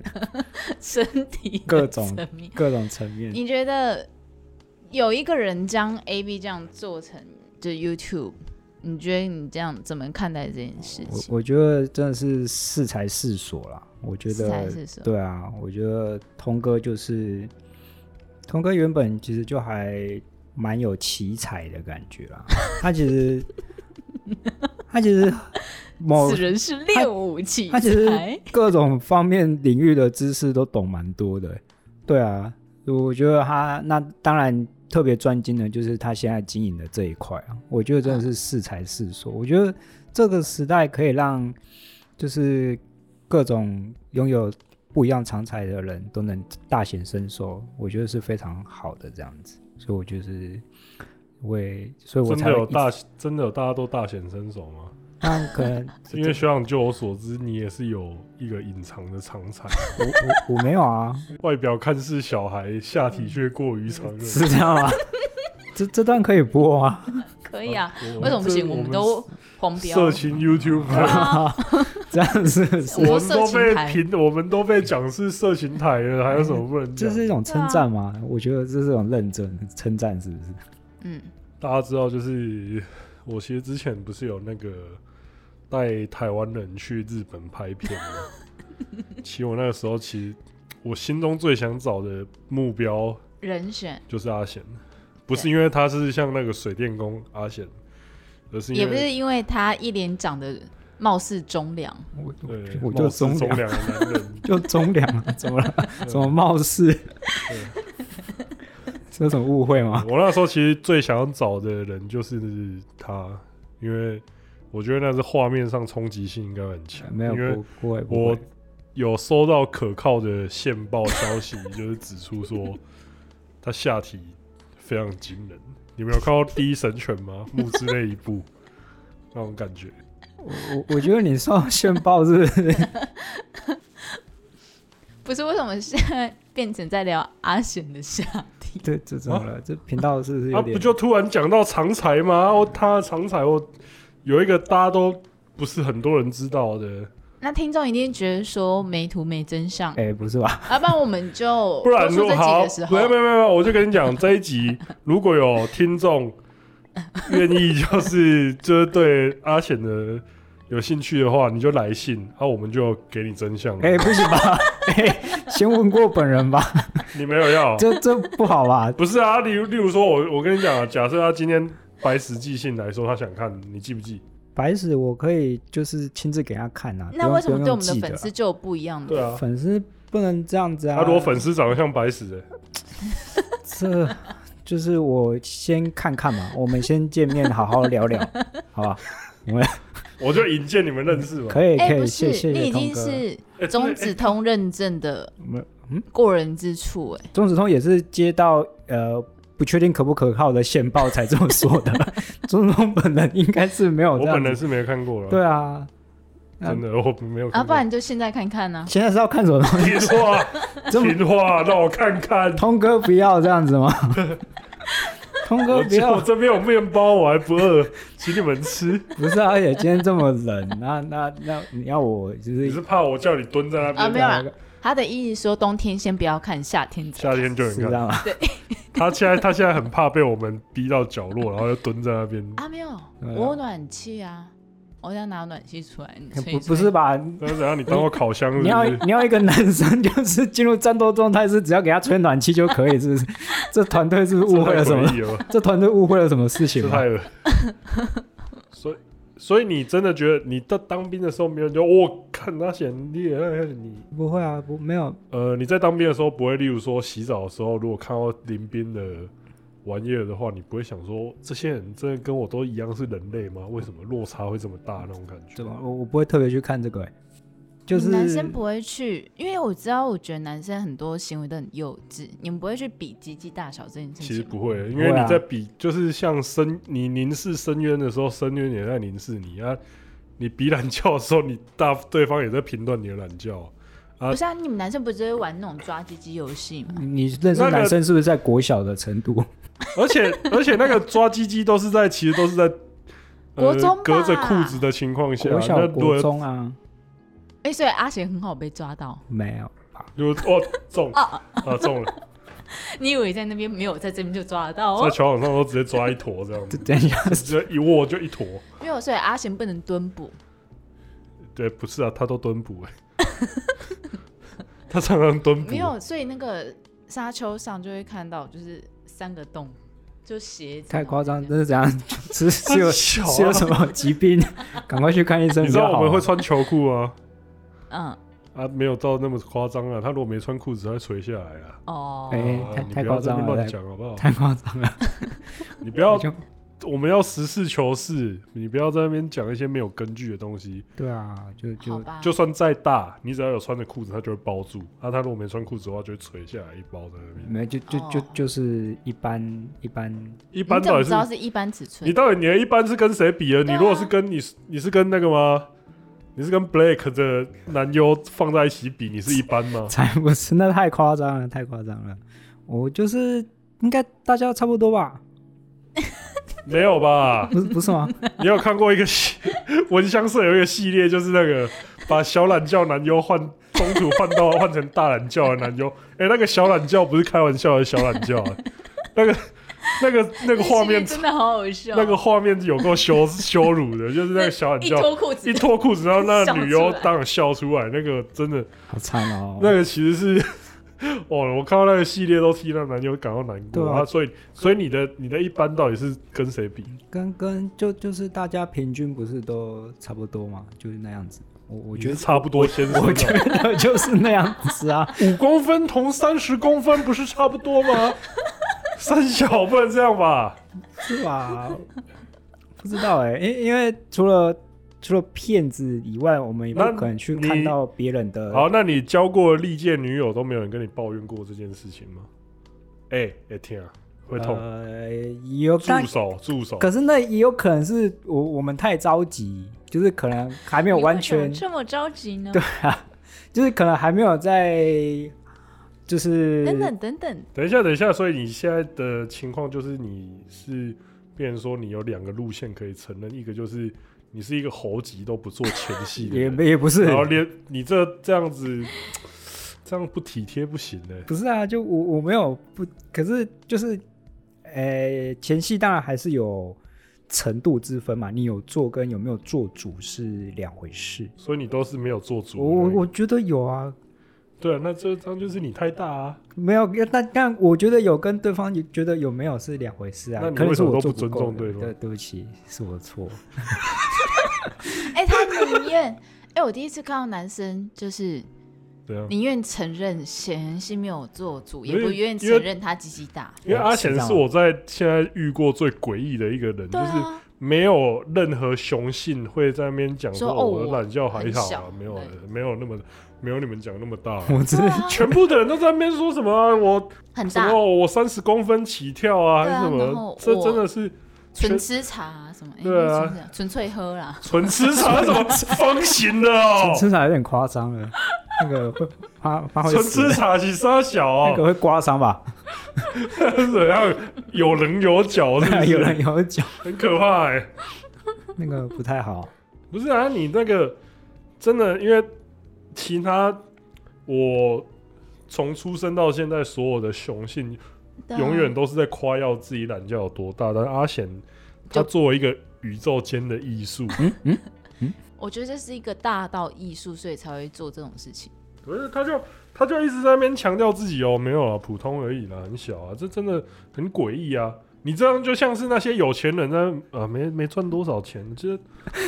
[SPEAKER 2] 身体的
[SPEAKER 3] 各种
[SPEAKER 2] 层面。
[SPEAKER 3] 各种层面。
[SPEAKER 2] 你觉得有一个人将 A B 这样做成就 YouTube，你觉得你这样怎么看待这件事
[SPEAKER 3] 我
[SPEAKER 2] 情？
[SPEAKER 3] 我觉得真的是适才适所啦。我觉
[SPEAKER 2] 是还
[SPEAKER 3] 得，
[SPEAKER 2] 是什么？
[SPEAKER 3] 对啊，我觉得通哥就是通哥原本其实就还蛮有奇才的感觉啦。他其实 他其实某
[SPEAKER 2] 此人是练武奇
[SPEAKER 3] 他其实
[SPEAKER 2] 才，
[SPEAKER 3] 各种方面领域的知识都懂蛮多的。对啊，我觉得他那当然特别专精的就是他现在经营的这一块啊，我觉得真的是适才适所。我觉得这个时代可以让就是各种拥有不一样长才的人都能大显身手，我觉得是非常好的这样子。所以我就是为，所以 我
[SPEAKER 1] 真
[SPEAKER 3] 才
[SPEAKER 1] 的
[SPEAKER 3] 会
[SPEAKER 1] 有
[SPEAKER 3] 一直
[SPEAKER 1] 大真的有大家都大显身手吗？
[SPEAKER 3] 那可能
[SPEAKER 1] 因为学长，就我所知，你也是有一个隐藏的长 才，
[SPEAKER 3] 我我没有啊，
[SPEAKER 1] 外表看似小孩，下体却过于常人。
[SPEAKER 3] 是这样吗？ 这这段可以播吗？
[SPEAKER 2] 可以啊。
[SPEAKER 1] 我
[SPEAKER 2] 为什么不
[SPEAKER 1] 这
[SPEAKER 2] 行？
[SPEAKER 1] 哦
[SPEAKER 2] 我
[SPEAKER 1] 我
[SPEAKER 2] 们都黄标，
[SPEAKER 1] 色情 YouTube，
[SPEAKER 3] 这样是不是
[SPEAKER 1] 我
[SPEAKER 2] 我们
[SPEAKER 1] 们
[SPEAKER 2] 色
[SPEAKER 1] 都
[SPEAKER 2] 情
[SPEAKER 1] 被
[SPEAKER 2] 台
[SPEAKER 1] 评，我们都被讲是色情台了，还有什么不能
[SPEAKER 3] 这
[SPEAKER 1] 讲？
[SPEAKER 3] 是一种称赞吗？我觉得这是一种认证称赞，是 不是？
[SPEAKER 2] 嗯，
[SPEAKER 1] 大家知道，就是我其实之前不是有那个带台湾人去日本拍片吗？ 其实我那个时候，其实我心中最想找的目标
[SPEAKER 2] 人选
[SPEAKER 1] 就是阿贤，不是
[SPEAKER 2] 对
[SPEAKER 1] 因为他是像那个水电工阿贤，而是
[SPEAKER 2] 也
[SPEAKER 1] 因
[SPEAKER 2] 不
[SPEAKER 1] 为
[SPEAKER 2] 是因为他一脸长得貌似忠良，
[SPEAKER 3] 我
[SPEAKER 1] 对
[SPEAKER 3] 我就
[SPEAKER 1] 貌似
[SPEAKER 3] 中
[SPEAKER 1] 中
[SPEAKER 3] 两，
[SPEAKER 1] 两的男人 嗯
[SPEAKER 3] 就中两了，怎么了？怎么冒失？这有什么误会吗？
[SPEAKER 1] 我那时候其实最想要找的人就是他，因为我觉得那是画面上冲击性应该很强，
[SPEAKER 3] 没有，
[SPEAKER 1] 因为
[SPEAKER 3] 不不会，不
[SPEAKER 1] 我
[SPEAKER 3] 会。
[SPEAKER 1] 有收到可靠的线报消息， 就是指出说他下体非常惊人。你们有看过《第一神犬》吗？木之那一部那种感觉，
[SPEAKER 3] 我我我觉得你受到炫爆是不 是？
[SPEAKER 2] 不是为什么现在变成在聊阿显的下体？
[SPEAKER 3] 对，这怎么了？这频道是不是
[SPEAKER 1] 啊，
[SPEAKER 3] 有点？
[SPEAKER 1] 不就突然讲到长才吗？我他的长才，我有一个大家都不是很多人知道的，
[SPEAKER 2] 那听众一定觉得说没图没真相，
[SPEAKER 3] 哎，不是吧？
[SPEAKER 2] 啊要、不然我们就
[SPEAKER 1] 不然
[SPEAKER 2] 多说
[SPEAKER 1] 如
[SPEAKER 2] 这
[SPEAKER 1] 果
[SPEAKER 2] 几
[SPEAKER 1] 好
[SPEAKER 2] 个时，候
[SPEAKER 1] 没有没有没有，我就跟你讲，这一集如果有听众愿意，就是就是对阿显的有兴趣的话，你就来信，然、后我们就给你真相了。
[SPEAKER 3] 哎、不行吧？ 哎，先问过本人吧，
[SPEAKER 1] 你没有要？
[SPEAKER 3] 这这不好吧？
[SPEAKER 1] 不是啊，例如例如说我我跟你讲啊，假设他今天白石寄信来说他想看，你记不记？
[SPEAKER 3] 白纸我可以就是亲自给他看啊。
[SPEAKER 2] 那
[SPEAKER 3] 不用
[SPEAKER 2] 为什么
[SPEAKER 3] 不
[SPEAKER 2] 对我
[SPEAKER 3] 用
[SPEAKER 2] 们的
[SPEAKER 3] 记
[SPEAKER 2] 粉丝
[SPEAKER 3] 啊
[SPEAKER 2] 就有不一样的？
[SPEAKER 1] 对啊，
[SPEAKER 3] 粉丝不能这样子啊？
[SPEAKER 1] 他如果粉丝长得像白石、欸，
[SPEAKER 3] 这就是我先看看嘛，我们先见面好好聊聊，好吧？
[SPEAKER 1] 我就引荐你们认识吧。
[SPEAKER 3] 可以
[SPEAKER 2] 哎、
[SPEAKER 3] 可以，
[SPEAKER 2] 不
[SPEAKER 3] 谢
[SPEAKER 2] 是，
[SPEAKER 3] 谢
[SPEAKER 2] 你
[SPEAKER 3] 谢
[SPEAKER 2] 已
[SPEAKER 3] 通
[SPEAKER 2] 经
[SPEAKER 3] 哥。
[SPEAKER 2] 是
[SPEAKER 1] 哎
[SPEAKER 2] 中
[SPEAKER 1] 真的
[SPEAKER 2] 子通认证的
[SPEAKER 3] 没有
[SPEAKER 2] 过人之处、哎，
[SPEAKER 3] 钟子通也是接到呃不确定可不可靠的线报才这么说的。 钟子通本人应该是没有
[SPEAKER 1] 我
[SPEAKER 3] 这样
[SPEAKER 1] 本
[SPEAKER 3] 子
[SPEAKER 1] 人是没看过了，
[SPEAKER 3] 对啊，
[SPEAKER 1] 真的我没
[SPEAKER 3] 嗯
[SPEAKER 1] 有
[SPEAKER 2] 啊，
[SPEAKER 1] 看
[SPEAKER 2] 不
[SPEAKER 1] 过。
[SPEAKER 2] 然你就现在看看啊呢、
[SPEAKER 3] 现在是要看什么东 西？
[SPEAKER 1] 听话，
[SPEAKER 3] 这么
[SPEAKER 1] 听话，让我看看。
[SPEAKER 3] 通哥不要这样子 吗？通哥
[SPEAKER 1] 我
[SPEAKER 3] 不
[SPEAKER 1] 这我
[SPEAKER 3] 要，
[SPEAKER 1] 这边有面包，我还不饿， 请你们吃。
[SPEAKER 3] 不是啊！而且今天这么冷，那那那你要我就
[SPEAKER 1] 你
[SPEAKER 3] 是
[SPEAKER 1] 是怕我叫你蹲在那边？
[SPEAKER 2] 啊没有啊他的意思说冬天先不要看，夏天再
[SPEAKER 1] 夏
[SPEAKER 2] 看。
[SPEAKER 1] 天就有
[SPEAKER 3] 是这
[SPEAKER 1] 人看。
[SPEAKER 3] 样啊？
[SPEAKER 1] 他现在他现在很怕被我们逼到角落，然后就蹲在那边。
[SPEAKER 2] 啊，没有，
[SPEAKER 3] 对啊
[SPEAKER 2] 我有暖气啊，我要拿暖气出来，你吹一
[SPEAKER 3] 不
[SPEAKER 2] 吹
[SPEAKER 3] 不是吧？
[SPEAKER 1] 那怎样？你当我烤箱是
[SPEAKER 3] 你
[SPEAKER 1] 不
[SPEAKER 3] 要
[SPEAKER 1] 是？
[SPEAKER 3] 你要一个男生就是进入战斗状态是只要给他吹暖气就可以，是 不是？这团队是不是误会了什
[SPEAKER 1] 这
[SPEAKER 3] 么
[SPEAKER 1] 太？诡异了吧？
[SPEAKER 3] 这团队误会了什么事情
[SPEAKER 1] 这
[SPEAKER 3] 吗？
[SPEAKER 1] 太 恶所以所以你真的觉得你到当兵的时候，没有人就我看他显厉害，你
[SPEAKER 3] 不会啊，不没有，
[SPEAKER 1] 呃你在当兵的时候不会，例如说洗澡的时候，如果看到临兵的玩意儿的话，你不会想说这些人真的跟我都一样是人类吗？为什么落差会这么大那种感觉？
[SPEAKER 3] 怎么我我不会特别去看这个、欸，就是
[SPEAKER 2] 你们男生不会去，因为我知道，我觉得男生很多行为都很幼稚，你们不会去比鸡鸡大小这件事
[SPEAKER 1] 其实
[SPEAKER 2] 情吗。
[SPEAKER 1] 不会，因
[SPEAKER 3] 不
[SPEAKER 1] 为
[SPEAKER 3] 会啊
[SPEAKER 1] 你在比，就是像深你凝视深渊的时候，深渊也在凝视你啊。你比懒觉的时候，你大对方也在评断你的懒觉啊。
[SPEAKER 2] 不是啊，你们男生不是会玩那种抓鸡鸡游戏吗？
[SPEAKER 3] 你认识
[SPEAKER 1] 那个
[SPEAKER 3] 男生是不是在国小的程度？
[SPEAKER 1] 而且而且那个抓鸡鸡都是在，其实都是在呃
[SPEAKER 2] 国中吧
[SPEAKER 1] 隔着裤子的情况下，
[SPEAKER 3] 国
[SPEAKER 1] 那
[SPEAKER 3] 小、
[SPEAKER 1] 如果
[SPEAKER 3] 国中啊，
[SPEAKER 2] 哎、所以阿贤很好被抓到。
[SPEAKER 3] 没有。
[SPEAKER 1] 如果哦 中
[SPEAKER 2] 哦
[SPEAKER 1] 啊中了，
[SPEAKER 2] 你以为在那边没有，在这边就抓得到
[SPEAKER 1] 在
[SPEAKER 2] 哦？
[SPEAKER 1] 球场上都直接抓一坨这样子，
[SPEAKER 3] 等一下，
[SPEAKER 1] 直接一握就一坨。
[SPEAKER 2] 没有，所以阿贤不能蹲捕。
[SPEAKER 1] 对，不是啊，他都蹲捕 哎、他常常蹲捕
[SPEAKER 2] 没，有，所以那个沙丘上就会看到，就是三个洞，就鞋子
[SPEAKER 3] 太夸张，
[SPEAKER 2] 然
[SPEAKER 3] 这
[SPEAKER 2] 后
[SPEAKER 3] 是怎样？ 是是有
[SPEAKER 1] 很小啊
[SPEAKER 3] 是有什么疾病？ 赶快去看医生
[SPEAKER 1] 你
[SPEAKER 3] 比
[SPEAKER 1] 知
[SPEAKER 3] 较
[SPEAKER 1] 道
[SPEAKER 3] 好
[SPEAKER 1] 我
[SPEAKER 3] 啊。
[SPEAKER 1] 们会穿球裤啊。
[SPEAKER 2] 这样嗯，
[SPEAKER 1] 啊，没有到那么夸张啊。他如果没穿裤子，他会垂下来啊。
[SPEAKER 2] 哦，
[SPEAKER 3] 哎
[SPEAKER 1] 啊
[SPEAKER 3] 太
[SPEAKER 1] 你
[SPEAKER 3] 太
[SPEAKER 1] 不要
[SPEAKER 3] 夸
[SPEAKER 1] 在那
[SPEAKER 3] 张
[SPEAKER 1] 边
[SPEAKER 3] 了
[SPEAKER 1] 乱
[SPEAKER 3] 太
[SPEAKER 1] 讲好不好？
[SPEAKER 3] 太夸张了，
[SPEAKER 1] 你不要
[SPEAKER 3] 我，就
[SPEAKER 1] 我们要实事求是，你不要在那边讲一些没有根据的东西。
[SPEAKER 3] 对啊，就
[SPEAKER 2] 好
[SPEAKER 3] 就
[SPEAKER 2] 吧，
[SPEAKER 1] 就算再大，你只要有穿着裤子，它就会包住。啊，他如果没穿裤子的话，就会垂下来一包在那边。
[SPEAKER 3] 没有就就就
[SPEAKER 2] 哦
[SPEAKER 3] 就是一般一般，？
[SPEAKER 1] 一
[SPEAKER 2] 一
[SPEAKER 1] 般
[SPEAKER 2] 怎
[SPEAKER 1] 到
[SPEAKER 2] 么
[SPEAKER 1] 底
[SPEAKER 2] 知
[SPEAKER 1] 是
[SPEAKER 2] 道是一般尺
[SPEAKER 1] 你
[SPEAKER 2] 寸？
[SPEAKER 1] 到底你的一般是跟谁比的？你
[SPEAKER 2] 对啊
[SPEAKER 1] 如果是跟你是你是跟那个吗？你是跟 Blake 的男优放在一起比，你是一般 吗
[SPEAKER 3] 才不是，那太夸张了，太夸张了。我就是应该大家差不多吧？
[SPEAKER 1] 没有吧？
[SPEAKER 3] 不是 不是吗？
[SPEAKER 1] 你有看过一个系闻香社有一个系列，就是那个把小懒觉男优换中途换到换成大懒觉的男优。 哎、那个小懒觉不是开玩笑的小懒觉、 啊，那个那个那个画面
[SPEAKER 2] 那系列，真的好好笑，
[SPEAKER 1] 那个画面有够羞羞辱的，就是那个小懒
[SPEAKER 2] 一
[SPEAKER 1] 觉。
[SPEAKER 2] 脱裤子
[SPEAKER 1] 一脱裤子，然后那个
[SPEAKER 2] 笑出来
[SPEAKER 1] 女优当场笑出来，那个真的，
[SPEAKER 3] 好惨哦。
[SPEAKER 1] 那个其实是，哇！我看到那个系列都替那男优感到难过
[SPEAKER 3] 对啊
[SPEAKER 1] 所以，所以你的你的一般到底是跟谁比？
[SPEAKER 3] 跟跟就就是大家平均不是都差不多吗？就是那样子。我我
[SPEAKER 1] 我
[SPEAKER 3] 觉得
[SPEAKER 1] 差不多先生啊，
[SPEAKER 3] 我觉得就是那样子啊。
[SPEAKER 1] 五公分同三十公分不是差不多吗？三小不能这样吧？
[SPEAKER 3] 是吧？ 不知道哎、因因为除了除了骗子以外，我们也不
[SPEAKER 1] 那
[SPEAKER 3] 可能去
[SPEAKER 1] 你
[SPEAKER 3] 看到别人的。
[SPEAKER 1] 好，那你交过历届女友都没有人跟你抱怨过这件事情吗？哎、哎、天啊，会痛！
[SPEAKER 3] 呃，也有但
[SPEAKER 1] 助手，助手，
[SPEAKER 3] 可是那也有可能是我我们太着急，就是可能还没有完
[SPEAKER 2] 你为什
[SPEAKER 3] 全
[SPEAKER 2] 么，这么着急呢？
[SPEAKER 3] 就是可能还没有在，就是
[SPEAKER 2] 等等等等，
[SPEAKER 1] 等一下，等一下，所以你现在的情况就是你是，变成说你有两个路线可以承认，一个就是你是一个猴急都不做前戏的
[SPEAKER 3] 也
[SPEAKER 1] 人，
[SPEAKER 3] 没也不是
[SPEAKER 1] 然后连你这这样子，这样不体贴不行欸的、
[SPEAKER 3] 不是啊，就我我没有不，可是就是，呃、前戏当然还是有程度之分嘛，你有做跟有没有做主是两回事。
[SPEAKER 1] 所以你都是没有做足的
[SPEAKER 3] 我
[SPEAKER 1] 那
[SPEAKER 3] 我
[SPEAKER 1] 个。
[SPEAKER 3] 我觉得有啊，
[SPEAKER 1] 对啊，那这张就是你太大啊。
[SPEAKER 3] 没有，但但我觉得有跟对方有觉得有没有是两回事啊
[SPEAKER 1] 那，你
[SPEAKER 3] 可能
[SPEAKER 1] 为
[SPEAKER 3] 是
[SPEAKER 1] 什么
[SPEAKER 3] 我
[SPEAKER 1] 都
[SPEAKER 3] 做
[SPEAKER 1] 不尊
[SPEAKER 3] 够
[SPEAKER 1] 重
[SPEAKER 3] 的
[SPEAKER 1] 对方
[SPEAKER 3] 对，对不起，是我的错。
[SPEAKER 2] 哎、他宁愿，哎、我第一次看到男生就是
[SPEAKER 1] 对啊，
[SPEAKER 2] 宁愿承认显然性没有做主，也
[SPEAKER 1] 因为
[SPEAKER 2] 不愿意
[SPEAKER 1] 因为
[SPEAKER 2] 承认他鸡鸡大。
[SPEAKER 1] 因为阿贤
[SPEAKER 3] 是这样
[SPEAKER 1] 是我在现在遇过最诡异的一个人，就
[SPEAKER 2] 对
[SPEAKER 1] 是
[SPEAKER 2] 啊，
[SPEAKER 1] 没有任何雄性会在那边讲
[SPEAKER 2] 说哦
[SPEAKER 1] 说我的
[SPEAKER 2] 我
[SPEAKER 1] 懒觉还
[SPEAKER 2] 很
[SPEAKER 1] 好啊
[SPEAKER 2] 小，
[SPEAKER 1] 没有
[SPEAKER 2] 对
[SPEAKER 1] 没有那么没有你们讲那么大啊、
[SPEAKER 3] 我真
[SPEAKER 2] 对
[SPEAKER 3] 的
[SPEAKER 2] 啊，
[SPEAKER 1] 全部的人都在那边 说什么啊我
[SPEAKER 2] 很
[SPEAKER 1] 什
[SPEAKER 2] 大
[SPEAKER 1] 么，我三十公分起跳啊，还
[SPEAKER 2] 对啊
[SPEAKER 1] 是什
[SPEAKER 2] 然后
[SPEAKER 1] 么？这
[SPEAKER 2] 我
[SPEAKER 1] 真的是
[SPEAKER 2] 纯
[SPEAKER 1] 全
[SPEAKER 2] 吃茶、啊、什么，哎、
[SPEAKER 1] 对啊
[SPEAKER 2] 不是纯吃茶纯粹喝啦。
[SPEAKER 1] 纯吃茶 什么方形的哦
[SPEAKER 3] 纯，吃茶有点夸张了，那个会怕怕会
[SPEAKER 1] 纯
[SPEAKER 3] 死
[SPEAKER 1] 吃茶是沙小
[SPEAKER 3] 那
[SPEAKER 1] 哦，
[SPEAKER 3] 个会刮伤吧？
[SPEAKER 1] 然后有棱有角，是不是
[SPEAKER 3] 有人有脚，
[SPEAKER 1] 很可怕哎、
[SPEAKER 3] 那个不太好。
[SPEAKER 1] 不是啊，你那个真的，因为其他我从出生到现在所有的雄性，
[SPEAKER 2] 对 啊
[SPEAKER 1] 永远都是在夸耀自己懒觉有多大，但阿贤他
[SPEAKER 2] 就
[SPEAKER 1] 作为一个宇宙间的艺术，
[SPEAKER 2] 啊我觉得这是一个大到艺术，所以才会做这种事情。
[SPEAKER 1] 可是他就他就一直在那边强调自己哦，没有啊，普通而已啦，很小啊，这真的很诡异啊。你这样就像是那些有钱人在啊，没没赚多少钱，就是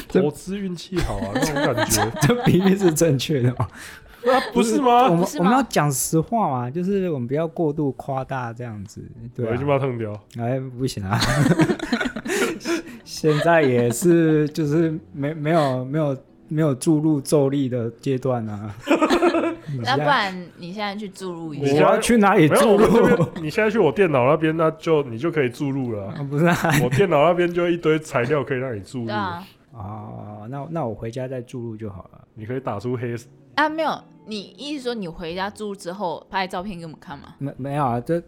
[SPEAKER 3] 这
[SPEAKER 1] 投资运气好啊那种感 觉，
[SPEAKER 3] 这比喻是正确的吗？
[SPEAKER 1] 啊不是
[SPEAKER 3] 我
[SPEAKER 1] 吗？
[SPEAKER 3] 们
[SPEAKER 2] 不是
[SPEAKER 3] 我
[SPEAKER 2] 吗
[SPEAKER 3] 们要讲实话嘛，就是我们不要过度夸大这样子，对
[SPEAKER 1] 我
[SPEAKER 3] 啊
[SPEAKER 1] 就，把它烫掉。
[SPEAKER 3] 哎，不行啊， 现在也是就是没没有没有没有注入咒力的阶段啊，你
[SPEAKER 2] 那
[SPEAKER 3] 现
[SPEAKER 2] 不
[SPEAKER 3] 在
[SPEAKER 2] 然你现在去注入一
[SPEAKER 1] 你
[SPEAKER 3] 我
[SPEAKER 1] 现
[SPEAKER 2] 下，
[SPEAKER 1] 在
[SPEAKER 3] 要去哪里
[SPEAKER 1] 没有，
[SPEAKER 3] 注
[SPEAKER 1] 我们这
[SPEAKER 3] 入？
[SPEAKER 1] 边你现在去我电脑那边，那就你就可以注入了啊、
[SPEAKER 3] 啊不是啊，
[SPEAKER 1] 我电脑那边就一堆材料可以让你注入
[SPEAKER 2] 对，啊，
[SPEAKER 3] 哦，那那我回家再注入就好了。
[SPEAKER 1] 你可以打出黑。哎
[SPEAKER 2] 啊没有，你意思说你回家注入之后拍照片给我们看吗？
[SPEAKER 3] 没没有啊，这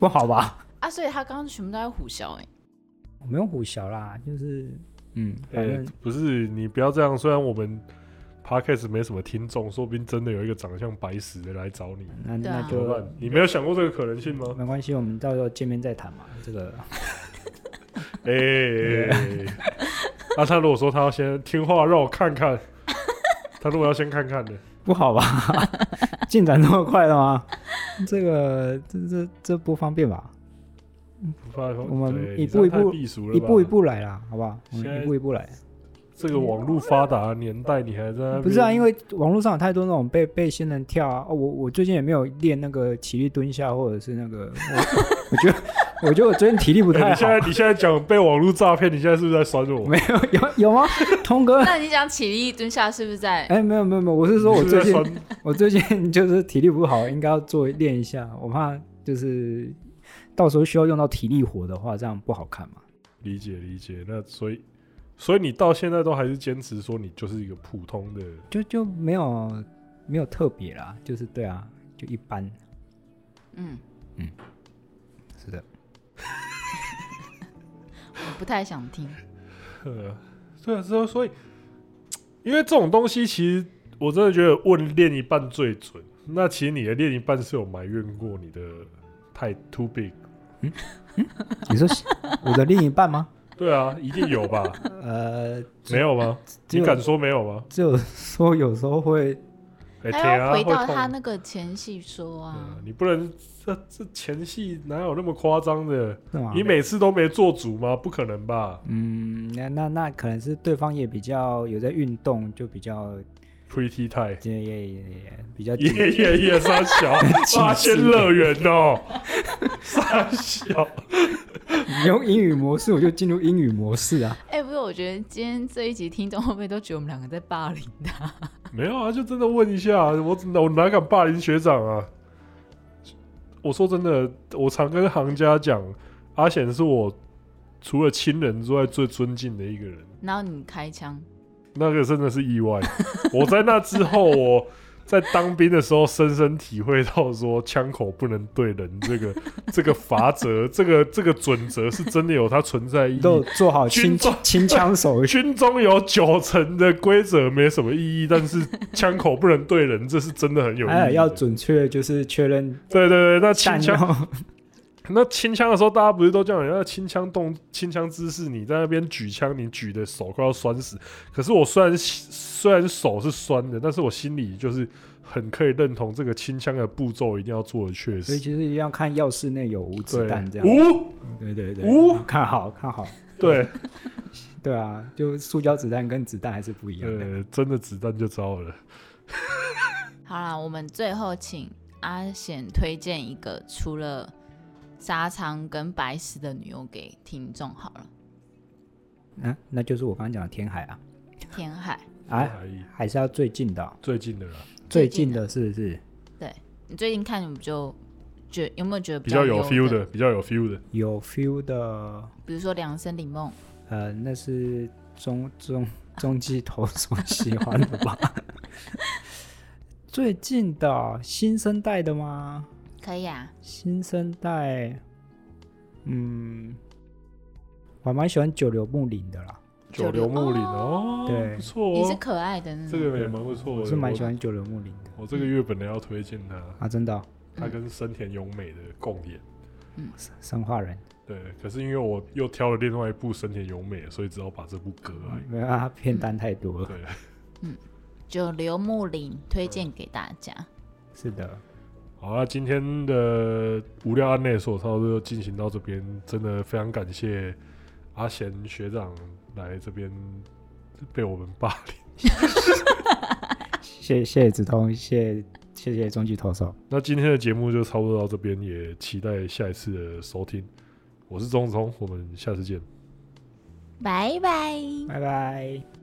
[SPEAKER 3] 不好吧？
[SPEAKER 2] 啊，所以他刚刚全部都在虎 啸哎、
[SPEAKER 3] 我没有虎小啦，就是嗯，
[SPEAKER 1] 呃
[SPEAKER 3] 反正、
[SPEAKER 1] 不是，你不要这样。虽然我们 podcast 没什么听众，说不定真的有一个长得像白石的来找你，
[SPEAKER 3] 那
[SPEAKER 2] 对啊
[SPEAKER 3] 那
[SPEAKER 1] 怎么
[SPEAKER 3] 就
[SPEAKER 1] 办？你没有想过这个可能性吗？
[SPEAKER 3] 没关系，我们到时候见面再谈嘛。这个
[SPEAKER 1] 哎、 那、他如果说他要先听话，让我看 看。他如果要先看看的，
[SPEAKER 3] 不好吧？ 进展这么快了吗？这个这这这不方便吧？
[SPEAKER 1] 不怕
[SPEAKER 3] 我们
[SPEAKER 1] 对
[SPEAKER 3] 一步一
[SPEAKER 1] 这样太
[SPEAKER 3] 步
[SPEAKER 1] 避俗了吧
[SPEAKER 3] 一步一。步来啦，好不好？我
[SPEAKER 1] 现在
[SPEAKER 3] 们一步一步来。
[SPEAKER 1] 这个网络发达的年代，你还在那边哎
[SPEAKER 3] 不是啊，因为网络上有太多那种被被仙人跳啊，哦、我我最近也没有练那个起立蹲下，或者是那个，我 我觉得我觉得我最近体力不
[SPEAKER 1] 哎
[SPEAKER 3] 太
[SPEAKER 1] 你 现
[SPEAKER 3] 好。
[SPEAKER 1] 在你现在讲被网络诈骗，你现在是不是在酸我？
[SPEAKER 3] 没有有有吗？通哥，
[SPEAKER 2] 那你讲起立蹲下是不是在？
[SPEAKER 3] 哎、没有没有没有，我是
[SPEAKER 1] 你是
[SPEAKER 3] 说我
[SPEAKER 1] 不
[SPEAKER 3] 最
[SPEAKER 1] 是在
[SPEAKER 3] 近
[SPEAKER 1] 酸
[SPEAKER 3] 我最近就是体力不好，应该要做练一下，我怕就是到时候需要用到体力活的话，这样不好看嘛。
[SPEAKER 1] 理解理解。那所以所以你到现在都还是坚持说你就是一个普通的，
[SPEAKER 3] 就就没有没有特别啦，就是对啊，就一般。
[SPEAKER 2] 嗯，
[SPEAKER 3] 是的，
[SPEAKER 2] 我不太想听。
[SPEAKER 1] 呃，对啊，所以所以因为这种东西，其实我真的觉得问练一半最准。那其实你的练一半是有埋怨过你的太 too big，
[SPEAKER 3] 你说我的另一半吗？
[SPEAKER 1] 对啊，一定有吧？
[SPEAKER 3] 呃，
[SPEAKER 1] 没有吗？
[SPEAKER 3] 只
[SPEAKER 1] 你
[SPEAKER 3] 有
[SPEAKER 1] 敢说没有吗？
[SPEAKER 3] 只有说有时候会，
[SPEAKER 1] 哎、
[SPEAKER 2] 他
[SPEAKER 1] 舔啊，
[SPEAKER 2] 要回
[SPEAKER 1] 会
[SPEAKER 2] 到
[SPEAKER 1] 痛
[SPEAKER 2] 他那个前戏说
[SPEAKER 1] 对啊
[SPEAKER 2] 啊，
[SPEAKER 1] 你不能这这前戏哪有那么夸张的？
[SPEAKER 3] 是吗
[SPEAKER 1] 你每次都没做足吗？不可能吧
[SPEAKER 3] 嗯，那那那可能是对方也比较有在运动，就比较
[SPEAKER 1] ？Pretty tight。
[SPEAKER 3] 也也也也比较
[SPEAKER 1] 耶耶耶！傻小，八仙乐园哦，傻小，
[SPEAKER 3] 你用英语模式，我就进入英语模式 啊。
[SPEAKER 2] 哎、不是，我觉得今天这一集听众会不会都觉得我们两个在霸凌他？
[SPEAKER 1] 没有啊，就真的问一下，我我哪敢霸凌学长啊？我说真的，我常跟行家讲，阿显是我除了亲人之外最尊敬的一个人，
[SPEAKER 2] 然后你开枪，
[SPEAKER 1] 那个真的是意外。我在那之后，我在当兵的时候深深体会到说，枪口不能对人这个这个法则，这个这个准则是真的有它存在意义。
[SPEAKER 3] 都有做好
[SPEAKER 1] 军
[SPEAKER 3] 清
[SPEAKER 1] 中
[SPEAKER 3] 清枪手续，
[SPEAKER 1] 军中有九成的规则没什么意义，但是枪口不能
[SPEAKER 3] 哎
[SPEAKER 1] 对人，这是真的很有意义
[SPEAKER 3] 还
[SPEAKER 1] 的。
[SPEAKER 3] 有要准确，就是确认
[SPEAKER 1] 对对对，那清
[SPEAKER 3] 弹
[SPEAKER 1] 枪
[SPEAKER 3] 药
[SPEAKER 1] 那清枪的时候，大家不是都叫你要清枪动清枪姿势？你在那边举枪，你举的手快要酸死。可是我虽然虽然手是酸的，但是我心里就是很可以认同这个清枪的步骤一定要做的确
[SPEAKER 3] 所
[SPEAKER 1] 实。
[SPEAKER 3] 以其实一定要看药室内有无子弹这
[SPEAKER 1] 对，
[SPEAKER 3] 样。
[SPEAKER 1] 五
[SPEAKER 3] 对对对，
[SPEAKER 1] 五
[SPEAKER 3] 看好看好，
[SPEAKER 1] 对
[SPEAKER 3] 对啊，就塑胶子弹跟子弹还是不一样的。
[SPEAKER 1] 呃，真的子弹就糟了。
[SPEAKER 2] 好啦，我们最后请阿显推荐一个除了沙仓跟白石的女优给听众好了，
[SPEAKER 3] 啊，那就是我刚刚讲的天海啊，
[SPEAKER 2] 天海，
[SPEAKER 3] 啊，
[SPEAKER 1] 哎
[SPEAKER 3] 还是要最近的哦、
[SPEAKER 1] 最近的啦，
[SPEAKER 3] 最
[SPEAKER 2] 最
[SPEAKER 3] 近
[SPEAKER 2] 近
[SPEAKER 3] 的
[SPEAKER 2] 的
[SPEAKER 3] 是不是
[SPEAKER 2] 你最近看你们就觉有没有觉得
[SPEAKER 1] 比较有
[SPEAKER 2] 有
[SPEAKER 1] feel
[SPEAKER 2] 的？
[SPEAKER 1] 的，比较有 feel 的。
[SPEAKER 3] 有 feel 的？
[SPEAKER 2] 比如说《梁生李梦
[SPEAKER 3] 呃，那是中中中继 头所喜欢的吧？ 最近的哦新生代的吗？》，
[SPEAKER 2] 可以啊，
[SPEAKER 3] 新生代，嗯，我还蛮喜欢九流木林的啦，
[SPEAKER 1] 九
[SPEAKER 2] 九
[SPEAKER 1] 流
[SPEAKER 2] 流
[SPEAKER 1] 木林哦，
[SPEAKER 2] 哦
[SPEAKER 3] 对
[SPEAKER 1] 不错
[SPEAKER 2] 你是
[SPEAKER 1] 哦，
[SPEAKER 2] 可爱的那
[SPEAKER 1] 这
[SPEAKER 2] 种，
[SPEAKER 1] 个也蛮不错的。
[SPEAKER 3] 我是蛮喜欢九流木林的
[SPEAKER 1] 我。我这个月本来要推荐他，
[SPEAKER 3] 啊，真的哦、
[SPEAKER 1] 他跟森田勇美的共演。
[SPEAKER 3] 生生化人
[SPEAKER 1] 对，可是因为我又挑了另外一部森田勇美，所以只好把这部割爱。
[SPEAKER 3] 没有啊，他片单太多了。
[SPEAKER 1] 对，
[SPEAKER 2] 九流木林推荐给大家。
[SPEAKER 3] 是的，
[SPEAKER 1] 好那今天的无聊案内所差不多就进行到这边，真的非常感谢阿贤学长来这边被我们霸凌。
[SPEAKER 3] 谢谢子通，谢谢谢中继投手，
[SPEAKER 1] 那今天的节目就差不多到这边，也期待下一次的收听。我是钟子通，我们下次见。
[SPEAKER 2] 拜拜。
[SPEAKER 3] 拜拜。